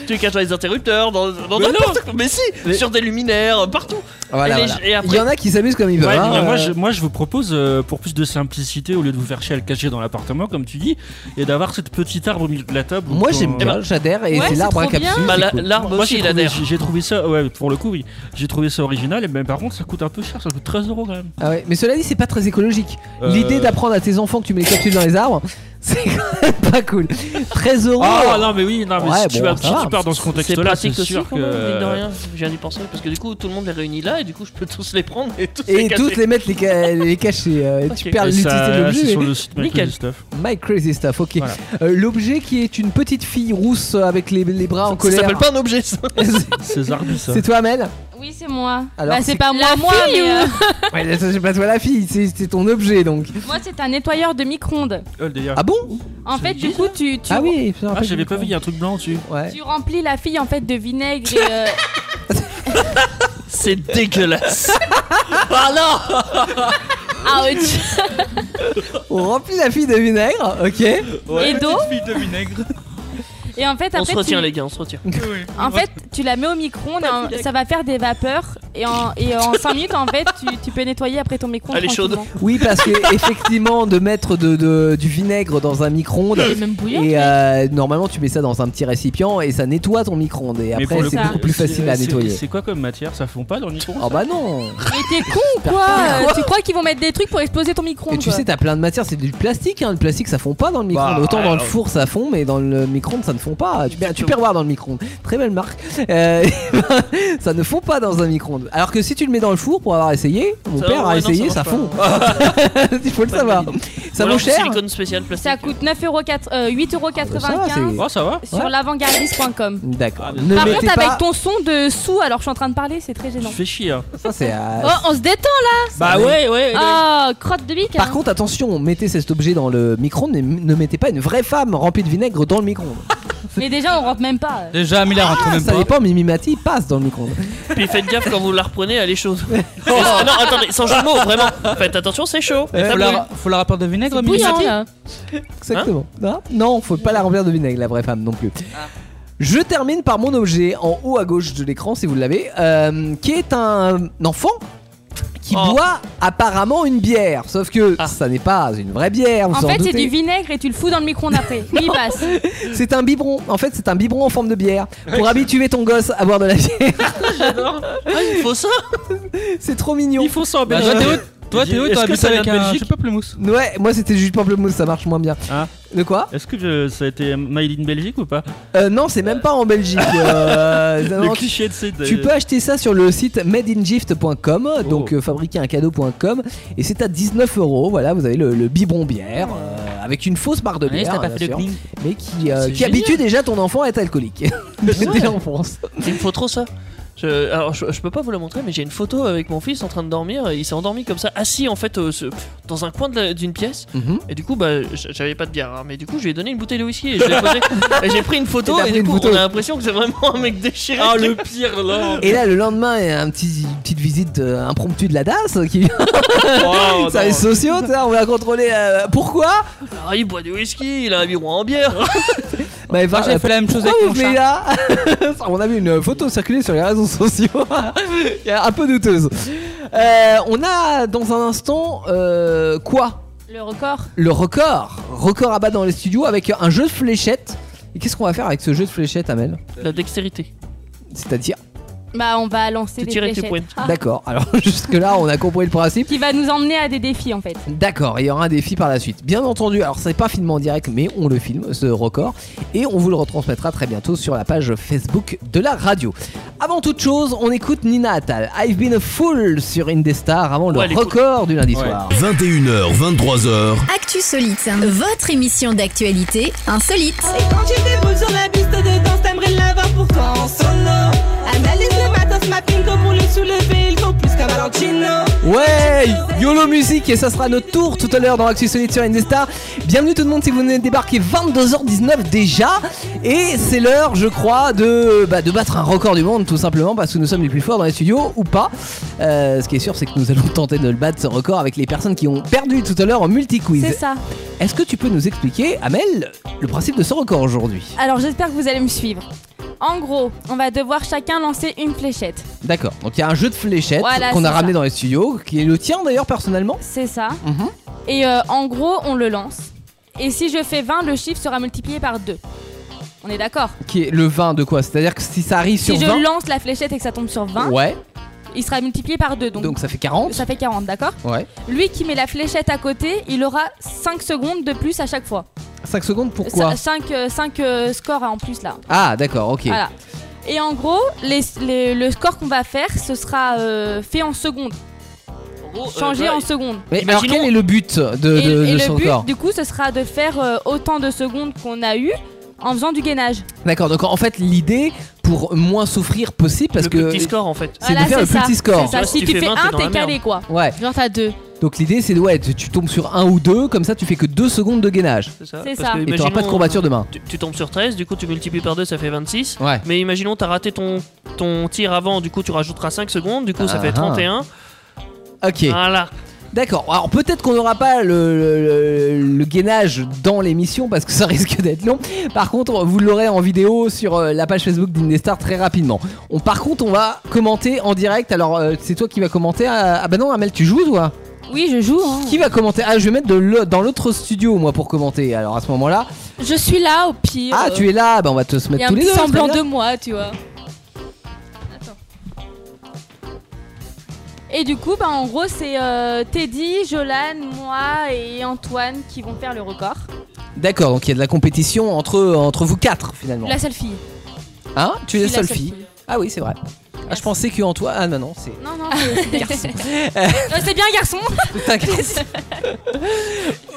S7: tu les caches dans les interrupteurs, dans dans n'importe quoi. Mais si, sur des luminaires, partout.
S5: Voilà,
S7: et, les-
S5: voilà.
S7: et après,
S5: Il y en a qui s'amusent comme ils veulent.
S10: Ouais,
S5: hein,
S10: mais moi,
S5: euh,
S10: je, moi, je vous propose, euh, pour plus de simplicité, au lieu de vous faire chier à le cacher dans l'appartement, comme tu dis, et d'avoir cette petite arbre au milieu de la table.
S5: Moi, j'aime bien, j'adhère, et Ouais, c'est c'est l'arbre à trop capsule, bien. c'est
S10: Bah, la-
S5: cool.
S10: l'arbre
S5: Moi,
S10: aussi,
S5: j'ai
S10: il adhère.
S5: trouvé-
S10: J'ai trouvé ça, ouais, pour le coup, oui. J'ai trouvé ça original, mais par contre, ça coûte un peu cher, ça coûte 13 euros
S5: [laughs]
S10: quand même.
S5: Ah ouais, mais cela dit, c'est pas très écologique.
S10: Euh.
S5: L'idée d'apprendre à tes enfants que tu mets les capsules dans les arbres, [laughs] c'est quand même pas cool. 13 euros.
S10: Ah non, mais oui, non, mais
S5: Ouais,
S10: si, tu,
S5: bon,
S10: vas-
S5: ça
S10: si
S5: va.
S10: tu pars dans ce
S7: c'est
S10: contexte-là, c'est
S7: pratique aussi,
S10: sûr
S7: quand même, mine de
S10: que.
S7: rien. Je viens d'y penser parce que du coup, tout le monde les réunit là et du coup, je peux tous les prendre et tous les
S5: Et
S7: cacher.
S5: toutes les mettre les, ca- les cacher. euh, et tu
S7: Ok.
S5: perds
S10: Et
S5: l'utilité
S10: ça,
S5: de l'objet.
S10: c'est sur le site My
S5: Nickel.
S10: Crazy Stuff.
S5: My Crazy Stuff, ok. Euh, L'objet qui est une petite fille rousse avec les, les bras en
S7: Ça
S5: colère.
S7: s'appelle pas un objet,
S5: [laughs]
S7: ça.
S10: C'est Zarbi, ça.
S5: C'est toi, Amel
S12: Oui, c'est moi.
S5: Alors,
S12: bah, c'est
S5: c'est-
S12: pas moi,
S9: La
S12: moi,
S9: fille
S12: mais, euh,
S5: Ouais, là, ça, c'est pas toi la fille, c'est c'est ton objet donc.
S12: [laughs] moi, c'est un nettoyeur de micro-ondes.
S10: Euh,
S5: Ah bon
S12: En fait, du coup, tu, tu,
S5: Ah oui, putain,
S10: Ah,
S5: rappelle-
S10: j'avais pas vu, il y a un truc blanc dessus.
S5: Ouais.
S12: tu remplis la fille en fait de vinaigre et,
S5: [laughs]
S12: euh,
S7: [laughs] C'est dégueulasse. Ah
S12: ouch.
S5: On remplit la fille de vinaigre, ok.
S12: Ouais, Et d'eau. petite
S10: de vinaigre.
S12: et en fait
S7: On
S12: après
S7: se retient,
S12: tu,
S7: les gars, on se retient.
S12: En fait, tu la mets au micro-ondes, hein, ça va faire des vapeurs et en, et en 5 minutes en fait, tu, tu peux nettoyer après ton micro-ondes.
S7: Elle est chaude.
S12: tranquillement.
S5: [laughs] Oui, parce que effectivement, de mettre de, de- du vinaigre dans un micro-ondes.
S12: Elle est même bouillante,
S5: Et euh, normalement, tu mets ça dans un petit récipient et ça nettoie ton micro-ondes. Et
S10: Mais
S5: après,
S10: pour le
S5: c'est
S10: coup,
S5: beaucoup plus
S10: c'est-
S5: facile à
S10: c'est-
S5: nettoyer.
S10: C'est quoi comme matière Ça fond pas dans le micro
S5: Oh bah non
S12: Mais t'es con ou quoi Euh, Tu crois qu'ils vont mettre des trucs pour exploser ton micro-ondes
S5: Et tu
S12: quoi
S5: sais, t'as plein de matières, c'est du plastique, hein. le plastique ça fond pas dans le micro-ondes.
S10: Bah,
S5: Autant
S10: ouais,
S5: dans le
S10: alors-
S5: four ça fond, mais dans le micro-ondes ça ne fond pas. Tu, tu perds voir dans le micro-ondes. Très belle marque. Euh, [laughs] ça ne fond pas dans un micro-ondes. Alors que si tu le mets dans le four pour avoir essayé, mon
S7: Ça,
S5: père
S7: ouais, non,
S5: a essayé,
S7: ça
S5: ça, fond.
S7: marche
S5: [laughs] Il faut le savoir. Ça
S7: Ou
S5: vaut
S7: alors,
S5: cher.
S7: Silicone spécial plastique.
S12: Ça coûte 9 euros quatre- euh, 8,95
S5: Ah,
S10: Ah,
S5: c'est- Oh, ça va.
S12: sur
S5: Ouais.
S12: l'avantgardiste.com.
S5: D'accord. Ne
S12: Par
S5: mettez
S12: contre,
S5: pas.
S12: avec ton son de sous, alors je suis en train de parler, c'est très gênant.
S10: Tu fais chier. hein.
S5: Ça c'est. euh,
S12: Oh, on se détend là
S10: Bah ouais, ouais.
S12: Oh, crotte de bique
S5: Par contre, attention, mettez cet objet dans le micro-ondes, mais ne mettez pas une vraie femme remplie de vinaigre dans le micro-ondes.
S12: Mais déjà, on rentre même pas.
S13: [laughs] Déjà, Mila rentre
S5: Ah,
S13: même
S5: ça
S13: pas.
S5: dépend, Mimi Mati passe dans le micro-ondes.
S7: [laughs] Puis faites gaffe quand vous la reprenez, elle est chaude. [laughs] Ah, non, attendez, sans jeu de mots, vraiment. Faites attention, c'est chaud.
S13: Eh,
S7: Ça
S13: faut,
S7: brûle.
S13: la, faut la rapporter de vinaigre, mais
S12: Bouillant là.
S5: Exactement. Hein non, faut pas la remplir de vinaigre, la vraie femme non plus. Je termine par mon objet en haut à gauche de l'écran, si vous l'avez, euh, qui est un enfant qui
S13: Oh.
S5: boit apparemment une bière. Sauf que
S13: Ah.
S5: ça n'est pas une vraie bière. Ah, vous
S12: En
S5: en
S12: fait, c'est
S5: doutez.
S12: du vinaigre et tu le fous dans le micro-ondes
S5: [laughs]
S12: après. Il passe.
S5: C'est un biberon. En fait, c'est un biberon en forme de bière pour habituer ton gosse à boire de la bière.
S13: Ah,
S7: Il faut ça.
S5: [laughs] c'est trop mignon.
S10: Ils font ça en
S13: Bah,
S10: Belgique.
S5: [laughs]
S13: toi, Théo, toi, Théo,
S10: Est-ce
S13: t'as
S10: que
S13: habité
S10: ça vient
S13: avec
S10: de
S13: un.
S10: Belgique
S13: Je sais pas, Plumousse.
S5: Ouais, moi c'était juste pamplemousse, ça marche moins bien.
S10: Hein
S5: De quoi
S10: Est-ce que je- ça a été Made in Belgique ou pas
S5: Euh, non, c'est même pas en Belgique.
S13: [laughs]
S5: euh,
S10: Le
S5: non,
S10: cliché de cette.
S13: euh,
S5: Tu peux acheter ça sur le site madeingift.com,
S13: Oh.
S5: donc euh, fabriquer un cadeau.com, et c'est à 19 euros. Voilà, vous avez le, le biberon bière euh, avec une fausse barre de
S13: Ouais,
S5: bière,
S13: ça t'a
S5: bien
S13: fait le
S5: sûr,
S13: cling.
S5: mais qui, euh,
S7: C'est
S5: qui
S7: génial.
S5: habitue déjà ton enfant à être alcoolique [laughs] dès l'enfance.
S7: Il me faut trop ça. Je, alors, je, je peux pas vous la montrer, mais j'ai une photo avec mon fils en train de dormir. et Il s'est endormi comme ça, assis en fait euh, ce- dans un coin de la- d'une pièce.
S5: Mhm.
S7: Et du coup, bah, j- j'avais pas de bière, hein, mais du coup, je lui ai donné une bouteille de whisky et je l'ai
S5: [laughs]
S7: posée. Et j'ai pris une
S5: Et
S7: photo et
S5: t'as pris
S7: du
S5: une
S7: coup,
S5: photo.
S7: on a l'impression que c'est vraiment un mec déchiré.
S10: Ah, le pire
S7: Oh.
S10: là
S5: Et là, le lendemain, il y a un petit, une petite visite euh, impromptue de la DAS euh, qui vient. [laughs]
S7: Oh,
S5: ça
S7: non.
S5: les sociaux, tu vois, on va contrôler. euh, pourquoi
S7: Ah, il boit du whisky, il a un biberon en bière.
S5: bah, il va-
S13: Moi, j'ai fait la même chose
S5: pourquoi
S13: avec
S5: vous
S13: mon
S5: venez
S13: chat.
S5: là [laughs] On a vu une photo circuler sur les réseaux sociaux, [laughs] Il y a un peu douteuse. Euh, on a dans un instant euh, quoi
S12: Le record.
S5: le record, record à battre dans les studios avec un jeu de fléchettes. Et qu'est-ce qu'on va faire avec ce jeu de fléchettes, Amel
S7: La dextérité.
S5: C'est-à-dire
S9: Bah, on va lancer des fléchettes.
S12: Ah,
S5: D'accord, alors [laughs] jusque-là, on a compris le principe.
S9: Qui va nous emmener à des défis en fait.
S5: D'accord, il y aura un défi par la suite. Bien entendu, alors c'est pas filmé en direct, mais on le filme, ce record, et on vous le retransmettra très bientôt sur la page Facebook de la radio. Avant toute chose, on écoute Nina Attal, I've been a fool sur Indestar avant
S1: Ouais, elle
S5: le
S1: est cool.
S5: record du lundi soir.
S1: 21h, 23h,
S2: Actu Solite, votre émission d'actualité insolite.
S17: Et quand j'étais boule sur la piste de danse, t'aimerais l'avoir pourtant en solo. Analyse le matos, ma pinto pour le soulever, il faut plus qu'un Valentino.
S5: Ouais, YOLO Musique et ça sera notre tour tout à l'heure dans Actu Solide sur Indestar. Bienvenue tout le monde si vous venez de débarquer 22h19 déjà et c'est l'heure je crois de, bah, de battre un record du monde tout simplement parce que nous sommes les plus forts dans les studios ou pas. Euh, ce qui est sûr c'est que nous allons tenter de le battre ce record avec les personnes qui ont perdu tout à l'heure en multi-quiz.
S12: C'est ça.
S5: Est-ce que tu peux nous expliquer Amel le principe de ce record aujourd'hui
S12: Alors j'espère que vous allez me suivre. En gros, on va devoir chacun lancer une fléchette.
S5: D'accord, donc il y a un jeu de fléchettes
S12: Voilà,
S5: qu'on a
S12: c'est
S5: ramené
S12: ça.
S5: dans les studios qui est le tien d'ailleurs personnellement.
S12: C'est ça.
S5: Mhm.
S12: Et euh, en gros, on le lance. Et si je fais 20, le chiffre sera multiplié par 2. On est d'accord
S5: Qui est le 20 de quoi C'est-à-dire que si ça arrive sur
S12: Si je
S5: 20
S12: lance la fléchette et que ça tombe sur 20,
S5: Ouais.
S12: il sera multiplié par 2. Donc,
S5: Donc ça fait 40
S12: ça fait 40, d'accord
S5: Ouais.
S12: Lui qui met la fléchette à côté, il aura 5 secondes de plus à chaque fois.
S5: 5 secondes pourquoi
S12: 5, euh, scores hein, en plus là.
S5: Ah d'accord, ok.
S12: Voilà. Et en gros, les- les- le score qu'on va faire, ce sera euh, fait en secondes.
S5: euh,
S12: Changé
S8: bah,
S12: en secondes.
S5: Mais alors quel est le but de, de,
S12: et
S5: de
S12: et
S5: ce
S12: le but,
S5: record
S12: du coup, ce sera de faire euh, autant de secondes qu'on a eu en faisant du gainage.
S5: D'accord, donc en fait l'idée pour moins souffrir possible parce
S8: Le
S5: que...
S8: petit score, en fait.
S5: C'est
S12: Voilà,
S5: de faire le
S12: c'est ça,
S5: petit score.
S12: c'est ça. Si, tu fais 1, t'es calé quoi.
S5: Ouais.
S12: Genre t'as 2.
S5: Donc l'idée c'est de ouais, tu, tu tombes sur 1 ou 2, comme ça tu fais que 2 secondes de gainage.
S8: C'est ça.
S12: C'est
S8: Parce
S12: ça.
S8: que
S5: Et t'auras
S8: imaginons,
S5: pas de courbature
S8: euh,
S5: demain.
S8: Tu, tu tombes sur 13, du coup tu multiplies par 2, ça fait 26.
S5: Ouais.
S8: Mais imaginons, t'as raté ton, ton tir avant, du coup tu rajouteras 5 secondes, du coup ça
S5: Ah,
S8: fait
S5: ah.
S8: 31.
S5: Ok.
S8: Voilà.
S5: D'accord, alors peut-être qu'on n'aura pas le, le- le- le gainage dans l'émission parce que ça [laughs] risque d'être long. Par contre, vous l'aurez en vidéo sur euh, la page Facebook d'Indestar très rapidement. On, par contre, on va commenter en direct. Alors, euh, c'est toi qui vas commenter. euh, Ah bah non, Amel, tu joues toi
S12: Oui, je joue. hein.
S5: Qui va commenter Ah, je vais mettre de l'au- dans l'autre studio, moi, pour commenter. Alors, à ce moment-là.
S12: Je suis là au pire.
S5: Ah,
S12: euh,
S5: tu es là Bah, on va te se
S12: Il y
S5: mettre
S12: a un
S5: tous les
S12: petit
S5: deux.
S12: semblant
S5: très
S12: de
S5: bien.
S12: moi, tu vois. Attends. Et du coup, bah, en gros, c'est euh, Teddy, Jolan, moi et Antoine qui vont faire le record.
S5: D'accord, donc il y a de la compétition entre, entre vous quatre, finalement.
S12: La seule fille.
S5: Hein Tu es
S12: Je
S5: la
S12: suis la
S5: seule
S12: seule
S5: fille. Ah oui, c'est vrai. Ah, je pensais que Antoine. Ah non, non, c'est.
S12: Non, non, c'est bien garçon. [laughs] Euh, c'est bien garçon.
S5: C'est
S12: [laughs]
S5: un garçon.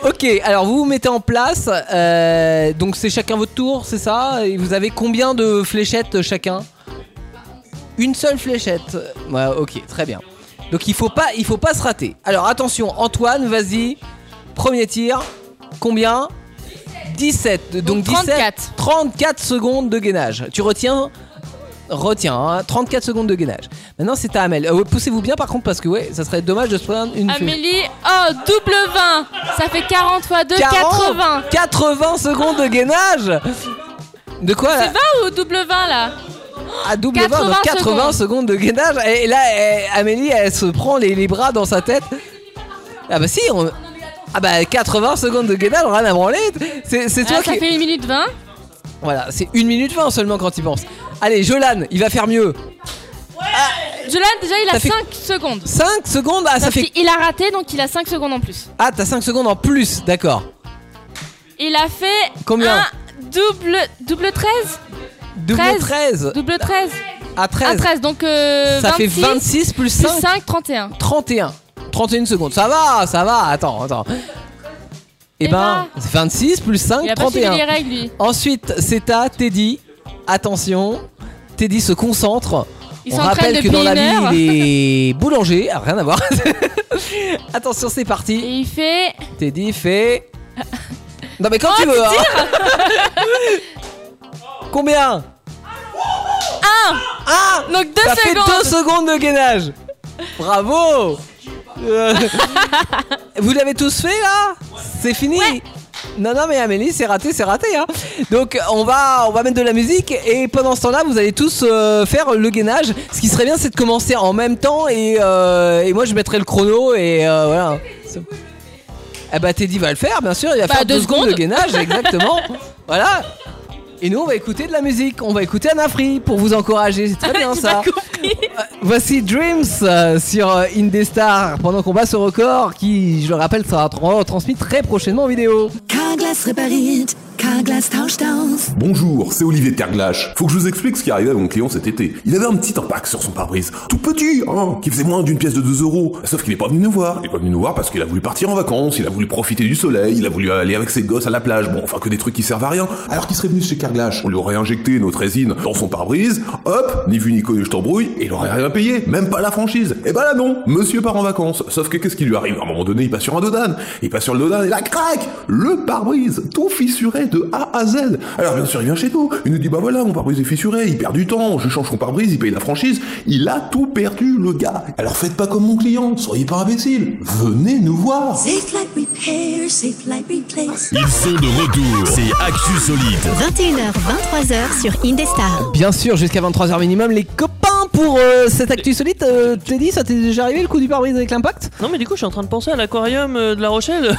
S5: Ok, alors vous vous mettez en place. euh, donc c'est chacun votre tour, c'est ça Et vous avez combien de fléchettes chacun Une seule fléchette. Ouais, ok, très bien. Donc il faut pas, il faut pas se rater. Alors attention, Antoine, vas-y. Premier tir. Combien 17. Donc, 17. 34 secondes de gainage. Tu retiens Retiens, hein, 34 secondes de gainage. Maintenant, c'est à Amel. Euh, Poussez-vous bien par contre, parce que ouais, ça serait dommage de se prendre une flèche.
S9: Amélie, oh, double 20 Ça fait 40 fois 2, 80
S5: 80 secondes de gainage De quoi
S9: C'est
S5: là
S9: 20 ou double 20 là
S5: À double 20, donc 80 secondes. de gainage. Et, et là, eh, Amélie, elle se prend les, les bras dans sa tête. Ah bah si, on- Ah bah 80 secondes de gainage, rien à branler. C'est c'est toi
S9: Ah, ça
S5: qui...
S9: fait 1 minute 20.
S5: Voilà, c'est 1 minute 20 seulement quand il pense. Allez, Jolan, il va faire mieux.
S9: Jolan, déjà, il
S5: Ça
S9: a
S5: fait
S9: 5 secondes.
S5: 5 secondes, ah ça
S9: Parce
S5: fait...
S9: qu'il a raté, donc il a 5 secondes en plus.
S5: Ah, t'as 5 secondes en plus, d'accord.
S9: Il a fait
S5: Combien
S9: un double, double 13
S5: Double 13.
S9: Double 13
S5: À 13.
S9: À 13, donc euh,
S5: Ça fait 26 plus 5.
S9: 5, 31.
S5: 31. 31 secondes. Ça va, ça va. Attends, attends. Eh ben, 26 plus 5,
S9: Il a pas
S5: 31.
S9: suivi les règles, lui.
S5: Ensuite, c'est à Teddy. Attention, Teddy se concentre.
S9: Il
S5: On
S9: s'entraîne
S5: rappelle que
S9: depuis
S5: dans la
S9: une heure. [laughs]
S5: vie, il est boulanger. Ah, rien à voir. [laughs] Attention, c'est parti.
S9: Et il
S7: [laughs]
S9: fait. [laughs]
S5: Teddy fait. Non, mais quand
S9: Oh,
S5: tu veux. hein. Combien
S9: 1
S12: Ah,
S5: 1
S9: Donc 2
S5: Ça fait
S9: secondes
S5: 2 secondes de gainage.
S9: [laughs]
S5: Bravo Euh, Vous l'avez tous fait là C'est fini Non non mais Amélie c'est raté c'est raté hein. Donc on va on va mettre de la musique et pendant ce temps-là vous allez tous euh, faire le gainage. Ce qui serait bien c'est de commencer en même temps et, euh, et moi je mettrai le chrono et euh, voilà. Eh bah Teddy va le faire bien sûr il va
S9: Bah,
S5: faire
S9: deux
S5: 2 secondes de
S9: secondes. [laughs]
S5: gainage exactement. voilà. Et nous, on va écouter de la musique. On va écouter Anna Free pour vous
S7: [laughs]
S5: encourager. C'est très bien ça. Euh, Voici Dreams euh, sur euh, Indestar pendant qu'on bat ce record qui, je le rappelle, sera tra- transmis très prochainement en vidéo.
S17: Carglass repariert, Carglass tauscht aus.
S16: Bonjour, c'est Olivier Terglache. Faut que je vous explique ce qui est arrivé à mon client cet été. Il avait un petit impact sur son pare-brise, tout petit, hein, qui faisait moins d'une pièce de 2 euros. Sauf qu'il est pas venu nous voir. Il est pas venu nous voir parce qu'il a voulu partir en vacances, il a voulu profiter du soleil, il a voulu aller avec ses gosses à la plage. Bon, enfin que des trucs qui servent à rien. Alors qu'il serait venu chez Carglass, on lui aurait injecté notre résine dans son pare-brise, hop, ni vu ni connu, je t'embrouille, et il aurait rien payé, même pas la franchise. Et ben là non, monsieur part en vacances. Sauf que qu'est-ce qui lui arrive À un moment donné, il passe sur un dodane, il passe sur le dodane et là, crac, le pare-brise, tout fissuré de A à Z. Alors bien sûr, il vient chez nous, il nous dit bah voilà, mon pare-brise est fissuré, il perd du temps, je change son pare-brise, il paye la franchise, il a tout perdu, le gars. Alors faites pas comme mon client, soyez pas imbécile, venez nous voir.
S17: Safe like repair, safe like replace.
S19: Ils sont de retour, c'est Actu Solide.
S2: 21h, 23h sur Indestar.
S5: Bien sûr, jusqu'à 23h minimum, les copains pour euh, cette actu solide. Euh, Teddy, ça t'est déjà arrivé le coup du pare-brise avec l'impact
S7: Non mais du coup je suis en train de penser à l'aquarium euh, de La
S5: [laughs]
S7: Rochelle.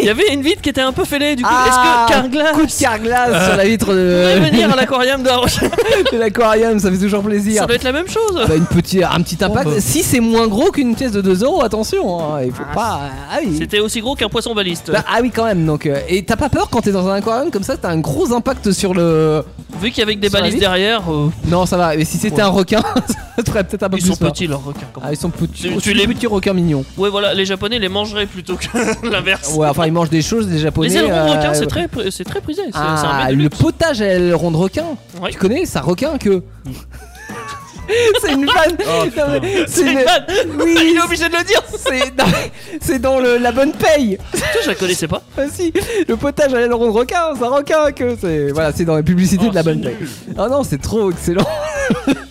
S7: Il y avait une vitre qui était un peu fêlée du coup.
S5: Ah.
S7: Est-ce que Carglass
S5: Coup de carglass sur la vitre
S7: pourrait
S5: de.
S7: venir
S5: [laughs]
S7: à l'aquarium de La Rochelle
S5: de l'aquarium, ça fait toujours plaisir.
S7: Ça doit être la même chose.
S5: Bah, une petite, un petit impact.
S7: Oh, bah.
S5: Si c'est moins gros qu'une pièce de 2 euros, attention, hein, il faut pas. Ah oui.
S7: C'était aussi gros qu'un poisson baliste.
S5: Bah, ah oui, quand même. Donc, euh, et t'as pas peur quand t'es dans un aquarium comme ça, t'as un gros impact sur le.
S7: Vu qu'avec des
S5: sur la
S7: balises
S5: vitre.
S7: derrière, euh,
S5: Non, ça va. Mais si c'était
S7: Ouais.
S5: un requin, [laughs] ça ferait peut-être un peu
S7: Ils
S5: plus
S7: sont
S5: peur.
S7: petits, leurs requins, quand
S5: Ah, ils sont petits.
S7: Tu-
S5: Oh,
S7: tu
S5: c'est
S7: les-
S5: des petits requins mignons.
S7: ouais voilà, les japonais les mangeraient plutôt que [laughs] l'inverse.
S5: Ouais, enfin, ils mangent des choses, des japonais.
S7: les ailerons
S5: euh,
S7: requins, c'est
S5: ouais.
S7: très, pri- c'est très prisé. c'est- c'est un
S5: Ah,
S7: mets de [laughs]
S5: le
S7: luxe.
S5: potage à aileron de requin.
S7: Ouais.
S5: Tu connais ça requin que.
S7: Mm.
S5: [laughs] c'est une vanne. Non, mais
S7: C'est une vanne.
S5: Oui.
S7: Il est obligé de le dire.
S5: C'est non, mais c'est dans le- la bonne paye.
S7: Putain, je la connaissais pas.
S5: Ah si, le potage à l'aileron de requin, c'est un requin que c'est. Voilà, c'est dans les publicités de
S7: Oh,
S5: la bonne paye. Ah non, c'est trop excellent. [laughs]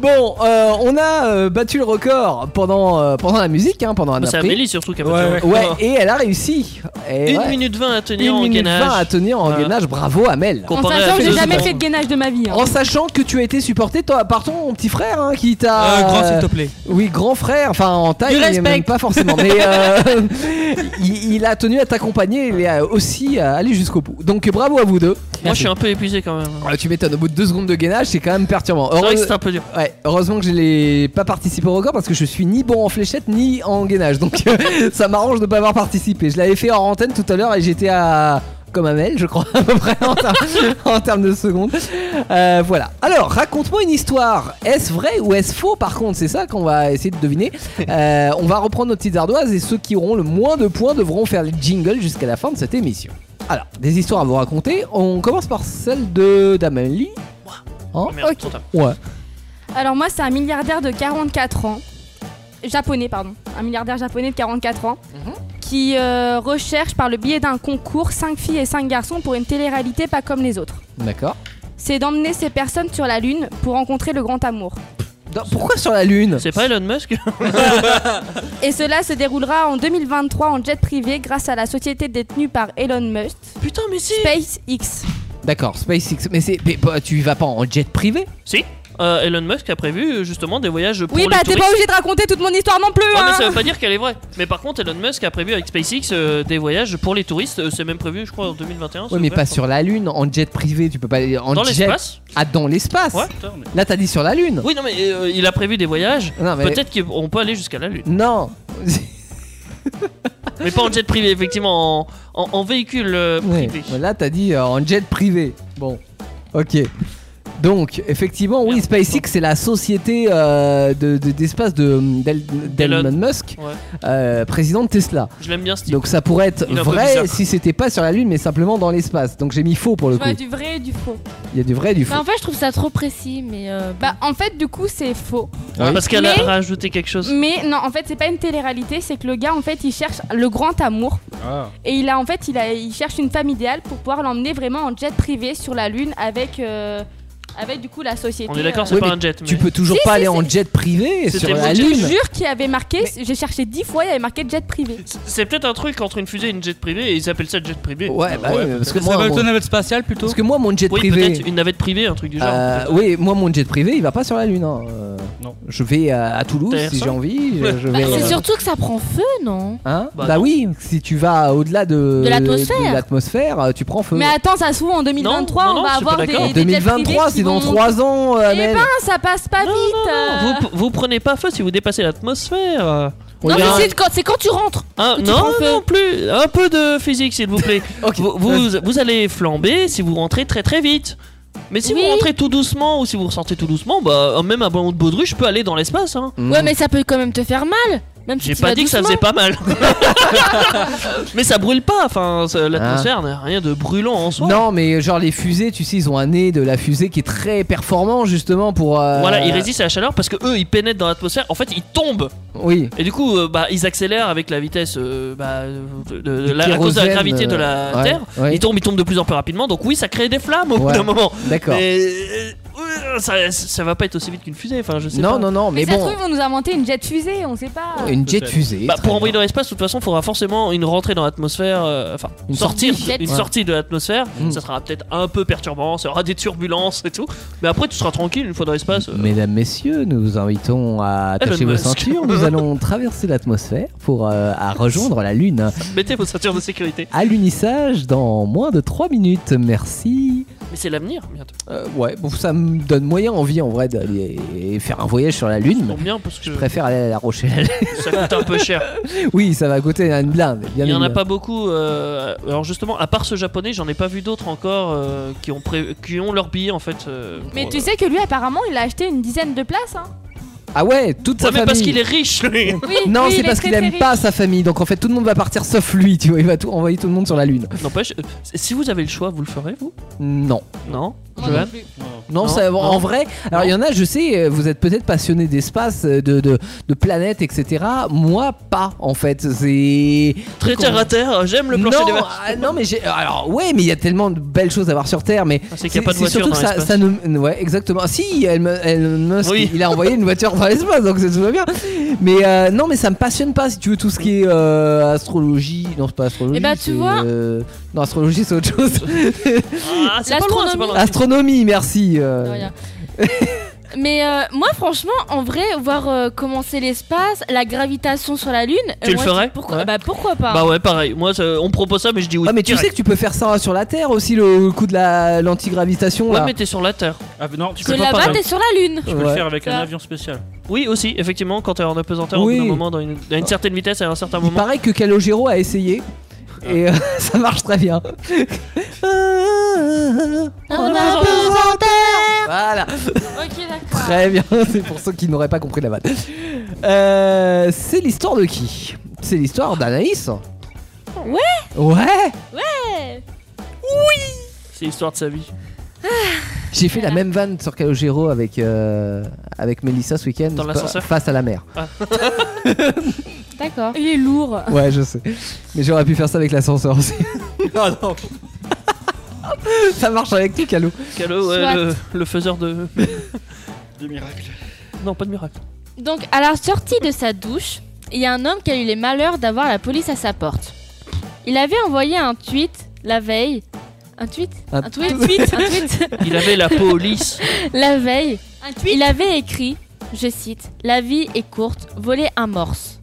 S5: bon, euh, on a euh, battu le record pendant, euh, pendant la musique, hein, pendant un
S7: Bah, C'est Amélie surtout qui a fait ça.
S5: Ouais, et elle a réussi. Et
S7: Une
S5: ouais.
S7: minute 20 à tenir
S5: Une
S7: en
S5: minute
S7: gainage.
S5: 20 à tenir en
S7: Voilà.
S5: gainage, bravo Amel.
S12: En
S7: Comparé à
S12: sachant que j'ai
S7: deux
S12: jamais
S7: secondes.
S12: fait de gainage de ma vie. hein.
S5: En sachant que tu as été supporté toi, par ton petit frère hein, qui t'a.
S20: Euh, grand, s'il te plaît.
S5: Oui, grand frère, enfin en taille,
S20: Du
S5: mais
S20: respect.
S5: même pas forcément. Mais euh, il, il a tenu à t'accompagner il a aussi à aller jusqu'au bout. Donc bravo à vous deux.
S7: Moi je suis un peu épuisé quand même.
S5: Ah, tu m'étonnes, au bout de deux secondes de gainage, c'est quand même perturbant.
S7: C'est vrai que
S5: Heureuse-
S7: c'est un peu dur.
S5: Ouais, heureusement que je n'ai pas participé au record parce que je suis ni bon en fléchette ni en gainage. Donc [laughs] euh, ça m'arrange de ne pas avoir participé. Je l'avais fait hors antenne tout à l'heure et j'étais à. Comme un mail, je crois, [laughs] à peu près en, ter- [laughs] en termes de secondes. Euh, voilà. Alors, raconte-moi une histoire. Est-ce vrai ou est-ce faux Par contre, c'est ça qu'on va essayer de deviner. Euh, on va reprendre nos petites ardoises et ceux qui auront le moins de points devront faire le jingle jusqu'à la fin de cette émission. Alors, des histoires à vous raconter. On commence par celle de d'Amélie. Hein
S7: Merde, trop tard.
S5: ouais.
S12: Alors moi, c'est un milliardaire de 44 ans, japonais pardon, un milliardaire japonais de 44 ans,
S5: Mhm.
S12: qui euh, recherche par le biais d'un concours 5 filles et 5 garçons pour une télé-réalité pas comme les autres.
S5: D'accord.
S12: C'est d'emmener ces personnes sur la lune pour rencontrer le grand amour.
S5: Non, Pourquoi sur la Lune
S7: C'est pas Elon Musk [laughs]
S12: Et cela se déroulera en 2023 en jet privé grâce à la société détenue par Elon Musk,
S7: Putain, mais si
S12: SpaceX.
S5: D'accord, SpaceX. Mais, c'est, mais, bah, tu y vas pas en jet privé
S7: Si euh, Elon Musk a prévu euh, justement des voyages pour
S12: Oui,
S7: les
S12: bah t'es
S7: touristes.
S12: pas obligé de raconter toute mon histoire non plus.
S7: Ouais, mais
S12: hein.
S7: ça veut pas dire qu'elle est vraie. Mais par contre, Elon Musk a prévu avec SpaceX euh, des voyages pour les touristes. Euh, C'est même prévu, je crois, en 2021. c'est
S5: Oui, mais
S7: vrai.
S5: pas sur la Lune, en jet privé, tu peux pas aller en
S7: Dans
S5: jet.
S7: l'espace
S5: Ah, dans l'espace
S7: Ouais, putain, mais-
S5: Là, t'as dit sur la Lune
S7: Oui, non, mais euh, il a prévu des voyages.
S5: Non, mais-
S7: Peut-être qu'on peut aller jusqu'à la Lune.
S5: Non
S7: Mais pas en jet privé, effectivement, en, en- en véhicule euh,
S5: Ouais,
S7: privé.
S5: mais Là, t'as dit euh, en jet privé. Bon, ok. Donc, effectivement, oui, SpaceX, c'est la société euh, de, de- d'espace de, euh, d'El- d'Elon Musk,
S7: Ouais.
S5: euh, président de Tesla.
S7: Je l'aime bien, ce type.
S5: Donc, ça pourrait être
S7: Il est un peu
S5: vrai
S7: bizarre.
S5: si c'était pas sur la Lune, mais simplement dans l'espace. Donc, j'ai mis faux pour le coup.
S12: Ouais, du vrai et du faux. Bah,
S5: Il y a du vrai et du faux.
S12: fait, je trouve ça trop précis, mais. Bah, en fait, du coup, c'est faux.
S7: Ah, Parce qu'elle
S12: Mais-
S7: a rajouté quelque chose.
S12: Mais non, en fait, c'est pas une télé-réalité, c'est que le gars, en fait, il cherche le grand amour. Et il a, en fait, il, a, il cherche une femme idéale pour pouvoir l'emmener vraiment en jet privé sur la Lune avec. euh, avec du coup la société.
S7: On est d'accord,
S12: euh,
S7: c'est
S5: Oui,
S7: pas
S5: mais
S7: un jet.
S5: Tu
S7: mais-
S5: peux toujours
S12: Si,
S5: pas
S12: si,
S5: aller en
S12: si.
S5: jet privé
S7: C'était
S5: sur la
S7: mon
S12: Je
S7: jet.
S5: Lune.
S12: te jure qu'il y avait marqué, j'ai cherché dix fois, il y avait marqué jet privé.
S7: C'est peut-être un truc entre une fusée et une jet privée, et ils appellent ça jet privé.
S5: Ouais, bah oui, mais parce que
S20: Ça
S5: moi,
S20: va être
S5: mon...
S20: une navette spatiale plutôt
S5: parce que moi, mon jet
S7: Oui,
S5: privé.
S7: peut-être une navette privée, un truc du genre.
S5: Euh, oui, moi, mon jet privé, il va pas sur la Lune. hein, euh,
S21: Non.
S5: Je vais à, à Toulouse
S9: T'as
S5: si
S9: ça
S5: j'ai envie. Je, je
S9: Bah,
S5: vais,
S9: c'est
S5: euh,
S9: surtout que ça prend feu, non
S5: Hein bah, oui, si tu vas au-delà de,
S9: De l'atmosphère.
S5: de l'atmosphère, euh, tu prends feu.
S12: Mais attends, ça se trouve en 2023,
S5: non, non,
S12: on va
S5: je suis pas
S12: avoir des,
S5: d'accord.
S12: des jets privés
S5: 2023,
S12: qui
S5: c'est dans
S12: vont-
S5: trois ans, euh,
S12: eh
S5: Amel.
S12: ben, ça passe pas vite. euh.
S7: Vous, vous prenez pas feu si vous dépassez l'atmosphère.
S12: Non,
S7: On
S12: mais
S7: dirait
S12: c'est quand, c'est quand tu rentres.
S7: un-
S12: que tu prends
S7: Ah, non,
S12: feu.
S7: non plus. Un peu de physique, s'il vous
S5: [laughs]
S7: plaît. vous, vous, vous allez flamber si vous rentrez très très vite. Mais si
S9: Oui.
S7: vous rentrez tout doucement ou si vous ressortez tout doucement, bah euh, même un ballon de baudruche peut aller dans l'espace. Hein.
S5: Mm.
S9: Ouais, mais ça peut quand même te faire mal. Même si
S7: J'ai
S9: tu
S7: pas
S9: vas
S7: dit que ça
S9: doucement.
S7: faisait pas mal. [laughs] mais ça brûle pas. Enfin, ça-
S5: Ah.
S7: l'atmosphère n'a rien de brûlant en soi.
S5: Hein. Non, mais genre les fusées, tu sais, ils ont un nez de la fusée qui est très performant justement pour. euh,
S7: Voilà, ils résistent à la chaleur parce que eux, ils pénètrent dans l'atmosphère. En fait, ils tombent.
S5: Oui.
S7: Et du coup, euh, bah, ils accélèrent avec la vitesse euh, bah, de- de- de la- à
S5: kérosène,
S7: cause de la gravité de la
S5: euh, ouais,
S7: Terre.
S5: ouais.
S7: Ils tombent, ils tombent de plus en plus rapidement. Donc oui, ça crée des flammes au bout
S5: Ouais,
S7: d'un moment.
S5: d'accord.
S7: Mais euh, euh, ça, ça va pas être aussi vite qu'une fusée. Enfin, je sais
S5: Non,
S7: pas.
S5: non, non, mais,
S12: Ça se
S5: bon,
S12: trouve, ils vont nous inventer une jet fusée, on sait pas.
S5: une jet fusée.
S7: Bah, pour envoyer dans l'espace, de toute façon, il faudra forcément une rentrée dans l'atmosphère, euh, enfin
S5: Une
S7: sortir,
S5: sortie.
S7: une
S5: Ouais. Mm.
S7: sortie de l'atmosphère. Ça sera peut-être un peu perturbant, ça aura des turbulences et tout. Mais après, tu seras tranquille une fois dans l'espace. euh,
S5: Mesdames, messieurs, nous vous invitons à attacher
S7: Elon
S5: vos
S7: Musk.
S5: ceintures. Nous
S7: [laughs]
S5: allons traverser l'atmosphère pour euh, à rejoindre la Lune.
S7: Mettez vos ceintures de sécurité.
S5: À l'unissage dans moins de 3 minutes. Merci.
S7: Mais c'est l'avenir bientôt.
S5: Euh, ouais, bon, ça me donne moyen envie en vrai d'aller faire un voyage sur la Lune.
S7: Bien parce que
S5: Je préfère aller à La Rochelle. [laughs]
S7: ça coûte un peu cher.
S5: oui, ça va coûter une blinde. [laughs] Bien
S7: Il n'y en a
S5: évidemment.
S7: pas beaucoup. euh, alors justement, à part ce japonais, j'en ai pas vu d'autres encore euh, qui, ont pré- qui ont leur billet en fait. euh,
S12: Mais
S7: pour,
S12: tu
S7: euh,
S12: sais que lui, apparemment, il a acheté une dizaine de places. Hein.
S5: Ah ouais, toute
S7: Ouais,
S5: sa
S7: mais
S5: famille.
S7: parce qu'il est riche lui.
S5: non,
S12: oui, il
S5: c'est
S12: est
S5: parce
S12: très,
S5: qu'il
S12: très
S5: aime
S12: riche.
S5: pas sa famille. Donc en fait, tout le monde va partir sauf lui. Tu vois, il va tout envoyer tout le monde sur la lune.
S7: N'empêche, euh, si vous avez le choix, vous le ferez vous
S5: Non.
S7: Non
S5: Moi
S7: Johan
S5: non plus. Non, ça- en vrai, alors il y en a, je sais, euh, vous êtes peut-être passionné d'espace, euh, de, de, de planètes, etc. Moi, pas, en fait. C'est.
S7: Très terre à terre, j'aime le
S5: Non,
S7: plancher des
S5: ah, non, mais j'ai. Alors, ouais, mais il y a tellement de belles choses à voir sur Terre, mais.
S7: Ah, c'est qu'il y a pas de voiture
S5: surtout que
S7: dans
S5: ça,
S7: l'espace.
S5: ça ne. Ouais, exactement. Si, elle me- Elon Musk,
S7: Oui.
S5: il a envoyé une voiture dans l'espace, donc c'est tout va bien. Mais euh, non, mais ça me passionne pas, si tu veux, tout ce qui est euh, astrologie. Non, c'est pas astrologie.
S9: Eh ben, tu
S5: c'est,
S9: vois-
S5: euh, Non, astrologie, c'est autre
S7: [laughs]
S5: chose.
S7: Ah, c'est pas loin, c'est pas loin.
S5: Astronomie, merci. euh.
S9: rien. Mais euh, moi, franchement, en vrai, voir euh, comment c'est l'espace, la gravitation sur la Lune.
S7: Tu
S9: euh,
S7: le
S9: moi,
S7: ferais
S9: je dis pourquoi, Bah pourquoi pas
S7: Bah ouais, pareil. Moi, ça- on me propose ça, mais je dis oui.
S5: Ah mais tu sais que tu peux faire ça sur la Terre aussi le coup de la l'antigravitation
S7: Ouais,
S5: là.
S7: mais t'es sur la Terre.
S10: Ah, mais non, tu
S9: Parce que là-bas, t'es sur la Lune.
S10: Tu peux le
S5: Ouais.
S10: faire avec un
S9: Ça.
S10: avion spécial.
S7: Oui, aussi, effectivement, quand t'es en apesanteur, au
S5: Oui.
S7: bout d'un moment, dans une,
S10: Ah.
S7: à une certaine vitesse, à un certain
S5: Il
S7: moment. Ah.
S5: paraît que Calogero a essayé et euh, [laughs] ça marche très bien. Voilà.
S9: Ok, d'accord.
S5: Très bien, [laughs] c'est pour ceux qui n'auraient pas compris la vanne. Euh, c'est l'histoire de qui C'est l'histoire d'Anaïs.
S9: Ouais
S5: Ouais
S9: Ouais
S7: C'est l'histoire de sa vie.
S5: J'ai fait la même vanne sur Calogero avec, euh, avec Melissa ce week-end
S7: Dans l'ascenseur Ah.
S5: face à la mer.
S9: D'accord.
S12: Il est lourd.
S5: [laughs] Ouais, je sais. Mais j'aurais pu faire ça avec l'ascenseur aussi. Ah non,
S9: Oh. [laughs]
S5: non. ça marche avec tout, Calo.
S7: Calo, ouais,
S9: Soit.
S7: le, le faiseur de.
S10: De miracle.
S7: Non, pas de miracle.
S9: Donc, à la sortie de sa douche, il y a un homme qui a eu les malheurs d'avoir la police à sa porte. Il avait envoyé un tweet la veille. Un tweet
S7: Un
S9: Un, tweet, tweet, un tweet.
S7: [laughs] Il avait la peau lisse.
S9: [laughs] La veille, il avait écrit, je cite, La vie est courte, voler un morse.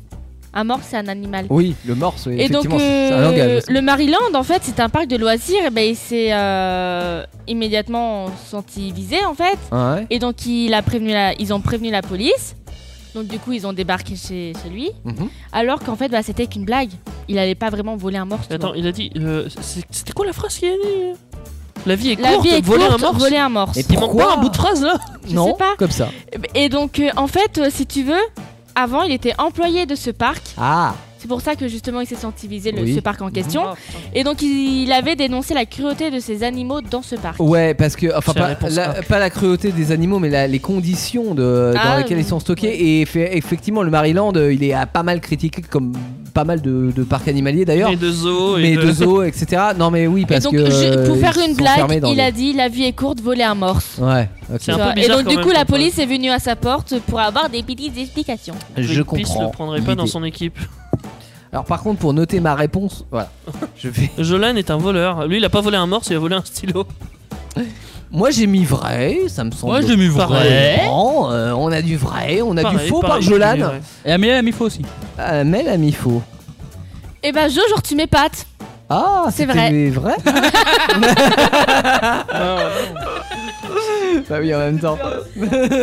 S9: Un morse, c'est un animal.
S5: Oui, le morse, oui,
S9: Et donc,
S5: effectivement, c'est c'est un
S9: euh,
S5: langage.
S9: le Maryland, en fait, c'est un parc de loisirs. Et ben, il s'est euh, immédiatement senti visé, en fait.
S5: Ah ouais
S9: Et donc, il a prévenu la- ils ont prévenu la police. Donc, du coup, ils ont débarqué chez, chez lui.
S5: Mhm.
S9: Alors qu'en fait, bah, c'était qu'une blague. Il allait pas vraiment voler un morse. tu
S7: Attends,
S9: vois.
S7: il a dit. euh, c'est- C'était quoi la phrase qu'il a dit La hein vie est
S9: La
S7: courte,
S9: vie est
S7: voler
S9: courte,
S7: un morse.
S9: voler un morse.
S7: Et il manque pas un bout de phrase là
S9: Je sais pas.
S5: comme ça.
S9: Et donc, euh, en fait, euh, si tu veux, avant, il était employé de ce parc.
S5: Ah
S9: C'est pour ça que justement il s'est senti visé le-
S5: Oui.
S9: ce parc en question.
S7: Ah,
S9: Et donc il, il avait dénoncé la cruauté de ces animaux dans ce parc.
S5: Ouais, parce que, enfin,
S9: C'est la
S5: pas
S9: réponse
S5: la, pas la cruauté des animaux, mais la- les conditions de, dans
S9: Ah,
S5: lesquelles
S9: oui.
S5: ils sont stockés. Et fait- effectivement, le Maryland, euh, il est euh, pas mal critiqué comme pas mal de, de parcs animaliers d'ailleurs.
S7: Et de zoo. et
S5: Mais
S7: de-
S5: de zoos, etc. Non, mais oui,
S9: Et
S5: parce
S9: donc
S5: que.
S9: je- pour
S5: euh,
S9: faire
S5: ils
S9: une
S5: sont fermés
S9: blague,
S5: dans
S9: il
S5: des-
S9: a dit la vie est courte, voler un morse.
S5: Ouais, ok.
S9: Tu vois. Et donc du coup la police est venue à sa porte pour avoir des petites explications.
S5: Je
S7: Greenpeace
S5: comprends
S7: le prendrait pas
S5: l'idée.
S7: dans son équipe.
S5: Alors, par contre, pour noter ma réponse, voilà. Je vais.
S7: Jolan est un voleur. Lui, il a pas volé un morse, il a volé un stylo.
S5: Moi j'ai mis vrai, ça me semble.
S13: Moi, j'ai mis vrai.
S5: cohérent. Euh, on a du vrai, on a du faux par Jolan.
S13: Et Amélie a mis faux aussi.
S5: Euh, Mel a
S13: [laughs]
S5: mis faux.
S9: Et bah, Jo, genre, tu mets pattes.
S5: Ah,
S9: C'est
S5: c'était
S9: vrai.
S5: les vrais Bah oui, en même temps. [laughs]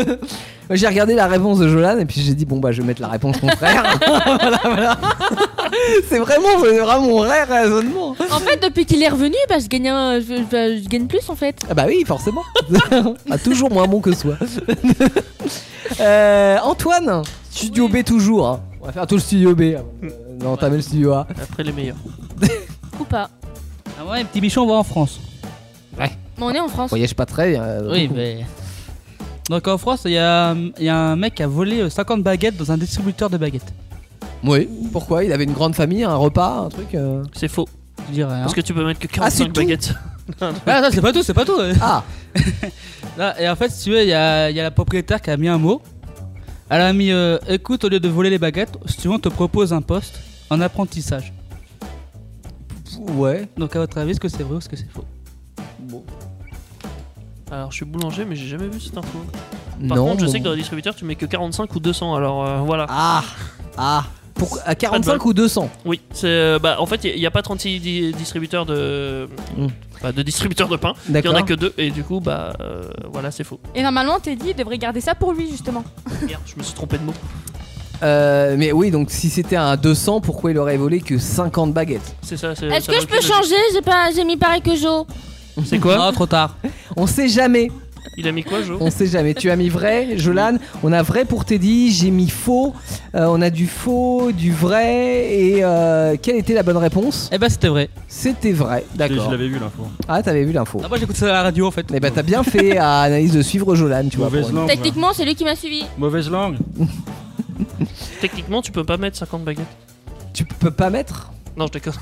S5: j'ai regardé la réponse de Jolan et puis j'ai dit bon bah je vais mettre la réponse contraire.
S13: [laughs]
S5: Voilà, voilà. [laughs] C'est vraiment, c'est vraiment mon vrai raisonnement.
S9: [laughs] En fait, depuis qu'il est revenu, bah, je gagne, un- je, je- je gagne plus en fait.
S5: Ah bah oui,
S13: [laughs]
S5: forcément. Ah, toujours moins bon que soi. [laughs] Euh, Antoine, studio B toujours. hein. On va faire tout le studio B. avant
S13: Hmm.
S5: de- d'entamer le studio A.
S7: Après les meilleurs.
S9: Ou pas.
S13: Ah ouais, petit bichon, on va en France.
S5: Ouais.
S9: Mais on est en France.
S5: Voyage pas très. euh, [laughs]
S13: oui, mais. Donc en France, il y a, il y a un mec qui a volé euh, 50 baguettes dans un distributeur de baguettes.
S5: Oui. Pourquoi Il avait une grande famille, un repas, un truc. euh.
S7: C'est faux.
S13: Je dirais. hein.
S7: Parce que tu peux mettre que
S13: Ah, c'est
S7: 45
S13: tout
S7: baguettes.
S13: [laughs] Ah non, c'est pas tout, c'est pas tout.
S5: Ah.
S13: Là, et en fait, si tu veux, il y a, il y a la propriétaire qui a mis un mot. Elle a mis euh, écoute, au lieu de voler les baguettes, si tu veux, on te propose un poste en apprentissage.
S5: Ouais.
S13: Donc à votre avis, est-ce que c'est vrai ou est-ce que c'est faux
S7: Alors je suis boulanger mais j'ai jamais vu cette info. Par
S5: Non,
S7: contre je
S5: non,
S7: sais que
S5: non.
S7: dans les distributeurs tu mets que 45 ou 200 alors euh, voilà.
S5: Ah Ah Pour, À 45
S7: bol.
S5: ou 200
S7: Oui, c'est euh, bah en fait il n'y a, pas 36 di- distributeurs de
S5: Hmm.
S7: bah, de distributeurs de pain. Il y en a
S5: D'accord.
S7: que deux et du coup bah euh, voilà c'est faux.
S12: Et normalement, Teddy il devrait garder ça pour lui, justement.
S7: Merde, je me suis trompé de mot.
S5: Euh, mais oui, donc si c'était un 200, pourquoi il aurait volé que 50 baguettes
S7: C'est ça. c'est-
S9: Est-ce
S7: Euh, ça
S9: que
S7: va
S9: je
S7: plus
S9: peux
S7: logique.
S9: changer J'ai pas, j'ai mis pareil que Jo.
S7: C'est quoi
S13: Non, trop tard.
S5: On sait jamais,
S7: Il a mis quoi Jo
S5: on sait jamais. tu as mis vrai, Jolan, on a vrai pour Teddy, j'ai mis faux, euh, on a du faux, du vrai, et euh, quelle était la bonne réponse
S13: Eh ben, c'était vrai.
S5: C'était vrai,
S10: Je
S5: d'accord.
S10: l'avais vu l'info.
S5: Ah, t'avais vu l'info.
S13: Ah, moi, j'écoute ça à la radio en fait.
S5: Mais bah t'as bien fait à analyse de suivre Jolan, tu vois.
S10: Mauvaise
S5: pour une-
S10: langue.
S9: Techniquement, c'est lui qui m'a suivi.
S10: Mauvaise langue.
S7: Techniquement tu peux pas mettre 50 baguettes.
S5: Tu peux pas mettre
S7: Non, je
S5: [laughs]
S7: déconne.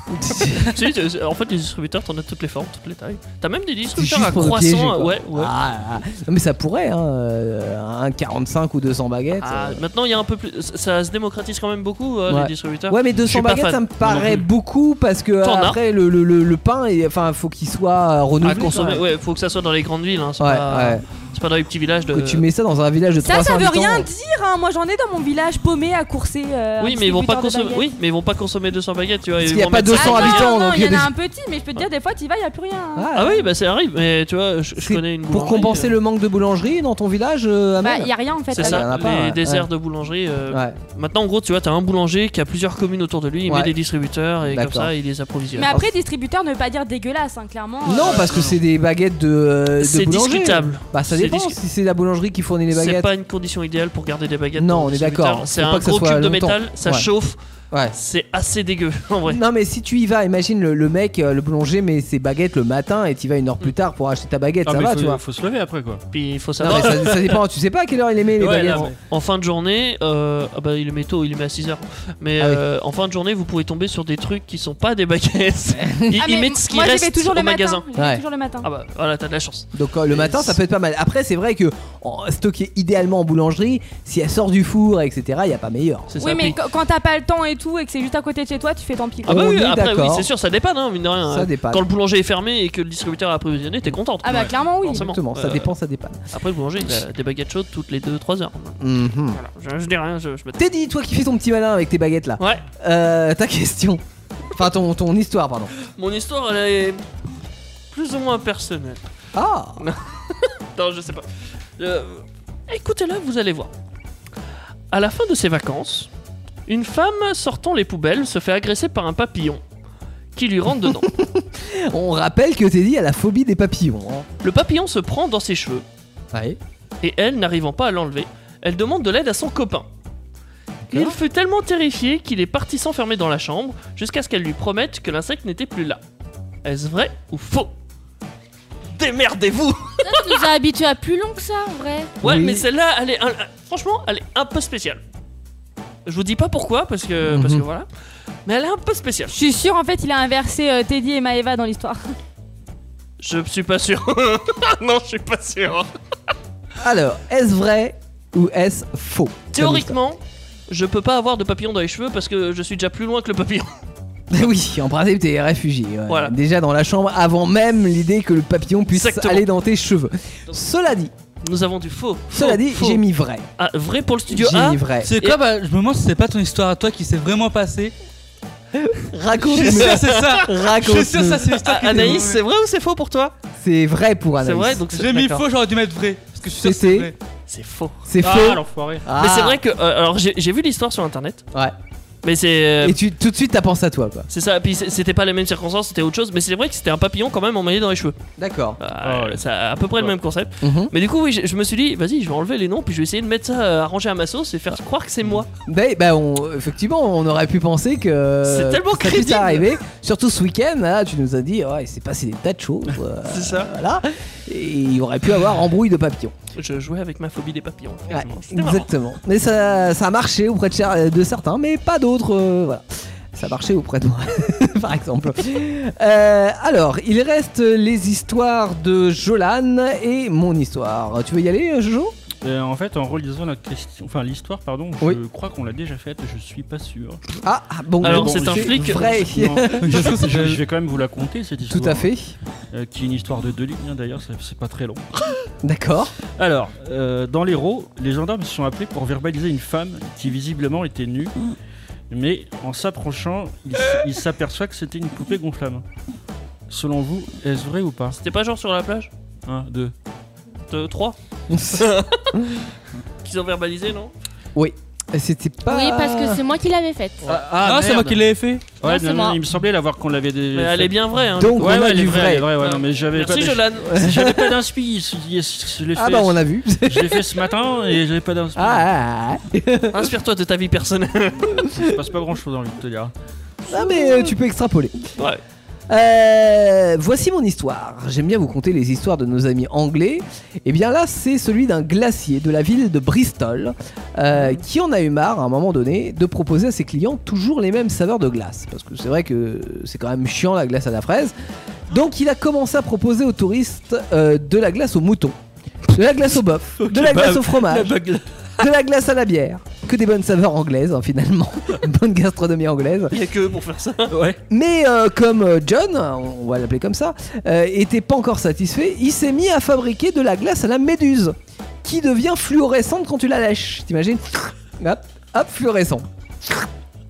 S7: [laughs] Si, tu- en fait, les distributeurs, t'en as toutes les formes, toutes les tailles. T'as même des
S5: C'est
S7: distributeurs
S5: juste
S7: à
S5: pour nous
S7: croissant.
S5: piéger, quoi.
S7: ouais, ouais.
S5: Ah, ah. Non, mais ça pourrait, hein, euh, un 45 ou 200 baguettes.
S7: Ah,
S5: euh.
S7: maintenant, il y a un peu plus. Ça, ça se démocratise quand même beaucoup, euh,
S5: Ouais.
S7: les distributeurs.
S5: Ouais, mais
S7: Je suis
S5: 200
S7: pas
S5: baguettes,
S7: fan.
S5: ça me
S7: Non
S5: paraît
S7: plus.
S5: beaucoup parce que
S7: T'en as
S5: après le, le, le, le pain, il- enfin, faut qu'il soit euh, renouvelé.
S7: À consommer, ouais, faut que ça soit dans les grandes villes. Hein, c'est
S5: Ouais,
S7: pas,
S5: ouais.
S7: c'est pas dans les petits villages de.
S5: Que tu mets ça dans un village de
S12: Ça,
S5: 300
S12: ça veut
S5: habitants.
S12: rien dire, hein. Moi, j'en ai dans mon village paumé à courser. euh,
S7: Oui,
S12: un
S7: mais ils vont pas
S12: distributeur de
S7: consommer. Oui, mais ils vont pas consommer 200 baguettes, tu vois.
S5: Parce
S7: ils
S5: qu'il y a
S7: vont
S5: pas
S7: mettre
S5: 200
S7: ça-
S12: baguettes.
S5: habitants,
S12: Non, non,
S5: donc
S12: il y en
S5: des-
S12: a un petit, mais je peux te dire, des fois, tu vas, il n'y a plus rien. hein.
S5: Ah,
S7: Ah oui, bah ça arrive. Mais tu vois, je, je
S5: C'est
S7: connais une.
S5: Pour
S7: boulangerie,
S5: compenser
S7: euh,
S5: le manque de boulangerie dans ton village, euh,
S12: Bah,
S5: Amel
S12: il n'y a rien en fait.
S7: C'est
S5: Ah,
S12: avec.
S5: bah, y en
S7: ça,
S5: a pas,
S7: les
S5: ouais.
S7: déserts
S5: Ouais.
S7: de boulangerie. euh,
S5: Ouais.
S7: Maintenant, en gros, tu vois, t'as un boulanger qui a plusieurs communes autour de lui, il
S5: Ouais.
S7: met des distributeurs et comme
S5: D'accord. Ah,
S7: ça, il les approvisionne.
S12: Mais après, distributeur ne veut pas dire dégueulasse, hein, clairement.
S5: Non, parce que c'est des baguettes de, euh, de
S7: C'est
S5: boulangerie.
S7: discutable.
S5: Bah, ça
S7: C'est
S5: dépend
S7: discu-
S5: si c'est la boulangerie qui fournit les
S7: C'est
S5: baguettes.
S7: pas une condition idéale pour garder des baguettes.
S5: Non,
S7: dans
S5: on
S7: le
S5: est
S7: distributeur.
S5: d'accord. Faut
S7: C'est
S5: pas
S7: un
S5: que ça
S7: gros
S5: soit
S7: cube de
S5: longtemps.
S7: métal, ça
S5: Ouais.
S7: chauffe.
S5: Ouais.
S7: C'est assez dégueu [laughs] en vrai.
S5: Non, mais si tu y vas, imagine le, le mec, euh, le boulanger met ses baguettes le matin et tu vas une heure plus tard pour acheter ta baguette,
S10: Ah,
S5: ça
S10: mais
S5: va,
S10: faut,
S5: tu vois.
S10: faut se lever après quoi.
S7: Puis il faut
S5: Non,
S7: savoir.
S5: mais ça,
S7: [laughs]
S5: ça dépend, tu sais pas à quelle heure il les met les
S10: Ouais,
S5: baguettes.
S10: là,
S7: en, en fin de journée, euh, ah bah, il le met tôt, il le met à 6h. Mais
S5: Ah oui.
S7: euh, en fin de journée, vous pouvez tomber sur des trucs qui sont pas des
S5: [laughs]
S7: baguettes. Ils,
S12: Ah,
S7: ils
S12: mais
S7: mettent ce qui
S12: moi, j'y vais
S7: reste
S12: toujours
S7: au
S12: le
S7: magasin.
S12: Matin. J'y vais
S5: Ouais.
S12: toujours le matin.
S7: Ah bah voilà, t'as de la chance.
S5: Donc euh, le matin, ça peut être pas mal. Après, c'est vrai que en- stocker idéalement en boulangerie, si elle sort du four, etc., il n'y a pas meilleur.
S7: C'est
S12: Oui,
S7: ça.
S12: mais
S7: Puis-
S12: quand quand t'as pas le temps et tout, et que c'est juste à côté de chez toi, tu fais tant pis.
S7: Ah bah
S5: on
S7: oui,
S5: est
S7: après oui,
S5: d'accord.
S7: c'est sûr, ça dépanne, hein, mine de rien.
S5: Ça
S7: Euh,
S5: dépanne.
S7: Quand le boulanger est fermé et que le distributeur a approvisionné, t'es contente.
S12: Ah bah
S7: Ouais.
S12: clairement, oui.
S7: Forcément.
S5: Exactement, ça
S7: Euh,
S5: dépend, ça dépend.
S7: Après, le boulanger, il a des baguettes chaudes toutes les 2-3 heures.
S5: Mhm.
S7: Voilà, je, je dis rien, je, je me tais.
S5: Teddy, toi qui fais ton petit malin avec tes baguettes là,
S7: Ouais,
S5: euh, ta question. Enfin, ton, ton histoire, pardon.
S7: mon histoire, elle est plus ou moins personnelle.
S5: Ah
S7: [laughs] Non, je sais pas. Euh, Écoutez-la, vous allez voir. À la fin de ses vacances, une femme sortant les poubelles se fait agresser par un papillon qui lui rentre
S5: [laughs]
S7: dedans.
S5: On rappelle que Teddy a la phobie des papillons. hein.
S7: Le papillon se prend dans ses cheveux
S5: Ouais.
S7: et elle, n'arrivant pas à l'enlever, elle demande de l'aide à son copain. Il fut tellement terrifié qu'il est parti s'enfermer dans la chambre jusqu'à ce qu'elle lui promette que l'insecte n'était plus là. Est-ce vrai ou faux Démerdez-vous
S9: Ça, tu nous as habitués à plus long que ça en vrai.
S7: [laughs] Ouais,
S5: Oui.
S7: mais celle-là, elle est un- franchement, elle est un peu spéciale. Je vous dis pas pourquoi, parce que, parce que
S5: Mhm.
S7: voilà. Mais elle est un peu spéciale.
S12: Je suis sûr en fait, il a inversé euh, Teddy et Maeva dans l'histoire.
S7: Je suis pas sûr. [laughs] non, je suis pas sûr.
S5: Alors, est-ce vrai ou est-ce faux
S7: Théoriquement, je peux pas avoir de papillon [laughs] dans les cheveux parce que je suis déjà plus loin que le papillon.
S5: [laughs] oui, en principe, t'es réfugié. ouais.
S7: Voilà.
S5: Déjà dans la chambre, avant même l'idée que le papillon puisse
S7: Exactement.
S5: aller dans tes cheveux. Cela dit,
S7: Nous avons du faux.
S5: Cela
S7: Faux,
S5: dit,
S7: faux.
S5: j'ai mis vrai.
S7: Ah, vrai pour le studio
S5: J'ai
S7: A
S5: mis vrai.
S13: C'est quoi bah, Je me demande si c'est pas ton histoire à toi qui s'est vraiment
S5: [laughs]
S13: passée.
S5: Raconte.
S13: Je suis sûr, c'est ça.
S5: Raconte.
S13: Je suis sûr, ça, c'est l'histoire qui
S7: Ah, Anaïs,
S13: t'est-
S7: c'est vrai ou c'est faux pour toi
S5: C'est vrai pour Anaïs.
S7: C'est vrai, donc
S13: J'ai mis faux, j'aurais dû mettre vrai. Parce que je suis sûr que
S5: C'était-
S13: c'est vrai. Ah,
S7: C'est faux.
S5: C'est faux. Ah.
S7: Mais c'est vrai que. euh, alors, j'ai j'ai vu l'histoire sur internet.
S5: Ouais.
S7: Mais c'est. euh,
S5: Et tu, tout de suite, t'as pensé à toi, quoi.
S7: C'est ça, puis c'est- c'était pas les mêmes circonstances, c'était autre chose, mais c'est vrai que c'était un papillon quand même emmêlé dans les cheveux.
S5: D'accord.
S13: Ah,
S7: c'est à peu près le même concept.
S5: Mhm.
S7: Mais du coup, oui, je, je me suis dit, vas-y, je vais enlever les noms, puis je vais essayer de mettre ça euh, arrangé à ma sauce et faire croire que c'est moi.
S5: Ben, ben, on- effectivement, on aurait pu penser que euh,
S7: C'est tellement
S5: ça puisse
S7: crédible.
S5: arriver. Surtout ce week-end, là, tu nous as dit, ouais, il s'est passé des tas de
S7: [laughs]
S5: choses. euh,
S7: C'est ça.
S5: Voilà. Et il aurait pu avoir embrouille de papillons.
S7: Je jouais avec ma phobie des papillons.
S5: Ouais,
S7: effectivement. C'était marrant.
S5: exactement. Mais ça, ça a marché auprès de, cher- euh, de certains, mais pas d'autres. euh, voilà. Ça a marché auprès de moi, [laughs] par exemple. Euh, alors, il reste les histoires de Jolan et mon histoire. Tu veux y aller, Jojo
S10: Euh, en fait, en relisant la question, enfin l'histoire, pardon, je
S5: Oui.
S10: crois qu'on l'a déjà faite. Je suis pas sûr.
S5: Ah, ah, bon, Alors, bon, c'est un c'est flic vrai. [laughs]
S10: Non, je,
S5: Je-
S10: je- je vais quand même vous la conter cette
S5: Tout
S10: histoire.
S5: à fait.
S10: Euh, qui est une histoire de deux lignes hein, d'ailleurs. c'est- C'est pas très long.
S5: [laughs] D'accord.
S10: Alors, euh, dans l'Hérault, les gendarmes se sont appelés pour verbaliser une femme qui visiblement était nue, mais en s'approchant, ils il s'aperçoivent que c'était une poupée gonflable. Selon vous, est-ce vrai ou pas
S7: C'était pas genre sur la plage Oh.
S10: 1, 2.
S7: 2,
S5: [laughs]
S7: 3 [laughs] Qu'ils ont verbalisé, non
S5: Oui. C'était pas.
S9: Oui, parce que c'est moi qui l'avais faite.
S10: Ah,
S13: c'est moi qui l'ai fait.
S10: Ouais,
S9: Non, c'est
S10: non, non,
S9: moi.
S10: il me semblait l'avoir qu'on l'avait déjà.
S7: Mais elle
S10: fait.
S7: est bien vraie, hein,
S10: Donc,
S7: du coup.
S10: ouais,
S7: on
S10: ouais,
S7: a
S10: elle
S7: du
S10: est
S7: vrai.
S10: vraie, elle est vraie, ouais, non, mais j'avais
S7: Merci,
S10: pas d'ins-
S7: Jolan.
S10: [laughs] J'avais pas d'inspi. je- je- je l'ai
S5: Ah
S10: fait-
S5: bah, on a vu.
S10: Je l'ai fait ce matin et j'avais pas d'inspi. [laughs]
S5: Ah, ah, ah.
S7: Inspire-toi de ta vie personnelle.
S10: Il se passe pas grand chose, envie de te dire.
S5: Ah, mais euh, tu peux extrapoler.
S7: Ouais.
S5: Euh, voici mon histoire. J'aime bien vous conter les histoires de nos amis anglais. Et bien là, c'est celui d'un glacier de la ville de Bristol euh, qui en a eu marre à un moment donné de proposer à ses clients toujours les mêmes saveurs de glace. Parce que c'est vrai que c'est quand même chiant la glace à la fraise. Donc il a commencé à proposer aux touristes euh, de la glace au mouton, de la glace au bœuf, de la glace au fromage, de la glace à la bière. Que des bonnes saveurs anglaises hein, finalement, [laughs] bonne gastronomie anglaise.
S7: Il y a que eux pour faire ça.
S10: Ouais.
S5: Mais euh, comme euh, John, on va l'appeler comme ça, euh, était pas encore satisfait, il s'est mis à fabriquer de la glace à la méduse, qui devient fluorescente quand tu la lèches. T'imagines [laughs] Hop, hop, fluorescent.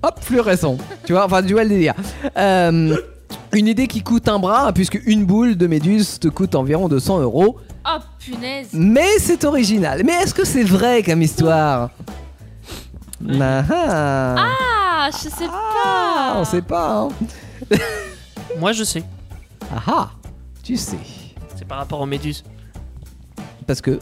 S5: Hop, fluorescent. Tu vois, enfin, du vois le délire. Euh, une idée qui coûte un bras, puisque une boule de méduse te coûte environ 200 euros.
S9: Oh punaise.
S5: Mais c'est original. Mais est-ce que c'est vrai comme histoire Ah, ah.
S9: Ah, je sais pas.
S5: Ah, on sait pas. Hein.
S7: [laughs] Moi, je sais.
S5: Ah ah, tu sais.
S7: C'est par rapport aux méduses.
S5: Parce que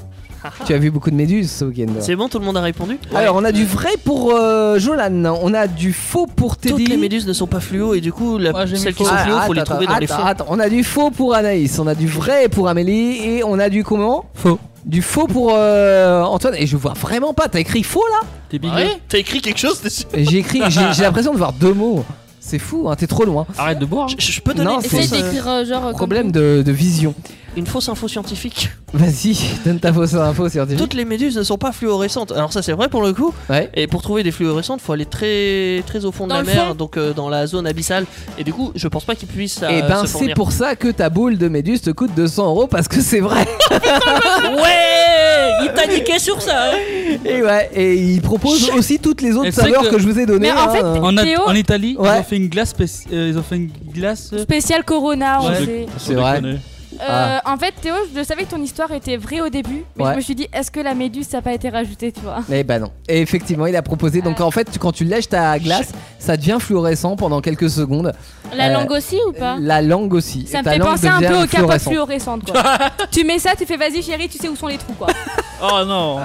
S5: tu as vu beaucoup de méduses ce week-end.
S7: C'est bon, tout le monde a répondu
S5: Alors, on a du vrai pour euh, Jolan, on a du faux pour Teddy.
S7: Toutes les méduses ne sont pas fluo et du coup, la-
S13: Ouais, j'ai mis
S7: celles qui
S13: faux.
S7: sont
S5: Ah,
S7: fluo, faut
S5: attends,
S7: les trouver
S5: attends,
S7: dans les
S5: attends,
S7: fonds.
S5: attends. on a du faux pour Anaïs, on a du vrai pour Amélie et on a du comment
S13: Faux.
S5: Du faux pour euh, Antoine. Et je vois vraiment pas, t'as écrit faux là
S10: T'es
S7: Ah Ouais, T'as écrit quelque chose dessus
S5: Et J'ai écrit, j'ai
S7: [laughs]
S5: j'ai l'impression de voir deux mots. C'est fou, hein, t'es trop loin.
S10: Arrête de boire.
S7: Je, je peux donner
S5: Non,
S7: une,
S9: Essaye
S7: fausse, euh,
S9: d'écrire euh, genre. comme
S5: Problème de, de vision.
S7: une fausse info scientifique.
S5: Vas-y, [laughs] donne ta fausse info scientifique.
S7: Toutes les méduses ne sont pas fluorescentes. Alors ça c'est vrai pour le coup.
S5: Ouais.
S7: Et pour trouver des fluorescentes, faut aller très très au fond de
S9: Dans
S7: la
S9: le
S7: mer,
S9: fond.
S7: donc euh, dans la zone abyssale. Et du coup, je pense pas qu'ils puissent. euh,
S5: Et ben
S7: se
S5: c'est
S7: fournir.
S5: pour ça que ta boule de méduse te coûte 200 euros parce que c'est vrai.
S7: [laughs] Ouais, il t'a niqué sur ça. hein.
S5: Et ouais, et il propose aussi toutes les autres
S13: Et c'est vrai
S5: saveurs que...
S13: que-
S5: je vous ai données.
S12: Mais en fait,
S5: hein.
S13: En, At-
S12: Théo-
S13: en Italie, ils
S5: Ouais.
S13: ont fait une glace. spéci- euh, ils ont fait une glace. euh,
S12: Spécial Corona, Ah, on
S13: Ouais.
S12: sait.
S7: Ah,
S5: c'est vrai. Ah.
S12: Euh, En fait, Théo, je savais que ton histoire était vraie au début, mais
S5: Ouais.
S12: je me suis dit, est-ce que la méduse, ça n'a pas été rajouté, tu vois
S5: Eh ben non. Et effectivement, il a proposé. Donc en fait, tu- quand tu lèches ta glace, ça devient fluorescent pendant quelques secondes.
S9: tout. La
S5: Euh,
S9: langue aussi ou pas
S5: La langue aussi.
S12: hein. Ça
S5: Et
S12: me
S5: ta
S12: fait
S5: langue
S12: penser un
S5: devient
S12: peu aux capotes
S5: fluorescente.
S12: fluorescentes, quoi.
S7: [laughs]
S12: tu mets ça, tu fais, vas-y, chérie, tu sais où sont les trous, quoi.
S10: Oh non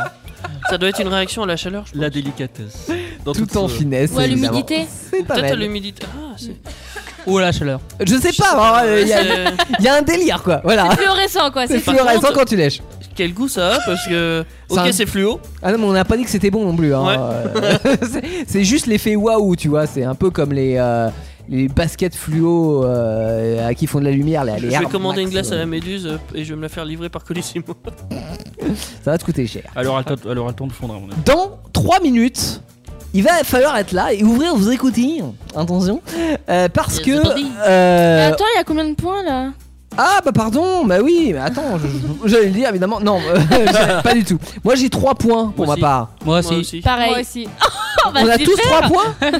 S7: Ça doit être une réaction à la chaleur. je-
S10: La délicatesse. Dans
S5: Tout
S10: toute
S7: euh,
S5: en
S10: sa-
S5: finesse.
S9: Ou à
S5: évidemment.
S9: l'humidité
S5: C'est pas
S7: Peut-être à
S5: mal.
S7: l'humidité. Ah, c'est-
S13: Ou à la chaleur.
S5: Je sais pas, hein, il y, a-
S7: c'est-
S5: y a un délire quoi. Voilà.
S9: Fluorescent quoi,
S5: C'est
S9: c'est
S7: par
S5: fluorescent
S7: contre-
S5: quand tu lèches.
S7: Quel goût ça a Parce que
S5: Ça
S7: ok,
S5: a-
S7: c'est fluo.
S5: Ah non, mais on n'a pas dit que c'était bon non plus. hein.
S7: Ouais.
S5: Euh, [laughs] c'est- c'est juste l'effet waouh, tu vois. C'est un peu comme les, euh, les baskets fluo euh, à qui font de la lumière. là,
S7: Je
S5: les
S7: vais
S5: Air
S7: commander
S5: Max,
S7: une glace à
S5: euh,
S7: la méduse euh, et je vais me la faire livrer par Colissimo.
S5: Ça va te coûter cher.
S10: Elle aura le temps- elle aura le temps de fondre à mon avis.
S5: Dans 3 minutes, il va falloir être là et ouvrir vos écoutilles. Attention. Euh, parce que.
S17: Mais
S5: euh,
S17: attends, il y a combien de points là
S5: ah bah pardon, bah oui, mais attends, je- je- j'allais le dire évidemment. Non, [laughs] euh, j'allais- pas du tout. Moi j'ai 3 points pour ma part.
S13: Moi aussi. Moi aussi.
S17: Pareil.
S12: Moi [laughs] aussi. Bah,
S5: On a tous 3 points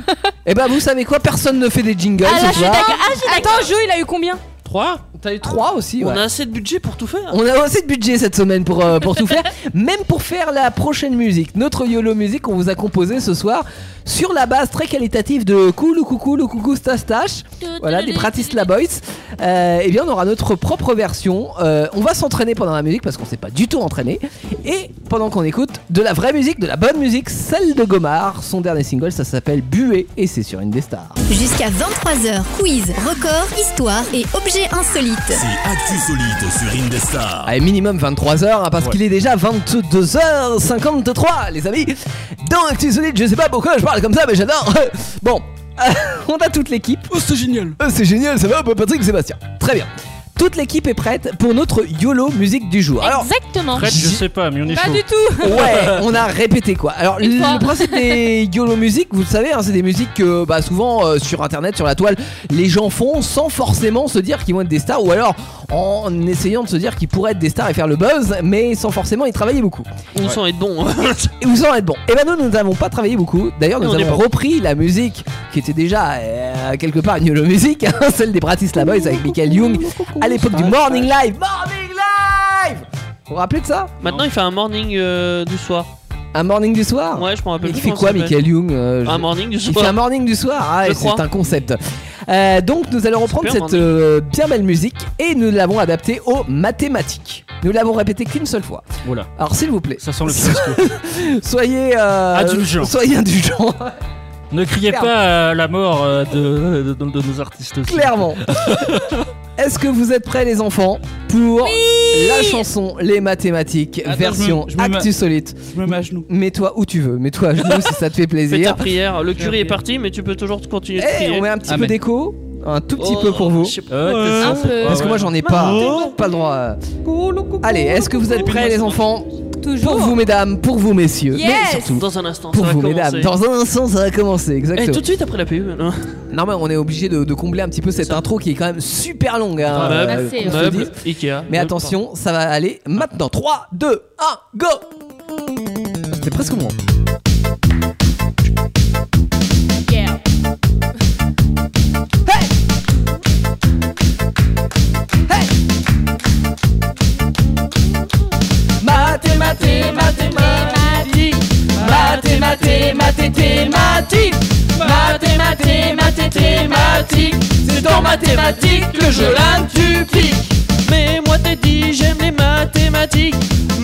S5: Et bah vous savez quoi, personne ne fait des jingles
S12: Ah, là,
S5: ce
S12: je suis
S5: soir.
S12: d'accord. Ah, je suis d'accord. Attends, Jo, il a eu combien
S7: 3
S5: T'as eu 3 aussi
S7: On
S5: ouais.
S7: a assez de budget pour tout faire.
S5: On a assez de budget cette semaine pour, euh, pour tout faire, [laughs] même pour faire la prochaine musique. Notre YOLO musique qu'on vous a composée ce soir sur la base très qualitative de Cool Coucou, le Coucou Stastache, voilà, des Bratislava Boys. Euh, eh bien, on aura notre propre version. Euh, on va s'entraîner pendant la musique parce qu'on s'est pas du tout entraîné. Et pendant qu'on écoute de la vraie musique, de la bonne musique, celle de Gomard, son dernier single, ça s'appelle Buée et c'est sur une des stars.
S2: Jusqu'à 23h, quiz, record, histoire et objets insolites.
S22: C'est Actu Solide sur Indestar.
S5: Allez, minimum 23h, hein, parce qu'il est déjà 22h53, les amis. Dans Actu Solide, je sais pas pourquoi je parle comme ça, mais j'adore. [laughs] Bon, on a toute l'équipe. Oh, c'est génial. c'est génial, ça va, Patrick Sébastien. Très bien. Toute l'équipe est prête pour notre YOLO musique du jour. Alors,
S17: Exactement.
S10: Prête, je sais pas, mais on est chaud.
S5: [laughs]
S7: [laughs]
S5: Ouais, on a répété quoi. Alors le,
S10: Une fois.
S5: le principe des YOLO musiques, vous le savez, hein, c'est des musiques que bah, souvent euh, sur internet, sur la toile, les gens font sans forcément se dire qu'ils vont être des stars ou alors en essayant de se dire qu'ils pourraient être des stars et faire le buzz, mais sans forcément y travailler beaucoup.
S7: On sent être bon.
S5: Et vous en êtes bon. Et ben nous, nous n'avons pas travaillé beaucoup. D'ailleurs, nous
S7: On est
S5: avons
S7: bon.
S5: repris la musique qui était déjà euh, quelque part une YOLO musique, hein, celle des Bratislava Boys avec Michael Young à l'époque du Morning Live. Morning Live Vous vous rappelez de ça
S7: Maintenant, il fait un morning euh, du soir.
S5: Un morning du soir
S7: Ouais, je me rappelle
S5: Il
S7: plus
S5: fait
S7: comment
S5: quoi,
S7: ça s'appelle.
S5: Michael Young Euh, je-
S7: Un morning du
S5: Il
S7: soir.
S5: fait un morning du soir. Ah,
S7: Je
S5: et
S7: crois.
S5: c'est un concept. Euh, donc, nous allons reprendre
S7: Super
S5: cette
S7: morning.
S5: euh, bien belle musique et nous l'avons adaptée aux mathématiques. Nous l'avons répété qu'une seule fois.
S10: Voilà.
S5: Alors, s'il vous plaît.
S10: Ça sent le fiasco.
S5: [laughs] soyez. euh,
S10: Indulgent.
S5: Soyez indulgents.
S10: Ah, Ne criez
S5: Clairement.
S10: pas à la mort euh, de, de- de- de nos artistes. aussi.
S5: Clairement. Est-ce que vous êtes prêts, les enfants, pour la chanson Les mathématiques,
S13: Attends,
S5: version
S13: je me- je me
S5: Actu
S13: mets-
S5: Solite
S13: Je me mets à genoux.
S5: Mets-toi où tu veux, mets-toi à genoux si ça te
S7: Fais
S5: fait
S7: ta
S5: plaisir.
S7: prière. Le curé est parti, mais tu peux toujours continuer de
S5: Eh,
S7: prier.
S5: on met un petit peu d'écho, un tout petit peu
S7: Oh,
S5: pour vous.
S7: Euh, t'es censé-
S5: Parce que
S7: Ouais,
S5: moi
S7: ouais.
S5: j'en ai pas, pas le droit. euh. Allez, est-ce que vous êtes prêts les enfants Pour vous mesdames, pour vous messieurs, mais surtout
S7: Dans un instant,
S5: pour
S7: ça
S5: vous
S7: va commencer.
S5: mesdames. Dans un instant ça va commencer, exactement.
S7: Eh, tout de suite après la pub. non
S5: Non mais on est obligé de, de combler un petit peu cette intro qui est quand même super longue. hein,
S7: Ah,
S5: euh,
S7: meuble,
S5: qu'on se le
S7: meuble,
S5: dise.
S7: Ikea.
S5: Mais attention, ça va aller maintenant. 3, 2, 1,
S17: Ah,
S5: go C'est presque bon.
S17: Yeah.
S5: Mathématiques,
S17: mathématiques, mathématiques, mathématiques, mathématiques, mathématiques,
S7: c'est dans mathématiques le jeu là tu piques. Mais moi t'es dit j'aime les mathématiques.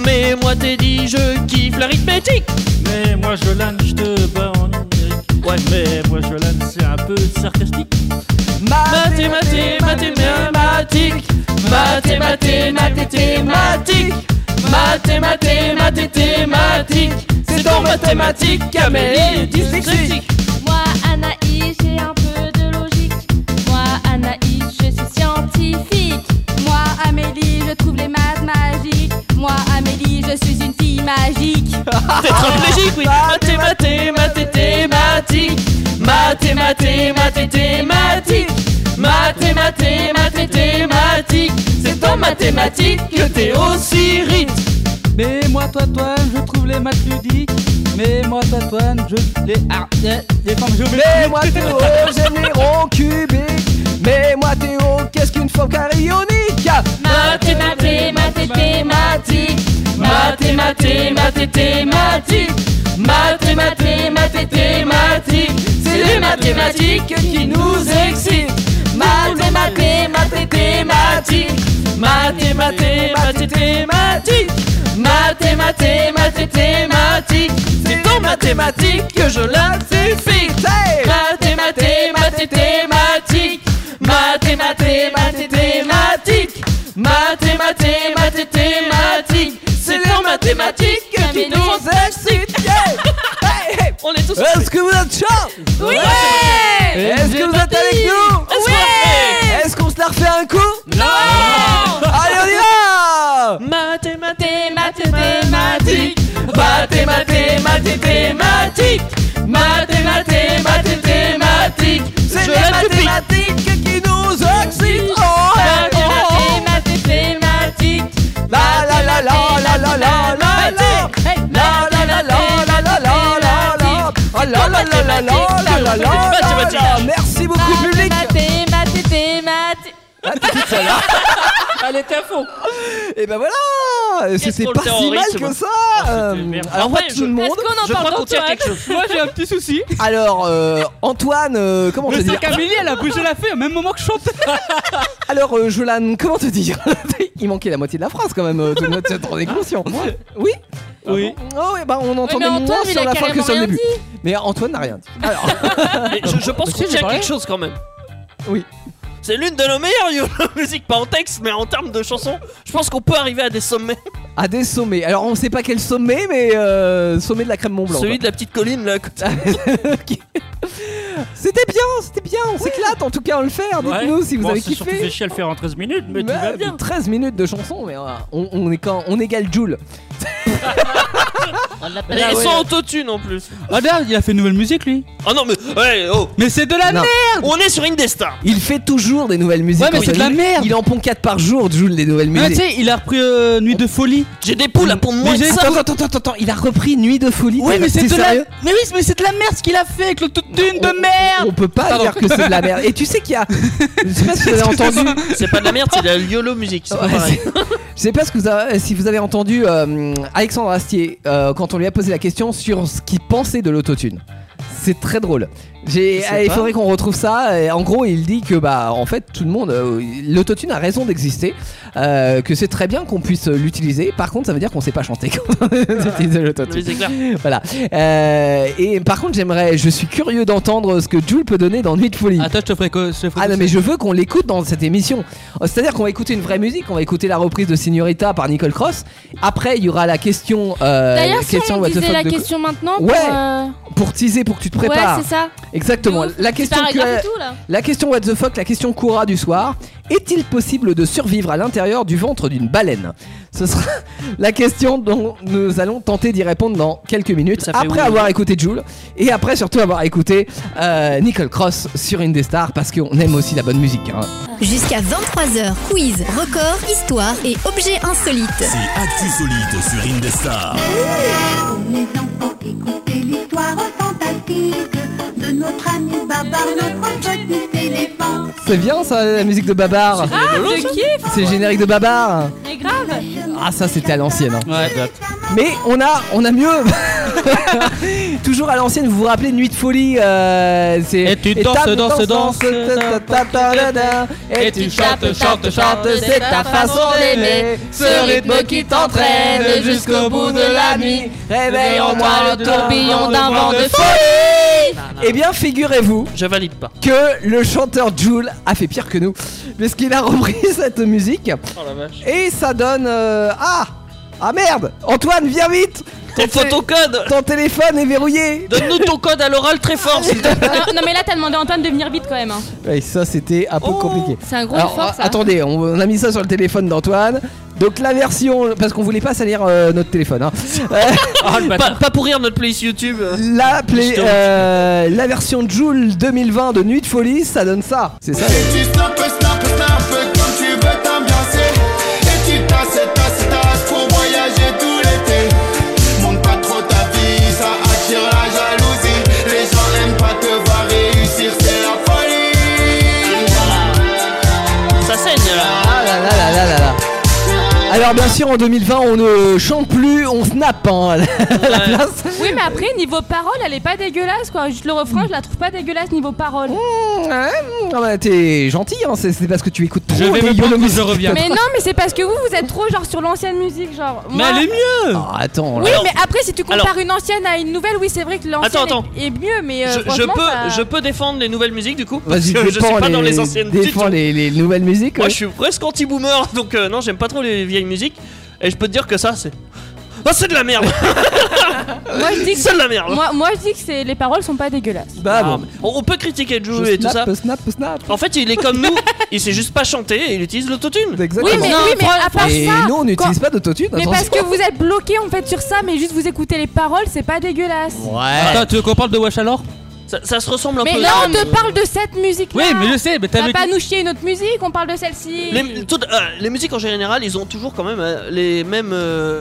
S7: Mais moi t'es dit je kiffe l'arithmétique.
S10: Mais moi je l'âme, je te bats en numérique. Ouais, mais moi je l'âme, c'est un peu sarcastique.
S7: Mathématiques, mathématiques, mathématiques, mathématiques, mathématiques, mathématiques, c'est dans mathématiques qu'Amélie est dyslexique.
S17: Moi Anaïs, j'ai un peu de logique. Moi Anaïs, je suis scientifique.
S12: Moi, Amélie, je trouve les maths magiques. Moi, Amélie, je suis une fille magique.
S7: Ah, Tétraplégique, oui. Mathématiques, mathématiques, mathématiques, mathématiques, mathématiques, mathématiques, c'est dans mathématiques que t'es aussi riche.
S13: Mais moi, toi, toi, je trouve les maths ludiques. Mais moi, toi, toi, je les. Ah, les,
S5: Eh,
S13: les formes géométriques. [laughs]
S5: Mais moi Théo, j'aime les ronds cubiques. Mais moi Théo, qu'est-ce qu'une forme carionique
S17: Mathématiques, mathématiques, mathématiques, mathématiques, mathématiques, mathématiques, c'est les mathématiques qui nous excitent. Mathématiques, mathématiques, mathématiques, mathématiques, mathématiques, mathématiques, c'est en mathématiques que je l'insuffite. Mathématiques, mathématiques, mathématiques, mathématiques, mathématiques, mathématiques, c'est en mathématiques que nous excitent.
S7: On est tous
S5: Est-ce que vous êtes chaud
S17: Oui
S5: Est-ce que vous êtes avec nous
S17: Ouais
S5: Est-ce qu'on se la refait un coup
S7: Non
S5: Allez, on y va
S7: Mathématiques,
S17: mathématiques,
S7: mathématiques, mathématiques, mathématiques,
S17: Mathématiques, mathématiques, c'est
S5: Je
S17: les
S5: la supplie.
S17: mathématiques qui nous
S5: oxydent.
S17: Oh, mathématiques, mathématiques, la la la la la la la la la la la la la la la la Ah, la
S5: Oh là là là là là là là là là là. Merci beaucoup public
S9: Mathématiques,
S17: Ah, hein.
S5: [laughs] Elle était à fond Et ben voilà C'était pas si mal que ça
S13: Oh,
S5: Euh, Alors on voit tout le monde
S7: Je crois qu'on tire quelque chose.
S13: Moi j'ai un petit souci.
S5: [laughs] Alors euh, Antoine, euh, comment
S13: Le
S5: te dire
S13: sac à Amélie, elle a bougé la feuille au même moment que je chante.
S5: [laughs] Alors euh, Jolan, comment te dire [laughs] Il manquait la moitié de la phrase quand même, euh, tout le monde t'en est conscient. Oui
S13: Oui.
S5: Oh, et ben on entendait
S9: mais Antoine,
S5: moins
S9: il
S5: sur
S9: a
S5: la fin que
S9: carrément
S5: sur le
S9: rien
S5: début.
S9: dit.
S5: Mais Antoine n'a rien dit. Alors,
S7: Mais je, je pense
S5: Mais si,
S7: qu'on
S5: j'ai
S7: tient
S5: parlé.
S7: quelque chose quand même.
S5: Oui.
S7: C'est l'une de nos meilleures [laughs] YOLO musique, pas en texte, mais en termes de chansons. Je pense qu'on peut arriver à des sommets.
S5: à des sommets. Alors on sait pas quel sommet, mais euh, sommet de la crème Mont Blanc.
S7: Celui
S5: quoi.
S7: de la petite colline là. à
S5: Ah,
S7: côté.
S5: C'était bien, c'était bien, on s'éclate en tout cas à le faire. Dites-nous si vous
S10: Bon,
S5: avez
S10: c'est surtout
S5: kiffé.
S10: fait chier à le faire en 13 minutes, mais
S5: Bah,
S10: tu vas bien.
S5: 13 minutes de chanson, mais euh, on, on est quand on égale Joule.
S7: Et
S13: Ah
S7: ils
S13: ouais.
S7: sont autotune en plus.
S5: Ah,
S13: Regarde, il a fait une nouvelle musique lui.
S7: Oh non mais ouais oh.
S13: Mais c'est de la
S5: Non.
S13: merde
S7: On est sur Indestar.
S5: Il fait toujours des nouvelles musiques.
S13: Ouais, mais
S5: Anthony.
S13: c'est de la merde.
S5: Il en pond 4 par jour, Joule, des nouvelles
S13: Mais tu
S5: musiques.
S13: sais, il a repris euh, Nuit de folie.
S7: J'ai des poules à pondre moins de
S13: Déjà,
S7: ça.
S5: Attends, attends, attends, attends, il a repris Nuit de folie.
S13: Oui,
S5: t'es-
S13: mais c'est
S5: t'es
S13: de la.
S5: sérieux
S13: Mais oui, mais c'est de la merde ce qu'il a fait avec le tout d'une de merde.
S5: On peut pas
S13: Pardon.
S5: dire que c'est de la merde. Et tu sais
S13: [laughs]
S5: qu'il y a. Je sais pas [laughs] si vous avez entendu.
S7: C'est pas de la merde, c'est de la YOLO musique. C'est pas
S5: Ouais,
S7: pareil.
S5: Je sais pas ce que vous avez- si vous avez entendu euh, Alexandre Astier euh, quand on lui a posé la question sur ce qu'il pensait de l'autotune. C'est très drôle. J'ai,
S7: Je sais
S5: eh, il
S7: pas.
S5: faudrait qu'on retrouve ça. Et en gros, il dit que bah en fait tout le monde, euh, l'autotune a raison d'exister, euh, que c'est très bien qu'on puisse l'utiliser. Par contre, ça veut dire qu'on sait pas chanter [laughs] quand on utilise
S7: Oui, c'est
S5: l'autotune.
S7: clair.
S5: Voilà. Euh, et par contre, j'aimerais, je suis curieux d'entendre ce que Jules peut donner dans Nuit de folie.
S13: Attends, je te ferai quoi je te ferai
S5: Ah non
S13: quoi-
S5: mais je veux qu'on l'écoute dans cette émission. Euh, C'est-à-dire qu'on va écouter une vraie musique, on va écouter la reprise de Signorita par Nicole Cross. Après il y aura la question. euh,
S9: D'ailleurs, si
S5: question
S9: on
S5: what the
S9: disait
S5: fuck
S9: la
S5: de-
S9: question maintenant,
S5: Ouais.
S9: pour, euh,
S5: Pour teaser, pour que tu te
S9: ouais,
S5: prépares.
S9: c'est ça.
S5: Exactement.
S9: De ouf.
S5: La
S9: Petit
S5: question que-
S9: paragraphe et tout, là.
S5: la question what the fuck, la question Koura du soir. Est-il possible de survivre à l'intérieur du ventre d'une baleine Ce sera [laughs] la question dont nous allons tenter d'y répondre dans quelques minutes
S7: Ça fait
S5: après
S7: oui.
S5: avoir écouté Jules et après surtout avoir écouté euh, Nicole Cross sur Indestar parce qu'on aime aussi la bonne musique. hein.
S9: Ah.
S2: Jusqu'à 23h, quiz, record, histoire et objets insolites.
S1: C'est Actu Solide sur Indestar.
S23: On est enfants, écoutez l'histoire fantastique de notre ami Babar, notre petit éléphant.
S5: C'est bien ça la musique de Babar.
S12: Ah, je kiffe
S5: C'est le générique de Babar.
S12: Mais grave
S5: Ah ça c'était à l'ancienne. hein.
S13: Ouais,
S5: Mais on a on a mieux. Toujours à l'ancienne, vous vous rappelez Nuit de folie euh, c'est
S13: Et tu danses,
S5: tape,
S13: danses, danses,
S5: ta, ta, ta, ta, ta, Et tu chantes, chantes, chantes, c'est ta façon d'aimer. Ce rythme qui t'entraîne jusqu'au bout de la nuit. Réveille en moi le tourbillon d'un vent de folie. Eh bien, figurez-vous
S7: Je valide pas.
S5: que le chanteur Joule a fait pire que nous, puisqu'il a repris [laughs] cette musique.
S7: Oh la vache.
S5: Et ça donne. euh, Ah Ah merde Antoine, viens vite
S7: Ton faut ton code.
S5: Ton téléphone est verrouillé
S7: Donne-nous ton code à l'oral très fort. s'il te plaît.
S12: [laughs] non, non, mais là, t'as demandé à Antoine de venir vite quand même. hein.
S5: [laughs] Et ça, c'était un peu compliqué.
S12: Oh, C'est un gros
S5: Alors,
S12: effort,
S5: a-
S12: ça.
S5: attendez, on, on a mis ça sur le téléphone d'Antoine. Donc la version. Parce qu'on voulait pas salir euh,
S7: [laughs]
S5: notre téléphone. hein.
S7: Ah, le bâtard. pas, pas pour rire notre playlist YouTube. euh.
S5: La, play-
S7: Je te-
S5: euh, la version Joule 2020 de Nuit de Folie, ça donne ça. C'est
S7: [laughs]
S5: ça.
S24: Et tu snappes, snappes, snappes comme tu veux t'ambiancer Et tu tasses, tasses, tasses pour voyager tout l'été Montre pas trop ta vie, ça attire la jalousie Les gens n'aiment pas te voir réussir, c'est la folie
S7: Ça saigne là.
S5: Ah là là là là là là. Alors bien sûr en 2020 on ne chante plus, on snap hein, [laughs] à la- à la
S7: Ouais.
S5: place.
S12: Oui, mais après, niveau parole, elle est pas dégueulasse quoi. Juste le refrain, je la trouve pas dégueulasse niveau parole.
S5: Ah bah, T'es gentil, hein, c'est c'est parce que tu écoutes trop
S13: Je vais
S5: de
S13: me prendre,
S5: Yolo
S13: je reviens.
S12: Mais non, mais c'est parce que vous, vous êtes trop genre sur l'ancienne musique, genre.
S13: Mais
S12: Moi-
S13: elle est mieux
S5: Ah, attends, là.
S12: Oui,
S7: Alors-
S12: mais après, si tu compares
S7: alors-
S12: une ancienne à une nouvelle, oui, c'est vrai que l'ancienne
S7: Attends, attends.
S12: est, est mieux, mais euh,
S7: Je, je
S12: franchement,
S7: peux,
S12: ça-
S7: je peux défendre les nouvelles musiques du coup. parce
S5: Vas-y,
S7: que je suis
S5: défends,
S7: pas
S5: les...
S7: dans les anciennes du
S5: défends
S7: tout.
S5: les, les nouvelles musiques.
S7: Moi
S5: ouais.
S7: je suis presque anti-boomer [laughs] donc euh, non j'aime pas trop les vieilles musiques et je peux te dire que ça c'est. Ah c'est de la merde
S12: [laughs] Moi je dis que
S7: C'est de la merde.
S12: Moi, moi, je dis que c'est- les paroles sont pas dégueulasses.
S5: Bah
S7: bon. On on peut critiquer le jeu
S5: Je
S7: et tout ça.
S5: snap, snap, snap.
S7: En fait, il est comme
S5: [laughs]
S7: nous, il sait juste pas chanter et il utilise l'autotune.
S5: Exactement.
S12: mais- oui, mais à part
S5: Et
S12: ça,
S5: nous, on n'utilise pas d'autotune.
S12: Mais
S5: attention.
S12: parce que vous êtes bloqué en fait sur ça, mais juste vous écoutez les paroles, c'est pas dégueulasse.
S13: Attends, tu veux qu'on parle de Wesh alors
S7: ça, ça se ressemble un
S12: Mais
S7: peu.
S12: là, on te parle de cette musique là.
S13: Oui, mais je sais, mais t'as
S12: T'as
S13: vu.
S12: pas nous chier une autre musique, on parle de celle-ci.
S7: les, toutes, euh, les musiques en général, ils ont toujours quand même euh, les mêmes euh,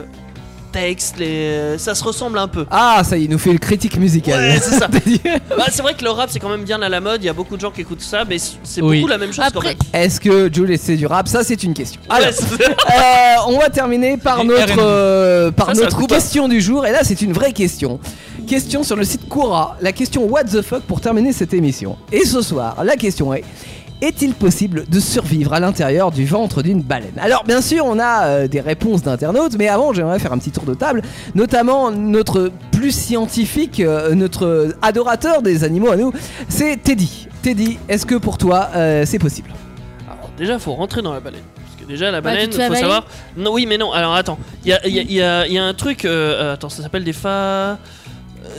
S7: textes, les... euh, ça se ressemble un peu.
S5: Ah, ça y est, il nous fait une critique musicale.
S7: Ouais,
S5: [laughs]
S7: c'est ça. Bah, c'est vrai que le rap c'est quand même bien à la mode, il y a beaucoup de gens qui écoutent ça, mais c- c'est
S5: Oui.
S7: beaucoup la même chose quand même.
S5: Est-ce que Jules c'est du rap Ça, c'est une question. Alors,
S7: Ouais, c'est-
S5: [laughs] euh, on va terminer par
S7: Du
S5: notre,
S7: R&B.
S5: euh, par
S7: Ça, hein. c'est un
S5: notre
S7: coup bas.
S5: question du jour. Et là, c'est une vraie question. Question sur le site Quora. La question What the fuck pour terminer cette émission. Et ce soir, la question est. Est-il possible de survivre à l'intérieur du ventre d'une baleine Alors bien sûr, on a euh, des réponses d'internautes, mais avant, j'aimerais faire un petit tour de table, notamment notre plus scientifique, euh, notre adorateur des animaux à nous, c'est Teddy. Teddy, est-ce que pour toi, euh, c'est possible
S7: Déjà, faut rentrer dans la baleine. Parce que déjà, la
S5: Bah,
S7: baleine,
S5: tu te
S7: faut
S5: réveilles.
S7: savoir. Non, oui, mais non. Alors, attends. Il y a, il y a- il y a- il y a un truc. euh, attends, ça s'appelle des fa. euh,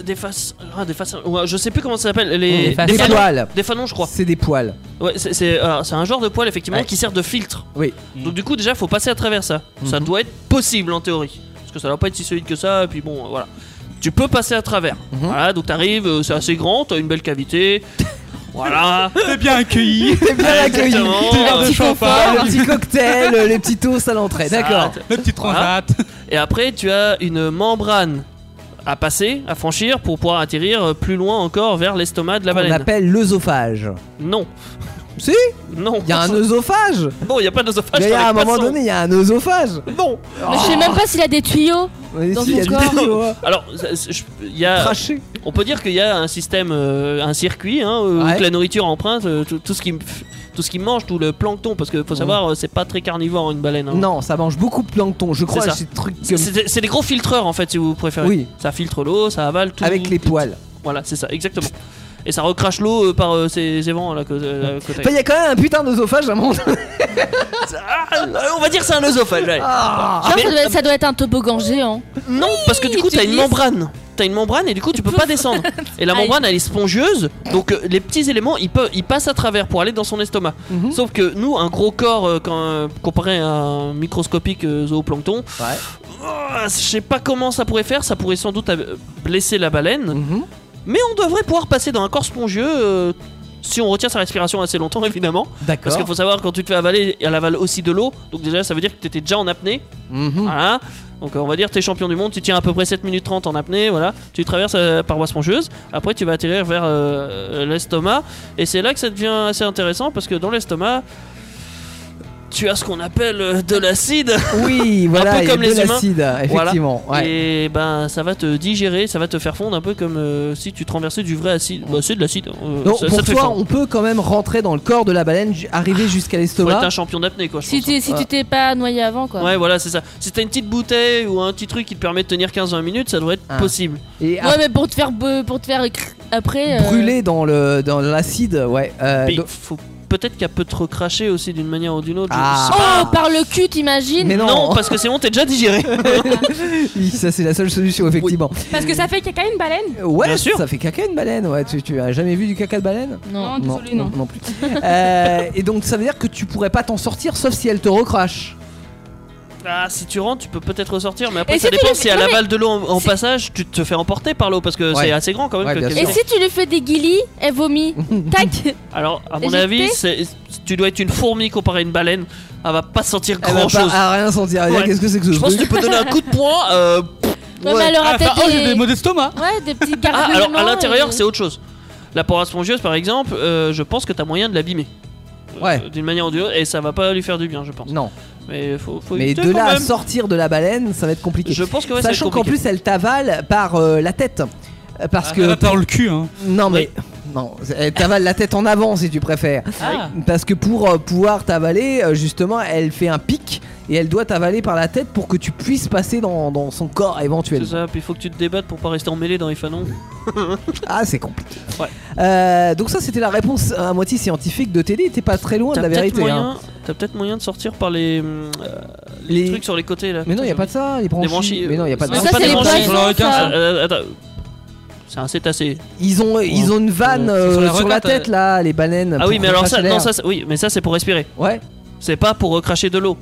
S7: Des faces. ah, des faces. ouais, je sais plus comment ça s'appelle. Les...
S5: Des
S7: fanons.
S5: poils.
S7: Des fanons, je crois.
S5: C'est des poils.
S7: Ouais, c'est c'est- alors, c'est un genre de poil, effectivement, qui sert de filtre.
S5: Oui. Mhm.
S7: Donc, du coup, déjà, faut passer à travers ça. Ça doit être possible en théorie. Parce que ça doit pas être si solide que ça. Et puis, bon, euh, voilà. Tu peux passer à travers.
S5: Mhm.
S7: Voilà, donc t'arrives, euh, c'est assez grand, t'as une belle
S5: [laughs]
S7: cavité. voilà.
S13: T'es bien accueilli.
S5: T'es bien accueilli.
S7: Exactement. [laughs]
S5: le petit cocktail, les petits toasts à l'entrée. D'accord.
S7: Le petit transat. Et après, tu as une membrane à passer, à franchir pour pouvoir atterrir euh, plus loin encore vers l'estomac de la
S5: On
S7: baleine.
S5: appelle l'œsophage.
S7: Non.
S5: Si
S7: Non.
S5: Il y a un œsophage
S7: Non, il y a pas d'œsophage.
S5: Mais il y
S7: dans
S5: a
S7: les
S5: un moment
S7: poissons.
S5: donné, il y a un œsophage. Bon.
S9: Mais je sais même pas s'il a des tuyaux
S5: Mais
S9: dans
S5: si, il y a
S9: son
S5: des
S9: corps.
S5: tuyaux, ouais.
S7: Alors, ça- ça- je- il y a.
S5: Craché.
S7: On peut dire qu'il y a un système, euh, un circuit, hein, où
S5: Ouais.
S7: que la nourriture emprunte euh, tout, tout ce qui. Tout ce qui mange, tout le plancton, parce que faut savoir, euh, c'est pas très carnivore une baleine. hein.
S5: Mm. Non, ça mange beaucoup de plancton. Je crois
S7: C'est
S5: que
S7: ça.
S5: c'est des trucs
S7: C'est-
S5: comme-
S7: C'est des- c'est des gros filtreurs en fait, si vous préférez.
S5: Oui.
S7: Ça filtre l'eau, ça avale tout.
S5: avec les poils.
S7: Voilà, c'est ça, exactement. Et ça recrache l'eau euh, par euh, ces évents là que, euh, que t'as.
S5: Enfin, il y a quand même un putain d'œsophage à un moment
S7: [laughs]
S5: donné.
S7: Ah, on va dire c'est un œsophage. allez.
S5: Ah.
S9: Genre,
S7: Mais-
S9: ça, doit être, ça doit être un toboggan géant.
S7: Non, parce que du coup, t'as une membrane. T'as une membrane et du coup, tu
S12: [laughs]
S7: peux pas descendre. [laughs] Et la
S9: Aïe.
S7: membrane, elle est spongieuse, donc euh, les petits éléments, ils, peuvent, ils passent à travers pour aller dans son estomac. Sauf que nous, un gros corps, euh, quand, euh, comparé à un microscopique euh, zooplancton, ah, je sais pas comment ça pourrait faire, ça pourrait sans doute euh, blesser la baleine, mais on devrait pouvoir passer dans un corps spongieux. euh, si on retient sa respiration assez longtemps, [laughs] évidemment.
S5: D'accord.
S7: Parce qu'il faut savoir, quand tu te fais avaler, elle avale aussi de l'eau. Donc, déjà, ça veut dire que tu étais déjà en apnée.
S5: Mhm.
S7: Voilà. Donc, euh, on va dire, tu es champion du monde, tu tiens à peu près 7 minutes 30 en apnée. Voilà. Tu traverses euh, la paroi spongieuse. Après, tu vas atterrir vers euh, l'estomac. Et c'est là que ça devient assez intéressant parce que dans l'estomac. Tu as ce qu'on appelle euh, de l'acide. [laughs]
S5: Oui,
S7: un
S5: voilà,
S7: peu
S5: il y a
S7: comme
S5: de
S7: les humains.
S5: l'acide, effectivement,
S7: Voilà.
S5: ouais.
S7: Et ben, ça va te digérer, ça va te faire fondre un peu comme euh, si tu traversais du vrai acide. Bah, c'est de l'acide. euh,
S5: Donc
S7: ça, ça
S5: pour
S7: te fait
S5: toi,
S7: fondre.
S5: on peut quand même rentrer dans le corps de la baleine, ju- arriver jusqu'à
S7: Faut être
S5: l'estomac.
S7: un champion d'apnée, quoi. je
S9: Si
S7: pense. hein.
S9: tu si tu t'es pas noyé avant, quoi.
S7: Ouais, voilà, c'est ça. Si t'as une petite bouteille ou un petit truc qui te permet de tenir 15-20 minutes, ça devrait être
S9: Ah.
S7: possible.
S5: Et
S9: Ouais, mais pour te faire, be- pour te faire cr- après. euh,
S5: brûler dans le dans l'acide, ouais. euh,
S7: Mais
S5: donc-
S7: faut peut-être qu'elle peut te recracher aussi d'une manière ou d'une autre. je
S5: Ah.
S7: sais pas.
S9: Oh, par le cul, t'imagines
S5: Mais non.
S7: Non, parce que sinon t'es déjà digéré.
S5: [laughs] Oui, ça c'est la seule solution effectivement.
S12: Parce que ça fait caca une baleine
S5: Ouais, ça fait caca une baleine. Ouais, tu, tu as jamais vu du caca de baleine
S12: Non. Non, désolé, non.
S5: plus. Euh, et donc ça veut dire que tu pourrais pas t'en sortir sauf si elle te recrache.
S7: Ah, si tu rentres, tu peux peut-être ressortir, mais
S9: Et
S7: après
S9: si
S7: ça
S9: tu
S7: dépend
S9: lui-
S7: si elle
S9: non, mais
S7: avale de l'eau en, en passage, tu te fais emporter par l'eau parce que
S5: Ouais.
S7: c'est assez grand quand même.
S5: Ouais,
S7: que
S5: bien
S9: Et
S7: quelqu'un-
S9: si tu lui fais des guillis, elle
S5: [laughs]
S9: vomit. Tac
S7: Alors, à mon
S9: Éjecté
S7: avis, c'est- tu dois être une fourmi comparée à une baleine. Elle va pas sentir
S5: Elle va
S7: grand chose.
S5: pas à rien sentir.
S7: Ouais.
S5: Qu'est-ce que c'est que ce
S7: Je pense que
S5: truc
S7: tu peux donner un coup de poing. euh, pff,
S9: Ouais, mais elle aura
S13: Ah, enfin,
S9: peut-être
S13: oh,
S9: des...
S13: j'ai des maux d'estomac.
S9: Ouais, des petits
S7: Ah,
S9: gargouillements.
S7: alors à l'intérieur,
S9: et-
S7: c'est autre chose. La pora spongieuse, par exemple, euh, je pense que t'as moyen de l'abîmer.
S5: Ouais.
S7: Euh, D'une manière ou d'une autre, et ça va pas lui faire du bien, je pense.
S5: Non.
S7: Mais faut, faut
S5: Mais
S7: éviter
S5: de
S7: quand
S5: là à
S7: même.
S5: sortir de la baleine, ça va être compliqué.
S7: Je pense que ouais, ça va être
S5: Sachant qu'en
S7: compliqué.
S5: plus elle t'avale par euh, la tête. Euh, Parce
S13: Ah,
S5: que
S13: elle va par le cul, hein.
S5: Non mais non, elle t'avale la tête en avant si tu préfères.
S13: Ah.
S5: Parce que pour euh, pouvoir t'avaler, euh, justement, elle fait un pic et elle doit t'avaler par la tête pour que tu puisses passer dans, dans son corps
S7: C'est
S5: éventuellement.
S7: ça, puis faut que tu te débattes pour pas rester emmêlé dans les
S5: [laughs]
S7: fanons.
S5: Ah, c'est compliqué.
S7: Ouais.
S5: Euh, donc ça, c'était la réponse à moitié scientifique de Teddy. T'es pas très loin de
S7: T'as
S5: la
S7: peut-être
S5: vérité.
S7: moyen
S5: hein.
S7: T'as peut-être moyen de sortir par les, euh, les, trucs sur les côtés là.
S5: Mais non, y a pas de ça, les branchies. Mais non, y a pas de
S7: Non,
S5: ça. Ça, c'est
S7: des
S5: les
S7: branchies.
S5: poissons,
S7: Non, attends,
S5: ça.
S7: euh, attends. C'est un cétacé.
S5: Ils ont, ils ont une vanne
S7: Ouais.
S5: euh,
S7: Sur
S5: sur,
S7: la
S5: la
S7: retraite,
S5: tête
S7: euh.
S5: là, les baleines.
S7: Ah
S5: pour
S7: oui, mais alors
S5: recracher
S7: ça,
S5: l'air.
S7: non, ça, c'est- oui, mais ça c'est pour respirer.
S5: Ouais.
S7: C'est pas pour recracher de l'eau.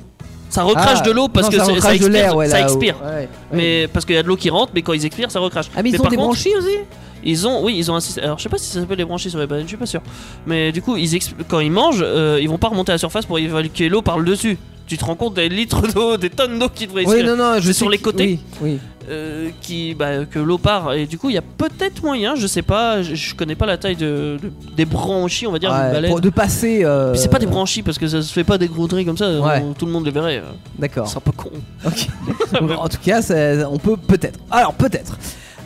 S7: Ça recrache
S5: Ah,
S7: de l'eau parce
S5: non,
S7: que
S5: ça
S7: c'est-
S5: recrache de
S7: expire.
S5: l'air, ouais,
S7: ça
S5: là,
S7: expire.
S5: ouais, ouais.
S7: Mais parce qu'il y a de l'eau qui rentre, mais quand ils expirent, ça recrache.
S5: Ah, mais ils ont
S7: par
S5: des
S7: contre,
S5: branchies aussi
S7: Ils ont, oui, ils ont un système. Alors je sais pas si ça s'appelle les branchies sur les baleines, je suis pas sûr. Mais du coup, ils exp- quand ils mangent, euh, ils vont pas remonter à la surface pour évacuer l'eau par le dessus. Tu te rends compte des litres d'eau, des tonnes d'eau qui devraient
S5: Oui,
S7: expirer.
S5: non, non, je
S7: C'est
S5: sais
S7: sur les
S5: que-
S7: côtés
S5: Oui, oui.
S7: euh, qui bah, que l'eau part et du coup il y a peut-être moyen je sais pas je, je connais pas la taille de, de- des branchies on va dire
S5: Ouais,
S7: d'une baleine.
S5: pour- de passer. euh,
S7: Puis c'est pas des branchies parce que ça se fait pas des gros traits comme ça on- tout le monde les verrait euh.
S5: D'accord.
S7: c'est un peu con [laughs]
S5: Bon, en tout cas, ça- on peut peut-être. Alors peut-être.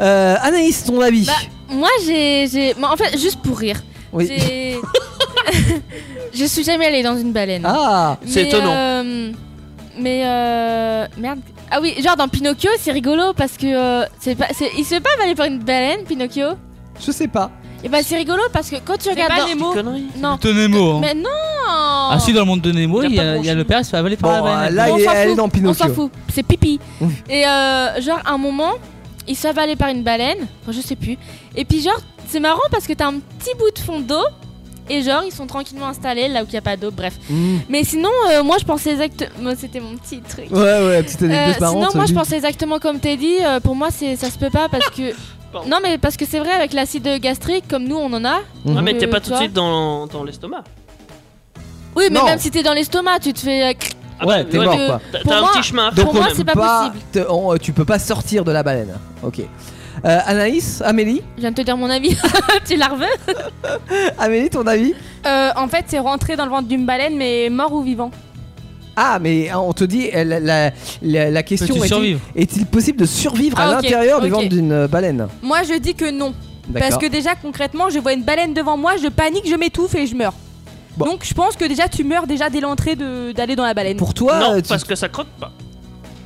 S5: Euh, Anaïs, ton avis
S9: Bah, Moi, j'ai. j'ai- moi, en fait, juste pour rire.
S5: Oui.
S9: j'ai- [laughs] je suis jamais allée dans une baleine.
S5: Ah,
S9: Mais,
S5: c'est étonnant.
S9: euh, Mais. euh, Merde. Ah oui, genre dans Pinocchio, c'est rigolo parce que. euh, c'est pas, c'est- Il se fait pas avaler par une baleine, Pinocchio
S5: Je sais pas.
S9: Et bah, c'est rigolo parce que quand tu regardes.
S6: pas
S9: dans-
S6: Nemo.
S9: Non.
S13: De Nemo. hein.
S9: Mais non Oh.
S13: Ah si, dans le monde de Nemo, il y, a- il y a le père qui se fait avaler par
S5: Bon,
S13: la baleine.
S5: euh, là,
S9: On
S5: il est-
S9: s'en
S5: elle
S9: fout.
S5: est dans
S9: On
S5: Pinocchio.
S9: s'en fout, c'est pipi. et euh, genre, à un moment, il se fait avaler par une baleine, enfin, je sais plus. Et puis, genre, c'est marrant parce que t'as un petit bout de fond d'eau. Et genre, ils sont tranquillement installés là où il n'y a pas d'eau, bref.
S5: Mm.
S9: Mais sinon, euh, moi je pensais exactement. C'était mon petit truc. Euh,
S5: Ouais, ouais, petite anecdote marrante,
S9: Sinon, moi je
S5: lui.
S9: pensais exactement comme t'es dit. euh, pour moi, c'est- ça se peut pas parce
S7: [laughs]
S9: que. non, mais parce que c'est vrai, avec l'acide gastrique, comme nous on en a.
S12: Mhm.
S7: ah mais
S9: euh,
S7: t'es pas
S9: tu
S7: tout de
S9: vois.
S7: suite dans, dans l'estomac
S9: Oui, mais
S7: Non.
S9: même si t'es dans l'estomac, tu te fais. euh,
S5: ouais, t'es
S7: ouais,
S5: mort
S7: de-
S5: quoi.
S7: t'as- Pour t'as un moi- petit chemin à faire
S5: Donc
S9: pour
S5: on
S9: moi,
S5: peut
S9: c'est pas possible.
S5: te- on- euh, tu peux pas sortir de la baleine. Ok. Euh, Anaïs, Amélie,
S9: Je viens de te dire mon
S5: [laughs]
S9: avis. Bah tu la reveux
S5: Amélie, ton avis
S12: Euh, en fait, c'est rentrer dans le ventre d'une baleine, mais mort ou vivant.
S5: Ah, mais hein, on te dit euh, la, la- la- la question est-il
S12: survivre
S5: est-il possible de survivre à
S12: Ah, ok,
S5: l'intérieur du
S12: ok.
S5: ventre d'une euh, baleine
S12: Moi, je dis que non.
S5: D'accord.
S12: Parce que déjà, concrètement, je vois une baleine devant moi, je panique, je m'étouffe et je meurs. Donc, je pense que déjà, tu meurs déjà dès l'entrée de- d'aller dans la baleine.
S5: Pour toi,
S7: non
S5: euh, tu-
S7: parce que ça crotte pas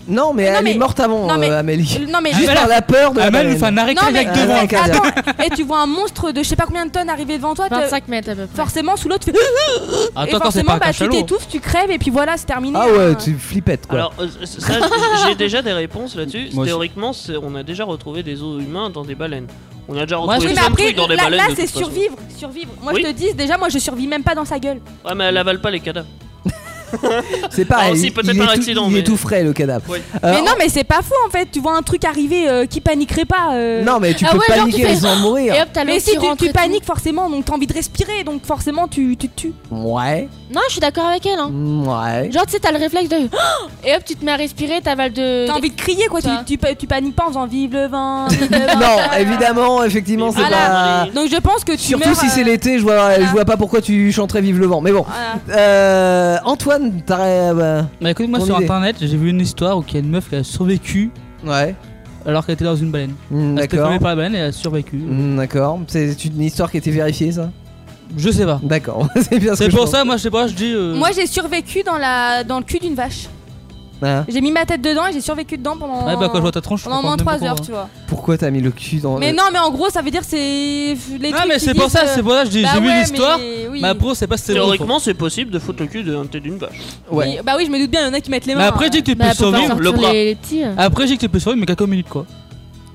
S5: non, mais elle est morte avant,
S12: non, mais-
S5: euh, Amélie.
S12: [laughs] non, mais-
S5: Juste
S12: Amel-
S5: par la peur de la
S13: Amel
S5: baleine.
S13: lui fait un arrêt Non, cardiaque mais- devant.
S12: euh,
S5: Un arrêt cardiaque.
S12: Et Eh, tu vois un monstre de je sais pas combien de tonnes arriver devant toi.
S9: 25 mètres à peu près.
S12: Forcément, sous l'eau,
S5: [laughs]
S12: tu fais.
S5: Attends,
S12: et
S5: attends, Ah, c'est pas
S12: forcément,
S5: un
S12: bah, tu
S5: cachalot.
S12: t'étouffes, tu crèves et puis voilà, c'est terminé. hein.
S5: Ah ouais, tu flippettes quoi.
S7: alors euh, ça j'ai déjà des réponses là-dessus
S5: Moi aussi.
S7: théoriquement c'est- on a déjà retrouvé des os humains dans des baleines on a déjà
S12: Moi, oui,
S7: retrouvé
S12: mais
S7: plein de
S12: après,
S7: trucs dans des
S12: là,
S7: baleines
S12: là,
S7: de
S12: c'est
S7: toute façon.
S12: survivre, survivre. Moi,
S7: Oui.
S12: je te dis, déjà, moi, je survis même pas dans sa gueule.
S7: ouais mais elle avale pas les cadavres
S5: C'est pareil.
S7: Ah, si,
S5: il-
S7: peut-être
S5: il
S7: par
S5: est tout-
S7: accident,
S5: Il
S7: mais-
S5: est tout frais le cadavre. Euh,
S12: mais non, mais c'est pas fou en fait. Tu vois un truc arriver euh, qui paniquerait pas. euh.
S5: Non, mais tu Ah peux ouais, genre, paniquer tu fais- sans mourir.
S9: Et hop, t'as l'eau
S12: mais
S9: qui
S12: si tu,
S9: rentre
S12: tu
S9: et tout.
S12: paniques forcément, donc t'as envie de respirer, donc forcément tu tu te tues.
S5: Ouais.
S9: Non, je suis d'accord avec elle. Hein.
S5: Ouais.
S9: Genre, tu sais, t'as le réflexe de. [gasps] Et hop, tu te mets à respirer, t'avales de.
S12: T'as envie de crier quoi. Tu, tu, pa- tu paniques pas en faisant vive le
S5: [laughs]
S12: vin. vive le vin.
S5: Non, évidemment, effectivement, c'est
S12: Voilà.
S5: pas.
S12: Donc je pense que tu
S5: Surtout
S12: meurs,
S5: si c'est
S12: euh,
S5: l'été, je vois, je vois pas pourquoi tu chanterais Vive le vent. Mais bon. Euh, Antoine, t'as. Bah,
S13: Bah écoute, moi
S5: ton
S13: sur
S5: idée.
S13: internet, j'ai vu une histoire où il y a une meuf qui a survécu.
S5: Ouais. Hmm,
S13: Alors qu'elle était dans une baleine. elle s'était
S5: d'accord.
S13: formée par la baleine et elle a survécu.
S5: Hmm, D'accord. C'est une histoire qui a été vérifiée, ça
S13: Je sais pas.
S5: D'accord. [laughs] c'est bien ce
S13: C'est
S5: que je
S13: pour
S5: pense.
S13: ça, moi je sais pas, je dis. euh,
S12: Moi j'ai survécu dans la dans le cul d'une vache.
S5: Ah.
S12: J'ai mis ma tête dedans et j'ai survécu dedans pendant.
S5: Ouais, bah, quand je vois ta tronche, je
S12: pendant au
S5: comprends
S12: moins 3
S5: même pas
S12: heures,
S5: pourquoi. hein.
S12: tu vois.
S5: Pourquoi t'as mis le cul dans.
S12: Mais
S5: le-
S12: non, mais en gros, ça veut dire c'est les
S13: Ah,
S12: trucs
S13: mais
S12: qui
S13: c'est pour
S12: disent, euh,
S13: ça, c'est pour ça que j'ai
S12: bah
S13: j'ai vu
S12: ouais,
S13: l'histoire.
S12: mais oui.
S13: Mais après, c'est pas si c'est vrai ou faux.
S7: Théoriquement, c'est possible de foutre le cul d'un tête d'une vache.
S13: Ouais.
S12: Oui, Bah oui, je me doute bien, il y en a qui mettent les mains. hein. Ah,
S13: Mais après, je dis que tu
S5: Bah,
S13: peux survivre.
S7: sortir Le bras. les-
S13: Après, je dis que tu peux survivre, mais quelques minutes quoi.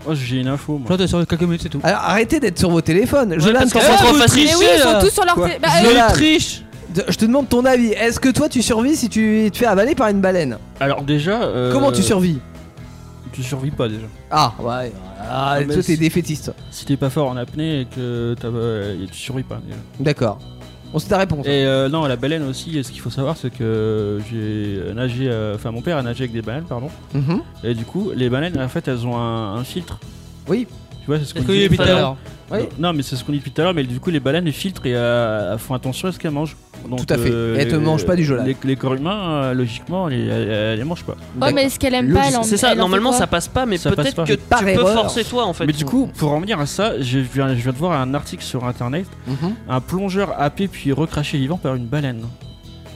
S10: Oh, j'ai une info. Moi.
S13: Genre, t'as survécu quelques minutes, c'est tout.
S5: Alors arrêtez d'être sur vos téléphones.
S13: Ouais,
S5: je
S13: parce que c'est trop facile. Mais oui, ils sont tous sur leur
S5: Quoi
S13: tél- bah, Je euh, triche.
S5: De- Je te demande ton avis. Est-ce que toi tu survis si tu te fais avaler par une baleine
S10: Alors déjà. euh,
S5: Comment tu survis
S10: Tu survis pas déjà.
S5: Ah ouais. Ah,
S10: mais
S5: toi t'es
S10: si-
S5: défaitiste.
S10: Si t'es pas fort en apnée et que t'as, euh, tu survis pas déjà.
S5: D'accord. On se ta réponse. hein.
S10: Et euh, non, la baleine aussi, ce qu'il faut savoir, c'est que j'ai nagé, euh, enfin mon père a nagé avec des baleines, pardon.
S5: Mhm.
S10: Et du coup, les baleines, en fait, elles ont un, un filtre.
S5: Oui.
S10: Tu vois, c'est ce qu'on
S13: Est-ce qu'on
S10: dit
S13: dit depuis tout à l'heure
S10: Non,
S13: Oui.
S10: Non, mais c'est ce qu'on dit depuis tout à l'heure, mais du coup, les baleines, elles filtrent et euh, elles font attention à ce qu'elles mangent. Donc, euh,
S5: Tout à fait. Et elles te
S10: les-
S5: mangent pas du gelade.
S10: Les, les corps humains, euh, logiquement, elles, elles, elles les mangent pas.
S9: Oh, mais est-ce qu'elle aime pas elle en-
S7: C'est ça,
S9: elle en fait
S7: normalement,
S9: quoi
S7: ça passe pas, mais
S10: Ça passe
S7: peut-être
S10: pas.
S7: que tu peux forcer toi en fait.
S10: Mais du coup, pour en venir à ça, je viens, je viens
S7: Mhm.
S10: de voir un article sur internet. Un plongeur happé puis recraché vivant par une baleine.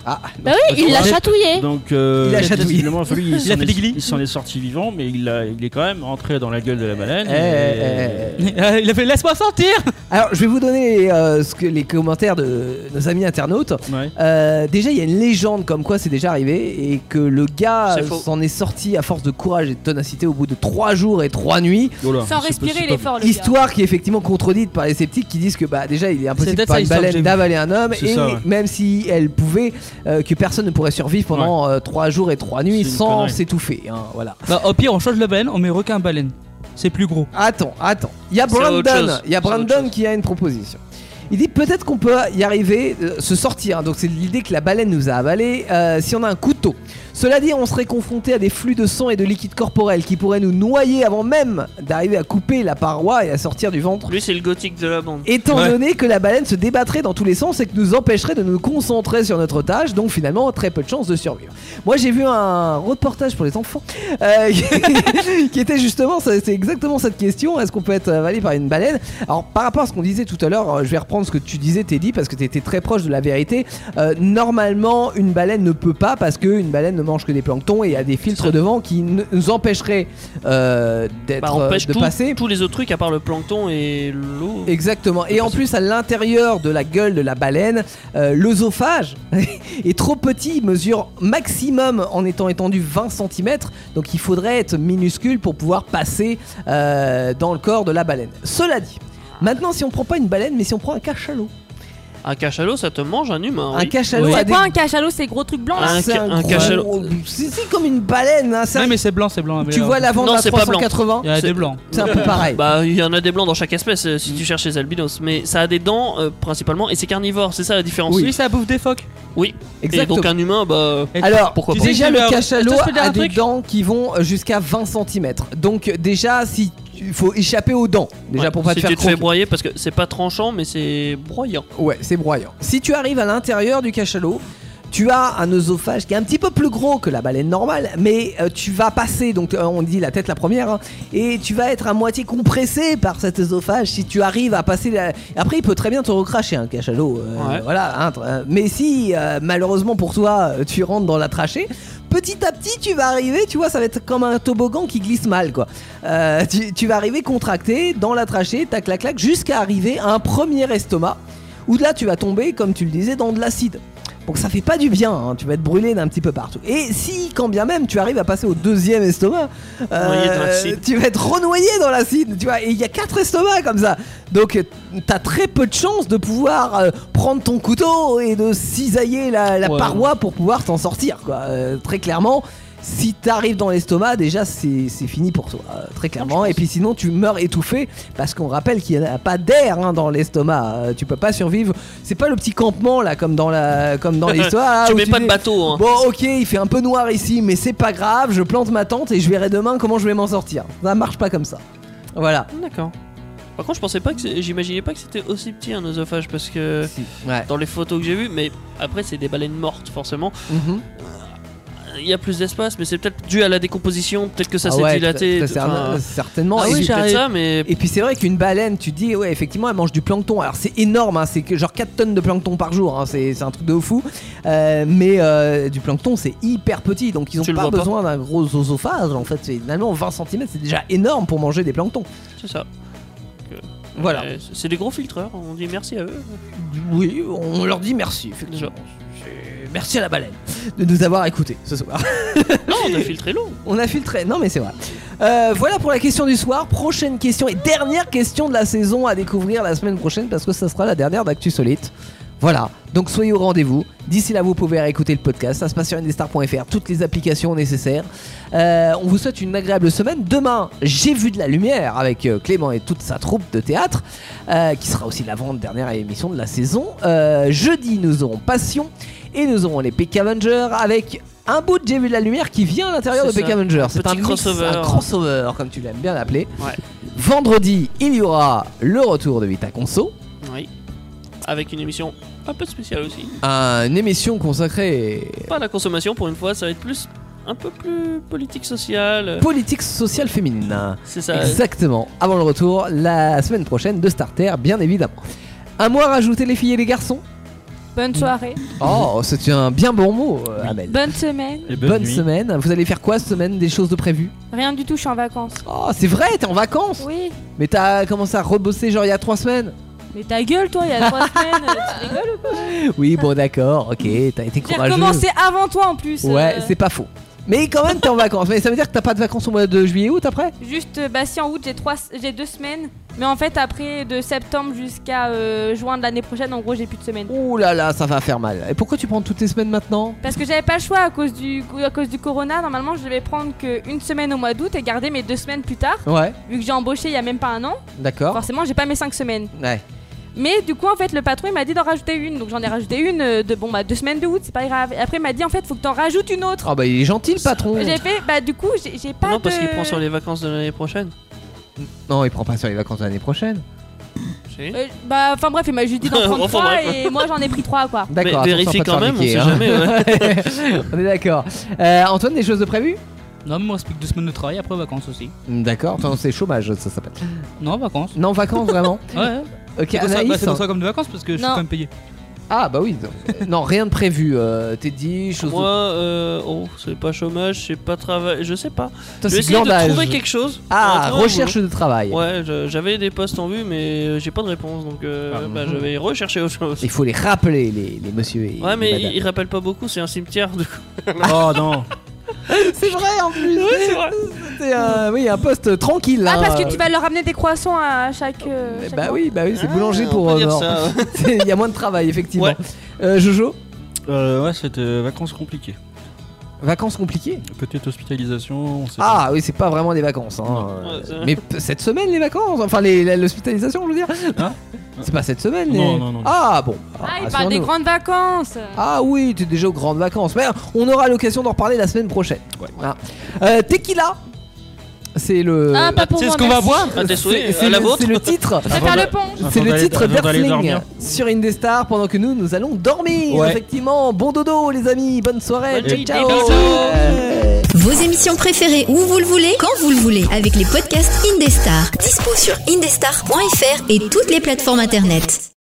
S5: Ah,
S9: Bah oui, il l'a chatouillé.
S10: Donc, euh,
S5: Il l'a
S10: peut-être
S5: chatouillé.
S7: [laughs]
S10: visiblement, fallu- il
S5: Il
S10: s'en
S5: a fait des
S10: est- il s'en est sorti vivant, mais il, a- il est quand même rentré dans la gueule de la baleine.
S5: Eh, eh,
S10: et-
S5: Il a fait laisse-moi sortir Alors je vais vous donner euh, ce que, les commentaires de nos amis internautes. Euh, déjà il y a une légende comme quoi c'est déjà arrivé et que le gars
S8: C'est
S5: euh,
S8: faux.
S5: s'en est sorti à force de courage et de ténacité au bout de 3 jours et 3 nuits.
S10: Oh là,
S12: Sans c'est respirer, pas- c'est il est pas- fort, le gars.
S5: Histoire qui est effectivement contredite par les sceptiques qui disent que bah déjà il est impossible
S13: peut-être
S5: par
S13: ça,
S5: une
S13: l'histoire que j'ai
S5: baleine
S13: vue.
S5: d'avaler un homme
S13: C'est
S5: et
S13: ça, ouais.
S5: même si elle pouvait euh, que personne ne pourrait survivre pendant 3 jours et 3 nuits sans
S13: connerie.
S5: s'étouffer. hein, voilà.
S13: Bah, au pire, on change la baleine, on met requin baleine. C'est plus gros.
S5: Attends, attends. Il y a
S13: C'est autre
S5: Brandon,
S13: chose.
S5: il y a
S13: C'est autre
S5: Brandon qui a une proposition. Il dit peut-être qu'on peut y arriver, euh, se sortir. Donc c'est l'idée que la baleine nous a avalé euh, si on a un couteau. Cela dit, on serait confronté à des flux de sang et de liquide corporel qui pourraient nous noyer avant même d'arriver à couper la paroi et à sortir du ventre.
S8: Lui, c'est le gothique de la bande.
S5: Étant donné que la baleine se débattrait dans tous les sens et que nous empêcherait de nous concentrer sur notre tâche, donc finalement très peu de chances de survivre. Moi j'ai vu un reportage pour les enfants euh, [laughs] qui était justement, ça- c'est exactement cette question, est-ce qu'on peut être avalé par une baleine Alors par rapport à ce qu'on disait tout à l'heure, euh, je vais reprendre ce que tu disais Teddy parce que tu étais très proche de la vérité. Euh, normalement une baleine ne peut pas parce qu'une baleine ne mange que des planctons et il y a des filtres devant qui ne- nous empêcheraient euh, d'être,
S8: Bah,
S5: euh,
S8: empêche
S5: de
S8: tout-
S5: passer.
S8: tous les autres trucs à part le plancton et l'eau.
S5: Exactement. Et en plus, à l'intérieur de la gueule de la baleine, euh, l'œsophage [laughs] est trop petit, il mesure maximum en étant étendu 20 cm. Donc il faudrait être minuscule pour pouvoir passer euh, dans le corps de la baleine. Cela dit, maintenant, si on prend pas une baleine, mais si on prend un cachalot.
S8: Un cachalot, ça te mange un humain.
S5: Un
S8: oui.
S5: cachalot
S8: Oui.
S5: a
S12: Quoi, un cachalot, ces gros trucs blancs là
S8: Un
S5: C'est
S8: ca-
S5: un
S8: un
S5: gros-
S8: cachalot.
S5: C'est c'est comme une baleine. hein, c'est un-
S13: Non, mais c'est blanc, c'est blanc.
S5: Tu vois la vente
S8: Non,
S5: à
S8: c'est pas blanc.
S5: 380
S13: Il y a des blancs. Mm.
S5: C'est
S8: [laughs]
S5: un peu
S13: [laughs]
S5: pareil.
S8: Bah, il y en a des blancs dans chaque espèce euh, si tu cherches les albinos, mais ça a des dents euh, principalement et c'est carnivore, c'est ça la différence.
S13: Oui, ça bouffe des phoques.
S8: Oui. Et
S5: Exactement.
S8: donc un humain, bah.
S5: Alors,
S8: pourquoi pas
S5: déjà le cachalot
S13: Attends, je peux dire
S5: a
S13: un
S5: des
S13: truc
S5: dents qui vont euh, jusqu'à 20 cm. Donc déjà, si il faut échapper aux dents, déjà
S8: Ouais,
S5: pour pas
S8: si
S5: te faire
S8: tu te fais
S5: croquer.
S8: broyer parce que c'est pas tranchant, mais c'est broyant.
S5: Ouais, c'est broyant. Si tu arrives à l'intérieur du cachalot, tu as un œsophage qui est un petit peu plus gros que la baleine normale, mais euh, tu vas passer, donc euh, on dit la tête la première, hein, et tu vas être à moitié compressé par cet œsophage si tu arrives à passer. la- Après, il peut très bien te recracher un cachalot, euh,
S8: Ouais.
S5: voilà. hein, tr- euh, mais si euh, malheureusement pour toi, euh, tu rentres dans la trachée. Petit à petit, tu vas arriver, tu vois, ça va être comme un toboggan qui glisse mal, quoi. Euh, tu, tu vas arriver contracté dans la trachée, tac, clac, clac, jusqu'à arriver à un premier estomac où de là tu vas tomber, comme tu le disais, dans de l'acide. Donc ça fait pas du bien, hein, tu vas être brûlé d'un petit peu partout. Et si, quand bien même, tu arrives à passer au deuxième estomac, euh,
S8: Noyé dans l'acide.
S5: tu vas être renoyé dans l'acide, tu vois. Et il y a quatre estomacs comme ça. Donc euh, t'as très peu de chances de pouvoir euh, prendre ton couteau et de cisailler la, la
S13: Ouais.
S5: paroi pour pouvoir t'en sortir, quoi. Euh, très clairement. Si t'arrives dans l'estomac, déjà c'est c'est fini pour toi, euh, très clairement. Et puis sinon, tu meurs étouffé parce qu'on rappelle qu'il n'y a pas d'air hein, dans l'estomac. Euh, tu peux pas survivre. C'est pas le petit campement là, comme dans la, comme
S8: [laughs]
S5: dans l'histoire.
S8: Tu
S5: où
S8: mets pas
S5: dis,
S8: de bateau, hein.
S5: Bon, ok, il fait un peu noir ici, mais c'est pas grave. Je plante ma tente et je verrai demain comment je vais m'en sortir. Ça marche pas comme ça. Voilà.
S8: D'accord. Par contre, je pensais pas que c'est- j'imaginais pas que c'était aussi petit un oesophage parce que dans les photos que j'ai vues, mais après c'est des baleines mortes forcément.
S5: Mhm.
S8: Il y a plus d'espace, mais c'est peut-être dû à la décomposition, peut-être que ça
S5: Ah
S8: s'est
S5: ouais,
S8: dilaté.
S5: très- très
S8: enfin-
S5: certain- euh, certainement.
S8: Ah
S5: Et
S8: oui,
S5: puis-
S8: c'est peut-être ça, mais
S5: Et puis c'est vrai qu'une baleine, tu dis, ouais, effectivement, elle mange du plancton. Alors c'est énorme, hein, c'est que genre 4 tonnes de plancton par jour, hein, c'est c'est un truc de fou. Euh, mais euh, du plancton, c'est hyper petit, donc ils
S8: Tu
S5: ont
S8: le
S5: pas
S8: vois pas.
S5: besoin d'un gros oesophage. En fait, C'est- finalement, 20 cm, c'est déjà énorme pour manger des planctons.
S8: c'est ça.
S5: Voilà.
S8: Euh, C'est des gros filtreurs, on dit merci à eux.
S5: Oui, on leur dit merci, effectivement. C'est- Merci à la baleine de nous avoir écoutés ce soir.
S8: Non, on
S5: [laughs]
S8: a filtré l'eau.
S5: On a filtré, non mais c'est vrai. Euh, voilà pour la question du soir. Prochaine question et dernière question de la saison à découvrir la semaine prochaine parce que ça sera la dernière d'Actu Solite. Voilà, donc soyez au rendez-vous. D'ici là, vous pouvez réécouter le podcast. Ça se passe sur indestar.fr, toutes les applications nécessaires. Euh, on vous souhaite une agréable semaine. Demain, j'ai vu de la lumière avec euh, Clément et toute sa troupe de théâtre, euh, qui sera aussi l'avant-dernière émission de la saison. Euh, jeudi, nous aurons Passion et nous aurons les Peck Avengers avec un bout de J'ai vu de la lumière qui vient à l'intérieur de
S8: C'est
S5: Peck
S8: ça.
S5: Avengers.
S8: Un
S5: C'est
S8: petit
S5: un, mix,
S8: crossover.
S5: un crossover, comme tu l'aimes bien l'appeler.
S8: Ouais.
S5: Vendredi, il y aura le retour de Vita Conso.
S8: Oui. Avec une émission un peu spéciale aussi.
S5: Une émission consacrée
S8: Pas à la consommation pour une fois, ça va être plus un peu plus politique sociale.
S5: politique sociale féminine.
S8: Euh. C'est ça.
S5: Exactement. Avant le retour, la semaine prochaine de Starter, bien évidemment. Un mot à rajouter, les filles et les garçons
S12: Bonne soirée.
S5: Oh, c'est un bien bon mot, euh, Amel.
S12: Bonne semaine.
S5: bonne semaine. Vous allez faire quoi cette semaine Des choses de prévues
S12: Rien du tout, je suis en vacances.
S5: Oh, c'est vrai, t'es en vacances
S12: Oui.
S5: Mais t'as commencé à rebosser genre il y a trois semaines
S12: Mais ta gueule, toi, il y a
S13: [laughs]
S12: trois semaines, euh, tu rigoles ou quoi
S5: Oui, bon, d'accord, ok, t'as été
S12: J'ai
S5: courageux.
S12: recommencé avant toi en plus.
S5: Ouais,
S12: euh,
S5: c'est pas faux. Mais quand même, t'es en vacances. Mais ça veut dire que t'as pas de vacances au mois de juillet, août après
S12: Juste, euh, bah si en août j'ai trois, j'ai deux semaines, mais en fait après de septembre jusqu'à euh, juin de l'année prochaine, en gros j'ai plus de semaines.
S5: Ouh là là, ça va faire mal. Et pourquoi tu prends toutes tes semaines maintenant
S12: Parce que j'avais pas le choix à cause du à cause du corona. Normalement, je devais prendre qu'une semaine au mois d'août et garder mes deux semaines plus tard.
S5: Ouais.
S12: Vu que j'ai embauché il y a même pas un an.
S5: D'accord.
S12: Forcément, j'ai pas mes cinq semaines.
S5: Ouais.
S12: Mais du coup, en fait, le patron il m'a dit d'en rajouter une, donc j'en ai rajouté une euh, de bon bah deux semaines de août, c'est pas grave. Et après, il m'a dit en fait, faut que t'en rajoutes une autre.
S5: Ah bah il est gentil le patron.
S12: J'ai fait bah du coup, j'ai j'ai pas
S7: Non, parce
S12: de-
S7: qu'il prend sur les vacances de l'année prochaine.
S5: Non, il prend pas sur les vacances de l'année prochaine.
S12: Euh, bah, enfin bref, il m'a juste dit
S7: [laughs]
S12: d'en prendre
S5: Enfin,
S12: trois
S5: bref.
S12: et moi j'en ai pris trois quoi.
S5: D'accord.
S7: Mais
S5: attention à
S7: vérifie
S5: pas te
S7: quand
S5: faire
S7: même, on
S5: niquer,
S7: sait
S5: hein. [laughs] on est d'accord. Euh, Antoine, des choses de prévues
S13: Non, mais moi, explique deux semaines de travail après vacances aussi.
S5: Hmm, D'accord, Enfin, c'est chômage, ça s'appelle.
S13: Non, vacances.
S5: Non, vacances vraiment
S13: Ouais.
S5: Ok,
S13: C'est pour ça-
S5: Anaïs,
S13: bah, c'est
S5: hein.
S13: pour ça comme des vacances parce que je suis
S5: Non.
S13: quand même payé.
S5: Ah bah oui. donc, euh, non, rien de prévu. Euh, T'es dit, choses.
S7: Moi, euh, oh, c'est pas chômage, c'est pas travail, je sais pas.
S5: Putain,
S7: Je
S5: c'est
S7: vais essayer
S5: glandage.
S7: de trouver quelque chose.
S5: Ah,
S7: On va trouver un
S5: recherche
S7: boulot.
S5: de travail.
S7: Ouais, je- j'avais des postes en vue, mais euh, j'ai pas de réponse, donc euh, bah, je vais rechercher autre chose.
S5: Il faut les rappeler, les, les messieurs. Et
S7: Ouais,
S5: les
S7: mais
S5: madames.
S7: il, il rappelle pas beaucoup, c'est un cimetière. De...
S10: oh non.
S5: [laughs] C'est vrai en plus.
S7: c'est vrai.
S5: C'est un- oui, un poste tranquille.
S12: Ah,
S5: hein.
S12: parce que tu vas leur ramener des croissants à chaque. euh, chaque
S5: Bah
S12: mois.
S5: oui, bah oui, c'est boulanger
S12: on
S5: pour.
S12: peut
S5: euh,
S12: dire
S5: Nord.
S12: ça.
S5: [laughs] C'est- Il y a moins de travail effectivement.
S10: Ouais.
S5: Euh, Jojo,
S7: eh.
S10: Euh, ouais, c'était euh, vacances compliquées.
S5: vacances compliquées.
S10: Peut-être hospitalisation, on sait pas.
S5: Ah oui, c'est pas vraiment des vacances. hein.
S10: Ouais, c'est
S5: Euh,
S10: vrai.
S5: mais p- cette semaine les vacances, enfin les- la- l'hospitalisation, je veux dire.
S12: Hein
S5: [laughs] c'est pas cette semaine.
S10: Non,
S5: les-
S10: non, non.
S5: Ah bon.
S12: Ah, il parle
S5: rassurons-nous.
S12: des grandes vacances.
S5: Ah oui, t'es déjà aux grandes vacances. Mais on aura l'occasion d'en reparler la semaine prochaine. Voilà. Euh, tequila. C'est le.
S12: Ah, pas pour C'est moi, ce qu'on merci. va boire Ah, t'es saoulé,
S5: C'est- c'est
S12: à la
S5: le-
S12: vôtre
S5: c'est le titre.
S12: Je vais faire le pont.
S5: C'est le
S10: d'aller-
S5: titre
S10: avant d'aller
S5: Bertling
S10: dormir.
S5: sur Indestar pendant que nous, nous allons dormir.
S10: Ouais.
S5: Effectivement, bon dodo les amis, bonne soirée.
S2: Bonne nuit,
S5: ciao,
S2: des
S5: ciao.
S2: bisous. Vos émissions préférées où vous le voulez, quand vous le voulez, avec les podcasts Indestar. Dispo sur indestar.fr et toutes les plateformes internet.